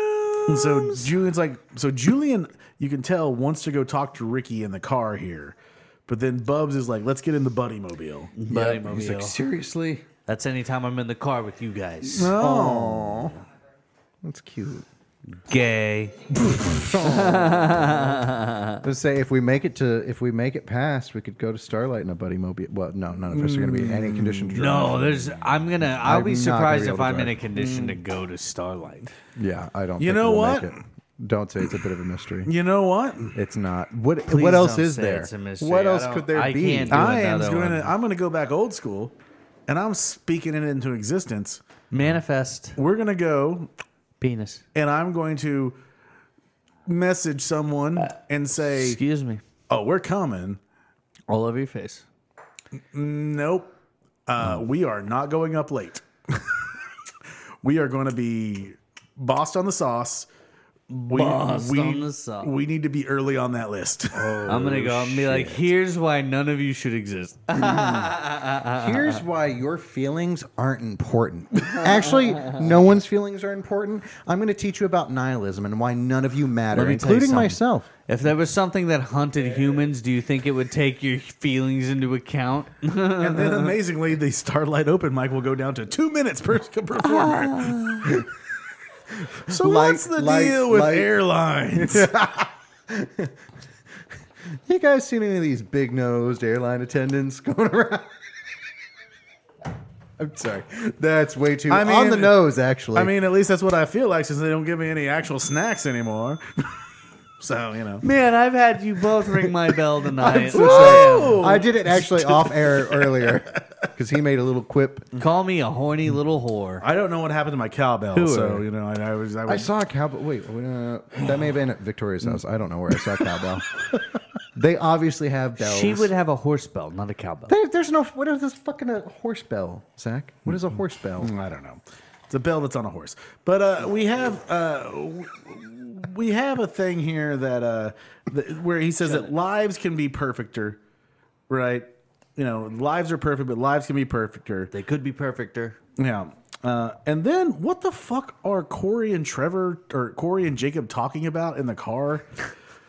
S2: So Julian's like, so Julian, you can tell wants to go talk to Ricky in the car here, but then Bubs is like, let's get in the buddy mobile.
S3: Buddy
S4: He's
S3: mobile.
S4: like, seriously?
S3: That's anytime I'm in the car with you guys.
S4: That's cute.
S3: Gay.
S4: Let's say if we make it to if we make it past, we could go to Starlight in a buddy mobile. Well, no, none of us are going to be in any condition to drive.
S3: No, there's. I'm gonna. I'll
S4: I'm
S3: be
S4: not gonna
S3: surprised
S4: be
S3: if
S4: able to
S3: I'm in
S4: drive. Mm.
S3: a condition to go to Starlight.
S4: Yeah, I don't.
S2: You
S4: think
S2: know
S4: we'll
S2: what?
S4: make it. Don't say it's a bit of a mystery.
S2: You know what?
S4: It's not. What
S3: Please
S4: What else
S3: don't
S4: is
S3: say
S4: there?
S3: it's a mystery.
S4: What
S3: I
S4: else
S3: don't-
S4: could there
S3: I
S4: be?
S3: can't do
S2: I am
S3: another
S2: going to
S3: one.
S2: I'm going to go back old school, and I'm speaking it into existence.
S3: Manifest
S2: We're going to go,
S3: penis.
S2: and I'm going to message someone and say,
S3: Excuse me.
S2: "Oh, we're coming."
S3: All over your face.
S2: Nope, uh, we are not going up late. we are going to be bossed on the sauce. We,
S3: Bossed on the sauce.
S2: We need to be early on that list. Oh,
S3: I'm gonna go and be like, here's why none of you should exist.
S4: Here's why your feelings aren't important. Actually, no one's feelings are important. I'm going to teach you about nihilism and why none of you matter,
S3: Let me tell you
S4: including
S3: something.
S4: myself.
S3: If there was something that hunted humans, do you think it would take your feelings into account?
S2: and then amazingly, the Starlight Open mic will go down to two minutes per performer. so
S4: Like-
S2: what's the
S4: like-
S2: deal with
S4: like-
S2: airlines?
S4: You guys seen any of these big nosed airline attendants going around? I'm sorry. That's way too
S2: I mean-
S4: on the nose, actually.
S2: I mean, at least that's what I feel like since they don't give me any actual snacks anymore. so you know,
S3: Man, I've had you both ring my bell tonight.
S2: sorry.
S4: I did it actually off air earlier because he made a little quip.
S3: Call me a horny little whore.
S2: I don't know what happened to my cowbell.
S4: Who
S2: so
S4: are-
S2: you know, I, I was I
S4: I
S2: was
S4: saw a cowbell. Wait, uh, that may have been at Victoria's house. I don't know where I saw a cowbell. they obviously have bells.
S3: She would have a horse bell, not a cowbell.
S4: There, there's no. What is this fucking uh horse bell, Zach? What is a horse bell?
S3: Mm.
S2: I don't know. It's a bell that's on a horse. But uh, we have uh, w- we have a thing here that uh, th- where he says that lives can be perfecter, right? You know, lives are perfect, but lives can be perfecter.
S3: They could be perfecter.
S2: Yeah. Uh, and then what the fuck are Corey and Trevor or Corey and Jacob talking about in the car?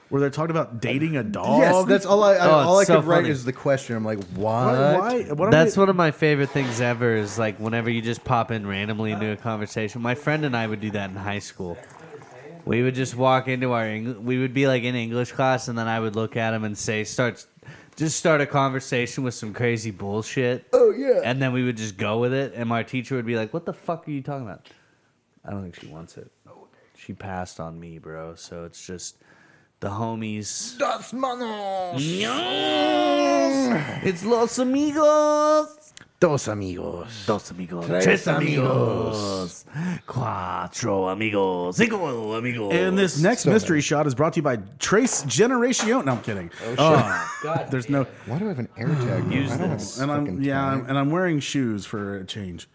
S2: Where they're talking about dating a dog?
S4: Yes, that's all I. I
S3: Oh, it's
S4: all I
S3: so
S4: could write
S3: funny.
S4: is the question. I'm like, what?
S2: why, why, what are
S3: That's
S2: we-
S3: one of my favorite things ever is like whenever you just pop in randomly into a conversation. My friend and I would do that in high school. We would just walk into our Eng- we would be like in English class and then I would look at him and say start just start a conversation with some crazy bullshit. Oh yeah. And then we would just go with it and my teacher would be like, "What the fuck are you talking about?" I don't think she wants it. She passed on me, bro. So it's just the homies. It's Los Amigos.
S4: Dos amigos.
S3: Dos amigos, tres amigos, cuatro amigos, cinco amigos.
S2: And this next
S4: So
S2: mystery shot is brought to you by Trace Generation. No, I'm kidding.
S4: Oh,
S2: Uh, there's no,
S4: Why do I have an air tag? Use this.
S2: and I'm yeah, I'm, and I'm wearing shoes for a change.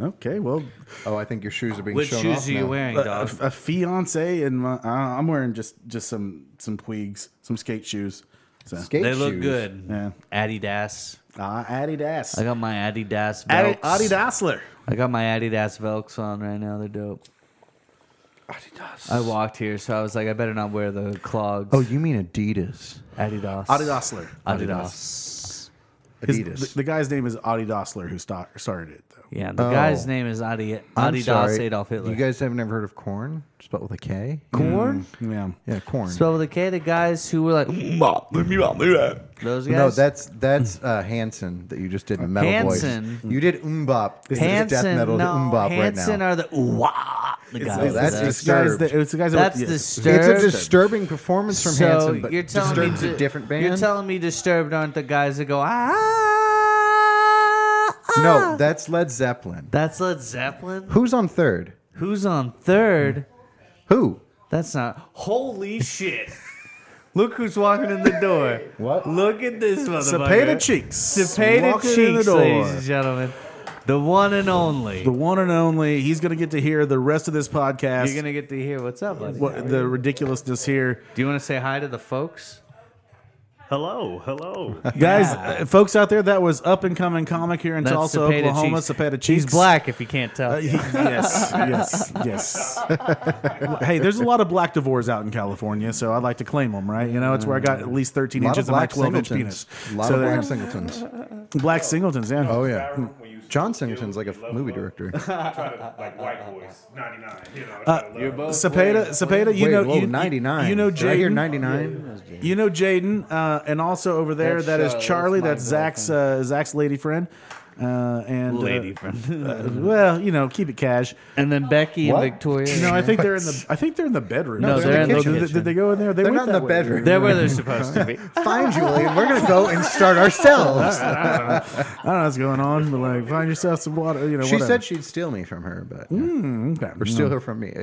S2: Okay, well,
S4: Oh, I think your shoes are being
S3: Which
S4: shown off
S3: shoes are you
S4: now.
S3: wearing,
S2: a,
S3: dog?
S2: a fiance and my, I- I'm wearing just just some some Puigs, some skate shoes. So,
S4: Skate
S3: They look
S4: shoes.
S3: good.
S2: Yeah.
S3: Adidas.
S2: uh, Adidas,
S3: I got my Adidas
S2: Adi-
S3: Velcks.
S2: Adidasler.
S3: I got my Adidas Velcks on right now. They're dope. Adidas. I walked here, so I was like, I better not wear the clogs.
S4: Oh, you mean Adidas?
S3: Adidas.
S2: Adidasler.
S3: Adidas.
S2: His-
S4: Adidas.
S2: The, the guy's name is Adidasler, who sta- started it though.
S3: Yeah, the
S4: Oh.
S3: guy's name is Adi-
S4: I'm
S3: Adidas
S4: sorry.
S3: Adolf Hitler.
S4: You guys have never heard of corn, spelled with a K.
S3: corn?
S2: Yeah.
S4: Yeah, corn.
S3: Spelled with a K, the guys who were like, those guys?
S4: no, that's that's uh, Hanson that you just did in a metal
S3: Hanson.
S4: voice. You did umbop. This is
S3: Hanson,
S4: death metal
S3: Uh, no,
S4: umbop right
S3: Hanson
S4: now.
S3: are the wah, the guys.
S4: it's- that's
S3: that-
S4: just-
S2: It's the guys
S4: Disturbed.
S2: that- it's the guys that-
S3: That's
S2: yes.
S3: disturbed.
S4: It's a disturbing performance from
S3: so
S4: Hanson, but
S3: you're telling
S4: Disturbed's
S3: me
S4: a different band.
S3: You're telling me disturbed aren't the guys that go ah?
S4: no, that's Led Zeppelin.
S3: that's Led Zeppelin.
S4: Who's on third?
S3: Who's on third?
S4: Who?
S3: That's not. Holy shit! Look who's walking in the door.
S4: What?
S3: Look at this motherfucker.
S2: Cepeda cheeks.
S3: Cepeda
S2: Walking in the
S3: cheeks,
S2: door.
S3: ladies and gentlemen. The one and only.
S2: The one and only. He's going to get to hear the rest of this podcast.
S3: You're gonna get to hear what's up, buddy.
S2: what, the ridiculousness here,
S3: Do you want to say hi to the folks?
S6: Hello, hello.
S2: guys, uh, folks out there. That was up and coming comic here in
S3: That's
S2: Tulsa,
S3: Cepeda
S2: Oklahoma.
S3: Cheeks.
S2: Cepeda Cheeks.
S3: He's black, if you can't tell.
S2: Uh, he- yes, yes, yes. hey, there's a lot of black divores out in California, so I'd like to claim them, right? You know, it's where I got at least 13
S4: Mm. A lot
S2: inches
S4: of
S2: of, my
S4: black
S2: 12 inch
S4: singletons.
S2: penis.
S4: A lot
S2: so
S4: of
S2: there
S4: black
S2: you
S4: singletons.
S2: go. black singletons, yeah.
S4: Oh yeah.
S6: When you
S4: John Singleton's like a movie director.
S6: try to, like, white voice, 99, you know. try to love.
S2: Uh, Cepeda, Cepeda, you
S4: Wait,
S2: know,
S4: whoa,
S2: you,
S4: 99.
S2: You know,
S4: Did I hear
S2: Jaden.
S4: 99?
S2: You know Jaden, uh, and also over there,
S3: That's
S2: that is
S3: Charlotte.
S2: Charlie.
S3: That's my
S2: That's Zach's uh, Zach's lady friend. Uh, and uh,
S3: Lady friend.
S2: uh, well, you know, keep it cash.
S3: and then Becky
S4: What?
S3: and Victoria.
S2: No, I think they're in the. I think they're in the bedroom.
S3: No, they're in the
S2: did,
S3: kitchen.
S2: did they go in there? They
S4: They're
S2: went
S4: not in the
S2: that way.
S4: bedroom.
S3: they're where they're supposed to be.
S4: Fine, Julian. We're gonna go and start ourselves.
S2: I don't know what's going on, but like, find yourself some water. You know,
S4: she
S2: whatever. Hmm,
S4: said she'd steal me from her, but yeah.
S2: Okay.
S4: or steal her from me. Uh, uh,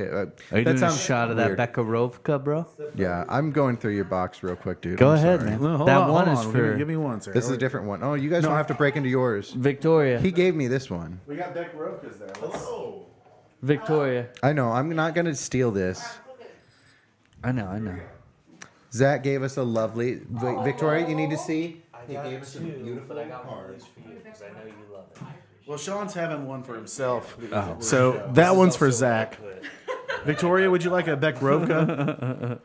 S3: Are you
S4: that
S3: doing a
S4: sounds
S3: shot of that
S4: weird.
S3: Bekarovka, bro?
S4: Yeah, I'm going through your box real quick, dude.
S3: Go
S4: I'm
S3: ahead,
S4: sorry.
S3: man.
S2: Well, hold
S3: that
S2: on,
S3: one
S2: hold
S3: is
S2: on.
S3: for
S2: Give me, give me one, sir.
S4: This is a different one. Oh, you guys don't have to break into yours.
S3: Victoria.
S4: He gave me this one.
S2: We got Beck Rokas there.
S4: Oh.
S3: Victoria.
S4: I know. I'm not gonna steal this.
S3: I know, I know.
S4: Zach gave us a lovely Vi- Victoria. You need to see. He gave us a beautiful card.
S2: Well, Sean's having one for himself. So that one's for Zach. Victoria, would you like a Beck Roka?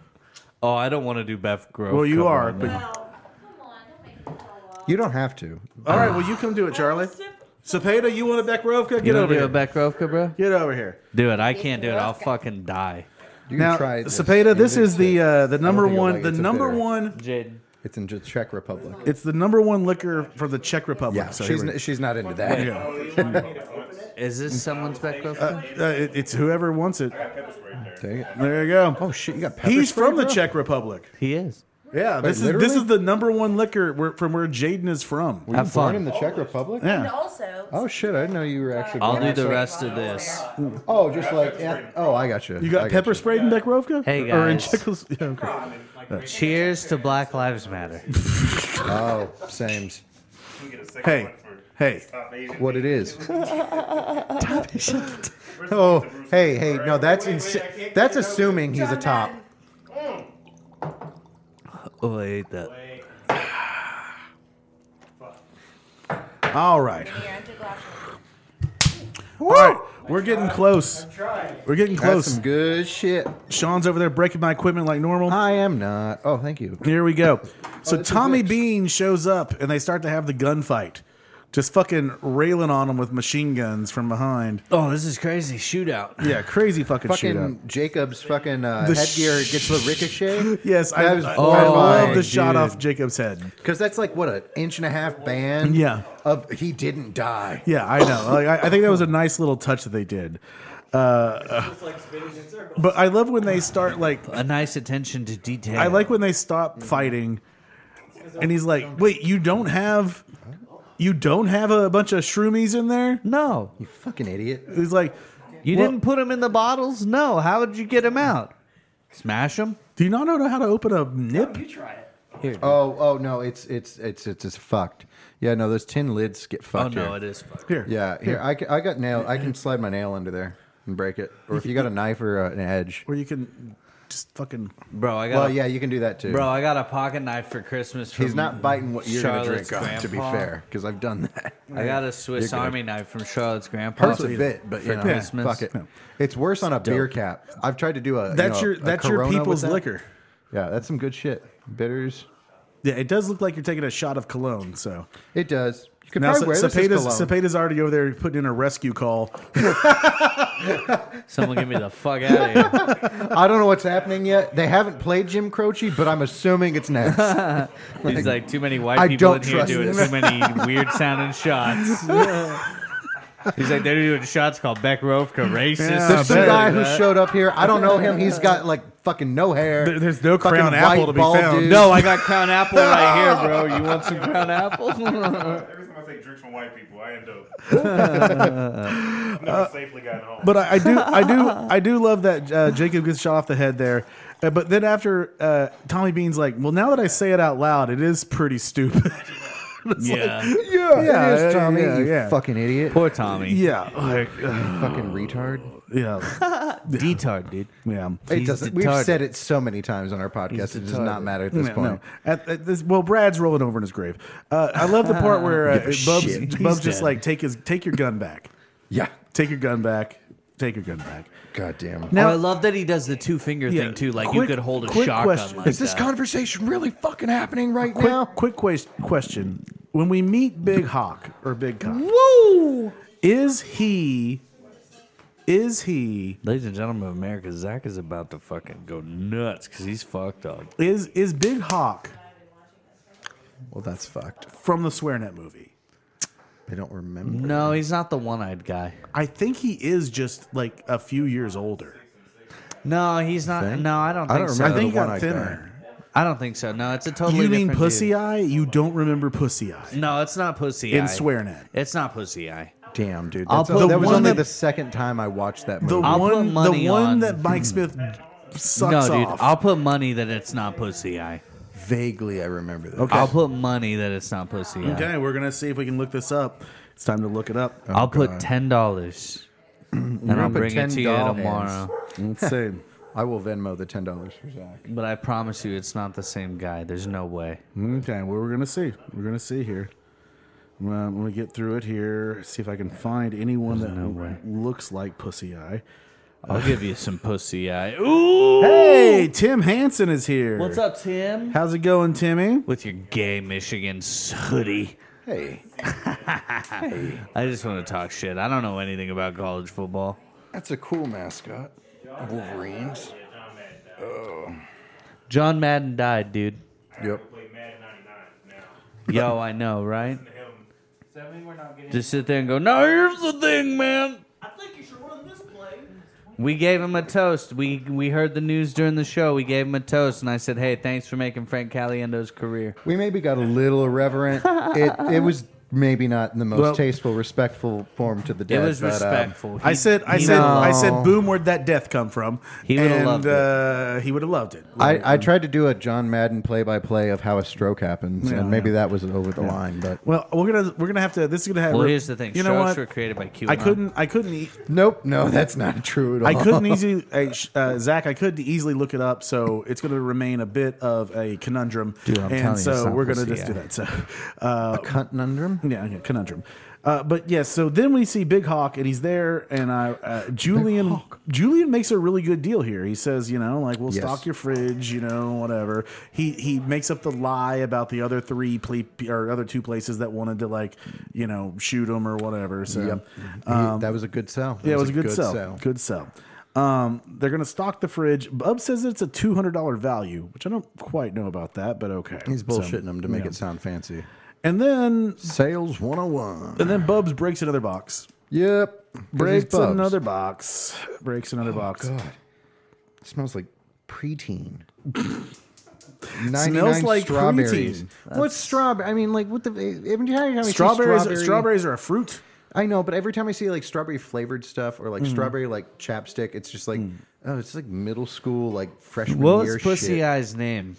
S3: Oh, I don't want to do Beth Grove.
S2: well, you
S3: cover
S2: are.
S3: on
S2: But,
S3: that.
S4: You don't have to.
S2: all right,
S4: Ah.
S2: well, you come do it, Charlie. Cepeda, you want a Beck Roka? Get
S3: You don't
S2: over
S3: do
S2: here.
S3: a Bekarovka, bro?
S2: Get over here.
S3: Do it. I can't do it. I'll fucking die.
S4: You
S2: Now,
S4: can try this.
S2: Cepeda, this
S4: Maybe
S2: is the
S4: it's-
S2: uh, the number
S4: think you'll
S2: one.
S4: like
S2: The
S4: it. It's a
S2: number
S4: bitter.
S2: one.
S3: Jaden.
S4: It's in the Czech Republic.
S2: It's the number one liquor from the Czech Republic.
S4: Yeah,
S2: so
S4: she's
S2: here we-
S4: n- she's not into that.
S3: Is this someone's Bekarovka?
S2: uh, it- it's whoever wants it.
S4: Take it.
S2: There you go.
S4: Oh shit, you got pepper
S2: He's
S4: spray,
S2: from the
S4: bro?
S2: Czech Republic.
S3: he is.
S2: Yeah, this is
S4: literally?
S2: this is the number one liquor where, from where Jaden is from.
S4: Were you
S3: Have
S4: born
S3: fun.
S4: in the Czech Republic?
S5: And
S2: Yeah.
S5: also,
S4: Oh shit, I didn't know you were actually.
S3: I'll
S4: born
S3: do
S4: in
S3: the
S4: Czech-
S3: rest of this.
S4: Oh, just like yeah. oh, I got you.
S2: You got pepper sprayed in Bekrovka?
S3: Hey,
S2: Or in
S3: guys.
S2: Czechos- yeah, okay.
S3: Cheers to Black Lives Matter.
S4: Oh, same.
S6: Can get a second
S2: Hey,
S6: one for
S2: hey.
S6: top Asian
S4: What it
S6: people.
S4: is? Oh, hey, hey, no, that's insi- that's assuming he's a top.
S3: Oh, I ate that.
S2: All right.
S5: yeah, I took last one.
S2: All right. We're getting close. We're getting
S4: That's
S2: close.
S4: some good shit.
S2: Sean's over there breaking my equipment like normal.
S4: I am not. Oh, thank you.
S2: Here we go. So
S4: this is
S2: Tommy
S4: Rich.
S2: Bean shows up and they start to have the gunfight. Just fucking railing on them with machine guns from behind.
S3: Oh, this is crazy. Shootout.
S2: Yeah, crazy fucking, shootout.
S4: Fucking Jacob's fucking uh,
S2: The
S4: headgear
S2: sh-
S4: gets the ricochet.
S2: Yes, I,
S4: that was
S2: I, I love
S4: horrifying,
S2: the shot
S4: dude.
S2: off Jacob's head.
S4: Because that's like what an inch and a half band.
S2: Yeah.
S4: Of he didn't die.
S2: Yeah, I know. Like, I, I think that was a nice little touch that they did. Uh, but I love when they start like
S3: A nice attention to detail.
S2: I like when they stop fighting, and he's like, "Wait, you don't have, you don't have a bunch of shroomies in there?"
S3: No,
S4: You fucking idiot.
S2: He's like,
S3: you
S2: Well-
S3: didn't put them in the bottles. No, how would you get them out? Smash them.
S2: "Do you not know how to open a nip?"
S3: Here. dude.
S4: Oh, oh no, it's it's it's it's it's fucked. Yeah, no, those tin lids get
S3: Oh,
S4: fucked.
S3: no,
S4: here.
S3: it is. fucked.
S2: Here,
S4: Yeah, here I, ca- I got nail. I can slide my nail under there and break it. Or if you got a knife or uh, an edge.
S2: or you can just fucking.
S3: bro. I got.
S4: Well,
S3: a,
S4: yeah, you can do that too.
S3: Bro, I got a pocket knife for Christmas. From
S4: He's not biting what you're gonna
S3: Charlotte's
S4: drink. off, To be
S3: grandpa.
S4: fair, because I've done that.
S3: I got a Swiss
S4: You're good.
S3: Army knife from Charlotte's grandpa.
S4: Hurts a bit, but you know,
S3: Christmas.
S4: fuck it. It's worse on a beer cap. I've tried to do a. you
S2: That's
S4: know,
S2: your
S4: a
S2: that's your
S4: Corona with
S2: people's
S4: that.
S2: liquor.
S4: Yeah, that's some good shit. Bitters.
S2: Yeah, it does look like you're taking a shot of cologne. So
S4: It does. You can
S2: now
S4: probably wear this as
S2: Cepeda's,
S4: cologne.
S2: Cepeda's already over there putting in a rescue call.
S3: Someone get me the fuck out of here.
S4: I don't know what's happening yet. They haven't played Jim Croce, but I'm assuming it's next.
S3: He's like too many white
S4: I
S3: people in
S4: don't
S3: here
S4: trust
S3: doing
S4: him.
S3: too many weird sounding shots. He's like they're doing shots called Beck Rovka racist.
S2: Yeah,
S3: or
S4: There's some
S3: something
S4: guy
S3: like
S4: who
S3: that.
S4: showed up here. I don't know him. He's got like fucking no hair.
S2: There- there's no
S4: Fucking
S2: Crown
S4: white
S2: Apple to be
S4: bald
S2: found.
S4: dude.
S3: No, I got Crown Apple right here, bro. You want some Crown Apple?
S6: Every time I take drinks from white people, I end up. I've never safely gotten home.
S2: But I, I do, I do, I do love that uh, Jacob gets shot off the head there. Uh, but then after uh, Tommy Bean's like, well, now that I say it out loud, it is pretty stupid.
S3: yeah.
S4: Yeah,
S2: Yeah,
S4: yeah, it
S2: yeah,
S4: is, Tommy.
S2: yeah,
S4: you
S2: yeah.
S4: fucking idiot.
S3: Poor Tommy.
S2: yeah, like, uh,
S4: Fucking retard.
S2: yeah,
S3: Detard, dude.
S2: yeah.
S4: It
S3: He's
S4: doesn't. We've
S3: retarded.
S4: said it so many times on our podcast. It does not matter at this
S2: No,
S4: point.
S2: no. At, at this, well, Brad's rolling over in his grave. Uh, I love the part where uh, Bub's,
S4: shit.
S2: Bub's
S3: He's
S2: just
S3: dead.
S2: like take his take your gun back,
S4: Yeah.
S2: take your gun back, take your gun back.
S4: God damn.
S3: Now,
S2: Now-
S3: I love that he does the two finger
S2: Yeah,
S3: thing too. Like you
S2: quick-
S3: could hold a
S2: quick
S3: shotgun.
S2: question.
S3: Like
S4: Is this
S3: that.
S4: conversation really fucking happening right
S2: Quick,
S4: now?
S2: quick ques- question: When we meet Big Hawk or Big Cock,
S3: Woo!
S2: is he? Is he?
S3: Ladies and gentlemen of America, Zach is about to fucking go nuts because he's fucked up.
S2: Is is Big Hawk
S4: Well, that's fucked.
S2: from the SwearNet movie?
S4: I don't remember.
S3: No, he's not the one-eyed guy.
S2: I think he is just like a few years older.
S3: No, he's not.
S4: Think?
S3: No, I don't
S4: I
S3: think
S4: don't
S3: so.
S2: I
S4: remember
S2: think he got
S4: one-eyed
S2: thinner.
S3: I don't think so. No, it's a totally.
S2: you mean
S3: different
S2: Pussy
S3: dude.
S2: Eye? You don't remember Pussy Eye
S3: No, it's not pussy
S2: in
S3: eye.
S2: Swearnet.
S3: It's not pussy eye.
S4: Damn, dude.
S3: I'll
S4: That's
S3: put
S4: all-
S2: the
S4: that was
S2: one
S4: only
S2: that-
S4: the second time I watched that
S2: The
S4: movie.
S3: I'll put
S2: one, the
S3: money
S2: one
S3: on-
S2: that Mike Smith
S3: No,
S2: sucks
S3: dude,
S2: off.
S3: I'll put money that it's not pussy eye.
S4: Vaguely, I remember that.
S3: I'll put money that it's not pussy eye.
S2: okay, we're gonna see if we can look this up. It's time to look it up.
S3: I'll put ten dollars, and I'll
S4: gonna put
S3: bring it to you
S4: $10.
S3: tomorrow.
S2: Let's see.
S4: I will Venmo the ten dollars for Zach.
S3: But I promise you, it's not the same guy. There's no way.
S2: Okay, well, we're gonna see. We're gonna see here. I'm gonna, I'm gonna get through it here. See if I can find anyone that
S3: way.
S2: looks like Pussy Eye.
S3: I'll give you some pussy eye. Ooh.
S2: Hey, Tim Hansen is here.
S3: What's up, Tim?
S2: How's it going, Timmy?
S3: With your gay Michigan hoodie.
S4: Hey,
S3: I just want to talk shit. I don't know anything about college football.
S4: that's a cool mascot. Wolverines.
S3: John Madden died, dude.
S4: Yep.
S6: Play Madden 99 now.
S3: Yo, I know, right?
S6: Him.
S3: Just sit there and go, no, here's the thing, man. We gave him a toast. We we heard the news during the show. We gave him a toast, and I said, "Hey, thanks for making Frank Caliendo's career."
S4: We maybe got a little irreverent. it it was maybe not in the most
S2: Well-
S4: tasteful, respectful form to the
S3: It
S4: dead.
S3: was
S4: but, uh,
S3: respectful.
S2: um, I
S3: He-
S2: said, I
S3: he
S2: said,
S3: would've
S2: I
S3: loved-
S2: said, boom! Where'd that death come from?
S3: He would've
S2: And,
S3: loved it.
S2: Uh, he would have loved it.
S4: I, I tried to do a John Madden play-by-play of how a stroke happens,
S2: Yeah,
S4: and maybe
S2: yeah.
S4: that was over the line. But
S2: well, we're gonna we're gonna have to. This is gonna have.
S3: Well, here's the thing.
S2: You
S3: You
S2: know what?
S3: were created by QAnon.
S2: I couldn't. I couldn't. E-
S4: nope, no, that's not true at all.
S2: I couldn't easily, uh, sh- uh, Zach. I could easily look it up, so it's going to remain a bit of a conundrum.
S4: Dude, I'm telling
S2: and
S4: you, it's
S2: so
S4: not
S2: we're going to
S4: pussy,
S2: just do
S4: yeah.
S2: that. So, uh,
S4: Conundrum.
S2: yeah, yeah, conundrum. Uh, but yes, so then we see Big Hawk, and he's there, and I, uh, Julian, Julian makes a really good deal here. He says, you know, like we'll
S4: Yes.
S2: stock your fridge, you know, whatever. He he makes up the lie about the other three ple- or other two places that wanted to like, you know, shoot him or whatever. So
S4: Yep. He- that was a good sell. That
S2: Um, yeah, it was a good, sell. Good sell. Um, they're gonna stock the fridge. Bub says it's a two hundred dollar value, which I don't quite know about that, but okay.
S4: He's
S2: So,
S4: bullshitting them to make
S2: yeah.
S4: it sound fancy.
S2: And then
S4: Sales 101.
S2: and then Bubs breaks another box.
S4: Yep.
S2: Breaks another box. Breaks another box.
S4: Oh, God. It smells like preteen.
S2: Smells like
S4: strawberries.
S2: preteen.
S4: What's strawberry? I mean, like, what the? Every time I see
S2: Strawberries.
S4: strawberry-
S2: Strawberries are a fruit.
S4: I know, but every time I see like strawberry flavored stuff or like
S2: Mm.
S4: strawberry like chapstick, it's just like, oh, it's like middle school like freshman
S3: What
S4: year
S3: was Pussy
S4: shit.
S3: Eye's name?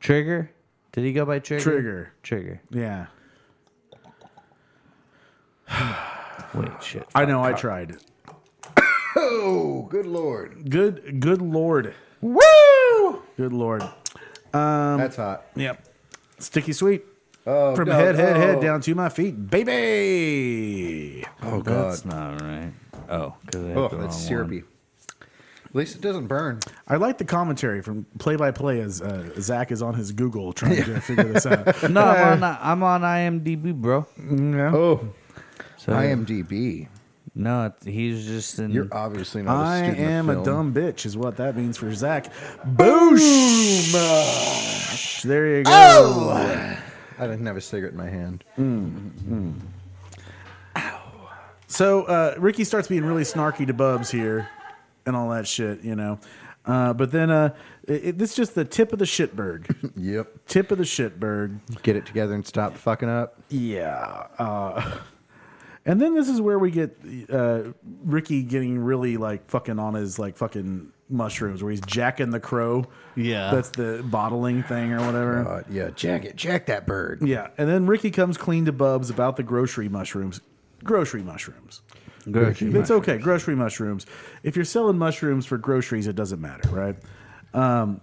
S3: Trigger? Did he go by Trigger?
S2: Trigger.
S3: Trigger.
S2: Yeah,
S3: Wait,
S2: Oh,
S3: shit.
S2: I know. I
S4: Uh,
S2: tried.
S4: Oh, good lord!
S2: Good. Good lord.
S4: Woo!
S2: Good lord.
S4: That's hot.
S2: Yep. Sticky sweet.
S4: Oh,
S2: Um, From
S4: no,
S2: head, head, head
S4: oh.
S2: down to my feet, baby.
S4: Oh god.
S3: That's not right. Oh, because I had
S4: Oh,
S3: the wrong
S4: that's syrupy. At least it doesn't burn.
S2: I like the commentary from play by play as uh, Zach is on his Google trying to figure this out.
S3: One. No, I'm
S2: Eh.
S3: on, I'm on IMDb, bro.
S4: Oh,
S3: So,
S4: IMDb.
S3: No, it- he's just in.
S4: You're obviously not.
S2: Mm. I
S4: a student
S2: am
S4: of
S2: a dumb
S4: film.
S2: bitch, is what that means for Zach. Boosh! There you go.
S4: I didn't have a cigarette in my hand.
S2: So uh, Ricky starts being really snarky to Bubs here and all that shit, you know. Uh, but then uh, it, it, this is just the tip of the shitberg.
S4: Yep.
S2: tip of the shitberg.
S4: Get it together and stop fucking up.
S2: Yeah. Uh, and then this is where we get uh, Ricky getting really like fucking on his like fucking mushrooms, where he's jacking the crow.
S3: Yeah.
S2: That's the bottling thing or whatever.
S4: Uh, yeah, jack it, jack that bird.
S2: Yeah. And then Ricky comes clean to Bubs about the grocery mushrooms. Grocery mushrooms.
S3: Grocery
S2: It's okay. Grocery mushrooms. If you're selling mushrooms for groceries, it doesn't matter, right? Um,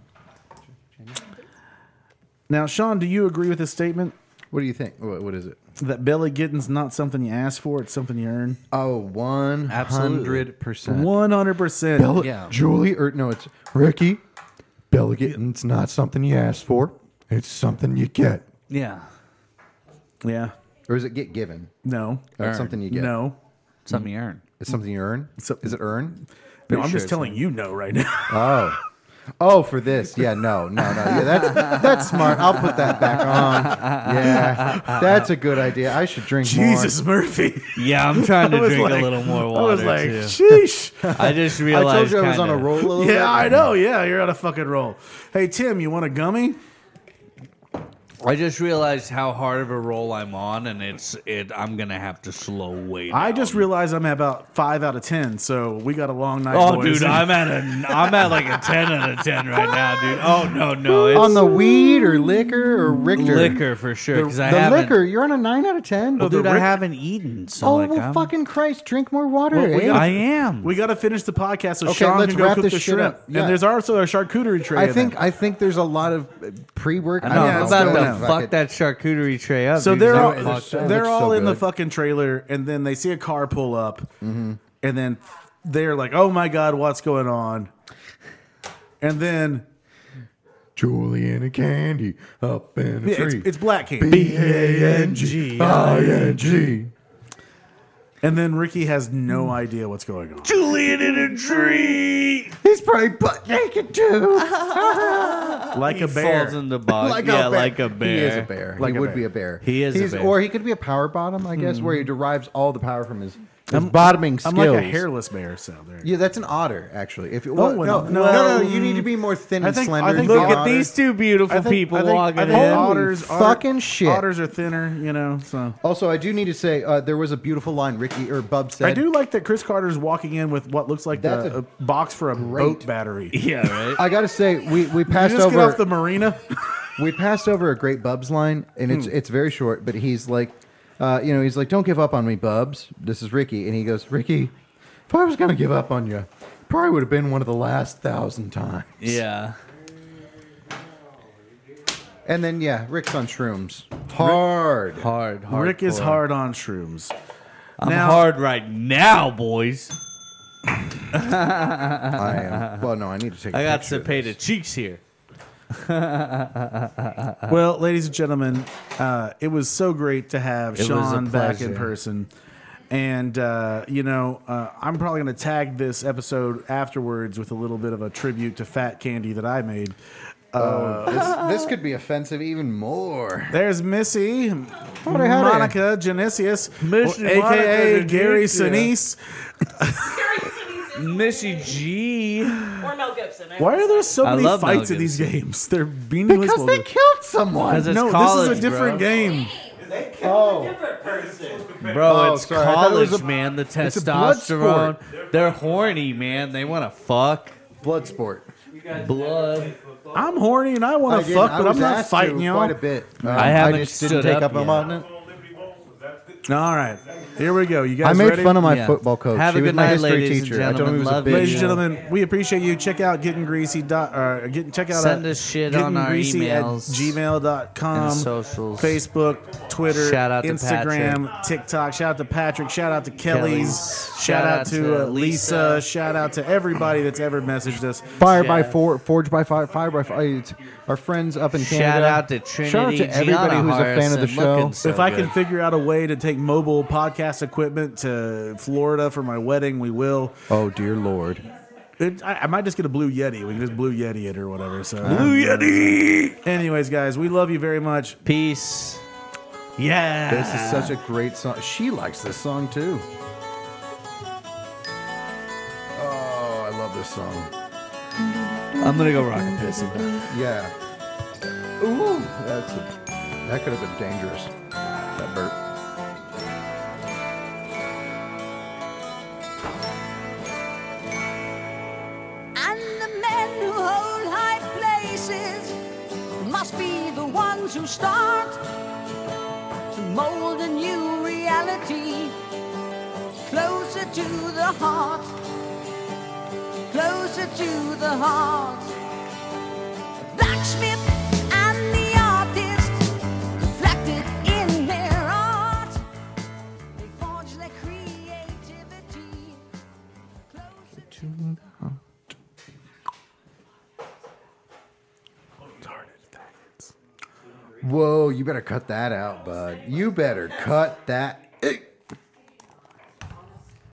S2: now, Sean, do you agree with this statement
S4: What do you think? What, what is it?
S2: that belly getting's not something you ask for; it's something you earn?
S4: Oh, one
S3: Absolutely.
S4: hundred percent.
S2: One hundred percent.
S3: Yeah.
S4: Julie, or no, it's Ricky. Belliget's not something you ask for; it's something you get.
S3: Yeah.
S2: Yeah.
S4: Or is it get given?
S2: No.
S4: Or it's something you get.
S2: No.
S3: Something you earn.
S4: it's something you earn.
S2: So-
S4: is it earn?
S2: No, I'm just telling you no right now.
S4: Oh, Oh, for this? Yeah, no, no, no. Yeah, that's that's smart. I'll put that back on. Yeah, that's a good idea. I should drink more.
S2: Jesus Murphy.
S3: Yeah, I'm trying to
S2: I was
S3: drink
S2: like-
S3: a little more water.
S2: I was like,
S3: too.
S2: sheesh.
S3: I just
S4: I
S3: realized.
S4: told you I was on a
S3: kinda-
S4: roll a little bit.
S2: yeah, I know. Yeah, you're on a fucking roll. Hey, Tim, you want a gummy?
S3: I just realized how hard of a roll I'm on, and it's it. I'm gonna have to slow way.
S2: I
S3: down.
S2: just realized I'm at about five out of ten, so we got a long night.
S3: Oh,
S2: boys.
S3: dude, I'm at a I'm at like a ten out of ten right now, dude. Oh no, no, it's
S4: On the weed or liquor or Richter.
S3: liquor for sure. Because I
S4: The
S3: haven't, Oh,
S4: liquor. You're on a nine out of ten.
S2: Well,
S3: dude.
S2: The
S3: I
S2: Rick-
S3: haven't eaten, so
S4: oh
S3: like,
S4: well,
S3: I'm,
S4: fucking Christ! Drink more water.
S2: Well, we
S4: eh?
S2: gotta-
S3: I am.
S2: We got to finish the podcast so
S4: Okay,
S2: Sean
S4: let's
S2: can go
S4: wrap
S2: cook
S4: this
S2: the
S4: shit
S2: shrimp.
S4: up. Yeah.
S2: And there's also a charcuterie tray.
S4: I
S2: in
S4: think
S2: there.
S4: I think there's a lot of uh, pre-work.
S3: I know,
S2: Yeah,
S3: I'm
S2: it's
S3: about
S2: going
S3: to
S2: up.
S3: fuck that charcuterie tray up.
S2: so.
S3: dude,
S2: They're
S3: I'm
S2: all,
S3: fucked
S4: so-
S3: up.
S2: they're
S4: looks
S2: all in the
S4: good. Mm-hmm.
S2: fucking trailer, and then they see a car pull up, and then they're like, "Oh my god, what's going on?" And then
S4: Julian and Candy up in
S2: yeah, it's, it's Black Hand,
S4: B-A-N-G. I-N-G.
S2: and then Ricky has no
S4: Mm.
S2: idea what's going on.
S3: Julian in a tree.
S4: He's probably butt naked too.
S2: Like a bear,
S3: Falls in the bog. yeah, like a bear.
S4: He is a bear.
S2: Like
S4: he
S2: a
S4: would
S2: bear.
S4: be a bear.
S3: He is a bear. Mm.
S4: Or he could be a power bottom, I guess, where he derives all the power from his, his bottoming
S2: I'm
S4: skills.
S2: like a hairless bear. So there.
S4: Yeah, that's an otter, actually. If well,
S2: well,
S4: no, no,
S2: no.
S4: no, no, You need to be more thin
S2: I
S4: and
S2: think-
S4: slender.
S2: I think-
S4: to be
S3: Look
S4: an
S3: at
S4: otter.
S3: these two beautiful people walking
S2: I
S3: in.
S2: think
S4: Holy
S2: otters are-
S4: fucking shit.
S2: Otters are thinner, you know. So
S4: Also, I do need to say uh, there was a beautiful line Ricky or Bub said.
S2: I do like that Chris Carter's walking in with what looks like
S4: That's
S2: the,
S4: a
S2: a box for a boat
S4: great-
S2: battery.
S3: yeah, right.
S4: I gotta say, we, we
S2: You
S4: passed
S2: just get
S4: over
S2: off the marina.
S4: we passed over a great Bubs line, and it's
S2: Hmm.
S4: it's very short, but he's like, uh, you know, he's like, "Don't give up on me, Bubs." This is Ricky, and he goes, "Ricky, if I was gonna give up on you, probably would have been one of the last thousand times."
S3: yeah.
S4: And then yeah, Rick's on shrooms, hard.
S3: Hard, hard.
S2: Rick is hard on shrooms.
S3: I'm
S2: now-
S3: hard right now, boys.
S4: I am. Well, no, I need to take. a
S3: I got
S4: picture of
S3: Cepeda cheeks here.
S2: Well, ladies and gentlemen, uh, it was so great to have
S3: was a
S2: Sean back in
S3: pleasure.
S2: person. And, uh, you know, uh, I'm probably going to tag this episode afterwards with a little bit of a tribute to Fat Candy that I made.
S4: Uh, This, this could be offensive even more.
S2: There's Missy,
S4: howdy.
S2: Monica Genesius,
S3: Missy
S2: aka
S3: Monica
S2: Gary
S3: Genesius.
S2: Sinise.
S3: Missy G.
S5: Or Mel Gibson. I
S2: Why
S5: always
S2: are there so
S3: I
S2: many
S3: love Mel
S2: fights in these games? They're meaningless.
S4: Because they
S2: bullshit.
S4: killed someone.
S3: Because it's
S2: no,
S3: college,
S2: this is a different
S3: bro.
S2: game.
S4: Oh,
S3: game,
S4: Oh,
S3: bro. It's
S4: sorry, I thought it
S3: college,
S4: was a-
S3: man. The
S4: it's a blood
S3: testosterone.
S4: sport.
S3: They're horny, man. They want to fuck.
S4: blood sport.
S3: Blood.
S2: I'm horny and I
S4: I
S2: want to
S4: didn't-
S2: fuck,
S4: I
S2: but
S4: was
S2: I'm not
S4: asked to
S2: fighting y'all.
S4: Quite a bit. Um,
S3: I haven't
S4: just
S3: stood
S4: didn't take
S3: up
S4: up,
S3: yet.
S4: on it.
S6: on Liberty Bowl? Was that the-
S2: All right, here we go. You guys
S4: I made
S2: ready?
S4: fun of my
S3: Yeah.
S4: football coach.
S3: Have a
S4: she was
S3: good
S4: my
S3: night,
S4: history
S3: ladies and
S4: teacher. I told him he was
S3: gentlemen.
S4: a
S3: Love
S4: bitch.
S2: Ladies and
S3: Yeah.
S2: gentlemen, we appreciate you. Check out getting greasy. Dot, uh, get, check out
S3: Send
S2: uh,
S3: us shit on our
S2: gettinggreasy at
S3: emails
S2: gmail.com,
S4: Um,
S3: and socials.
S2: Facebook, Twitter,
S3: Shout out to
S2: Instagram, TikTok. Shout out to Patrick. Shout out to Kelly's.
S3: Kelly's.
S2: Shout, out, to uh, Lisa. Shout out to everybody that's ever messaged us.
S4: Fire by
S3: Yeah.
S4: four, forge by fire, fire by fire. It's Our friends up in Canada.
S3: Shout out to Trinity.
S4: Shout out to everybody
S3: Gianna
S4: who's a fan of the
S3: Harrison,
S4: show.
S3: looking so
S2: if I
S3: good.
S2: can figure out a way to take mobile podcast equipment to Florida for my wedding, we will.
S4: Oh dear lord.
S2: It, I, I might just get a blue yeti. We can just blue yeti it or whatever. So blue yeti. Anyways, guys, we love you very much.
S3: Peace.
S2: Yeah.
S4: This is
S3: Ah.
S4: such a great song. She likes this song too. Oh, I love this song.
S3: I'm gonna go rock and piss.
S4: Yeah. Ooh, that's a, that could have been dangerous. That burp.
S7: And the men who hold high places must be the ones who start to mold a new reality closer to the heart, closer to the heart. Blacksmith and the artist reflected in their art. They forge their creativity closer to
S4: Whoa, you better cut that out, bud. You better cut that.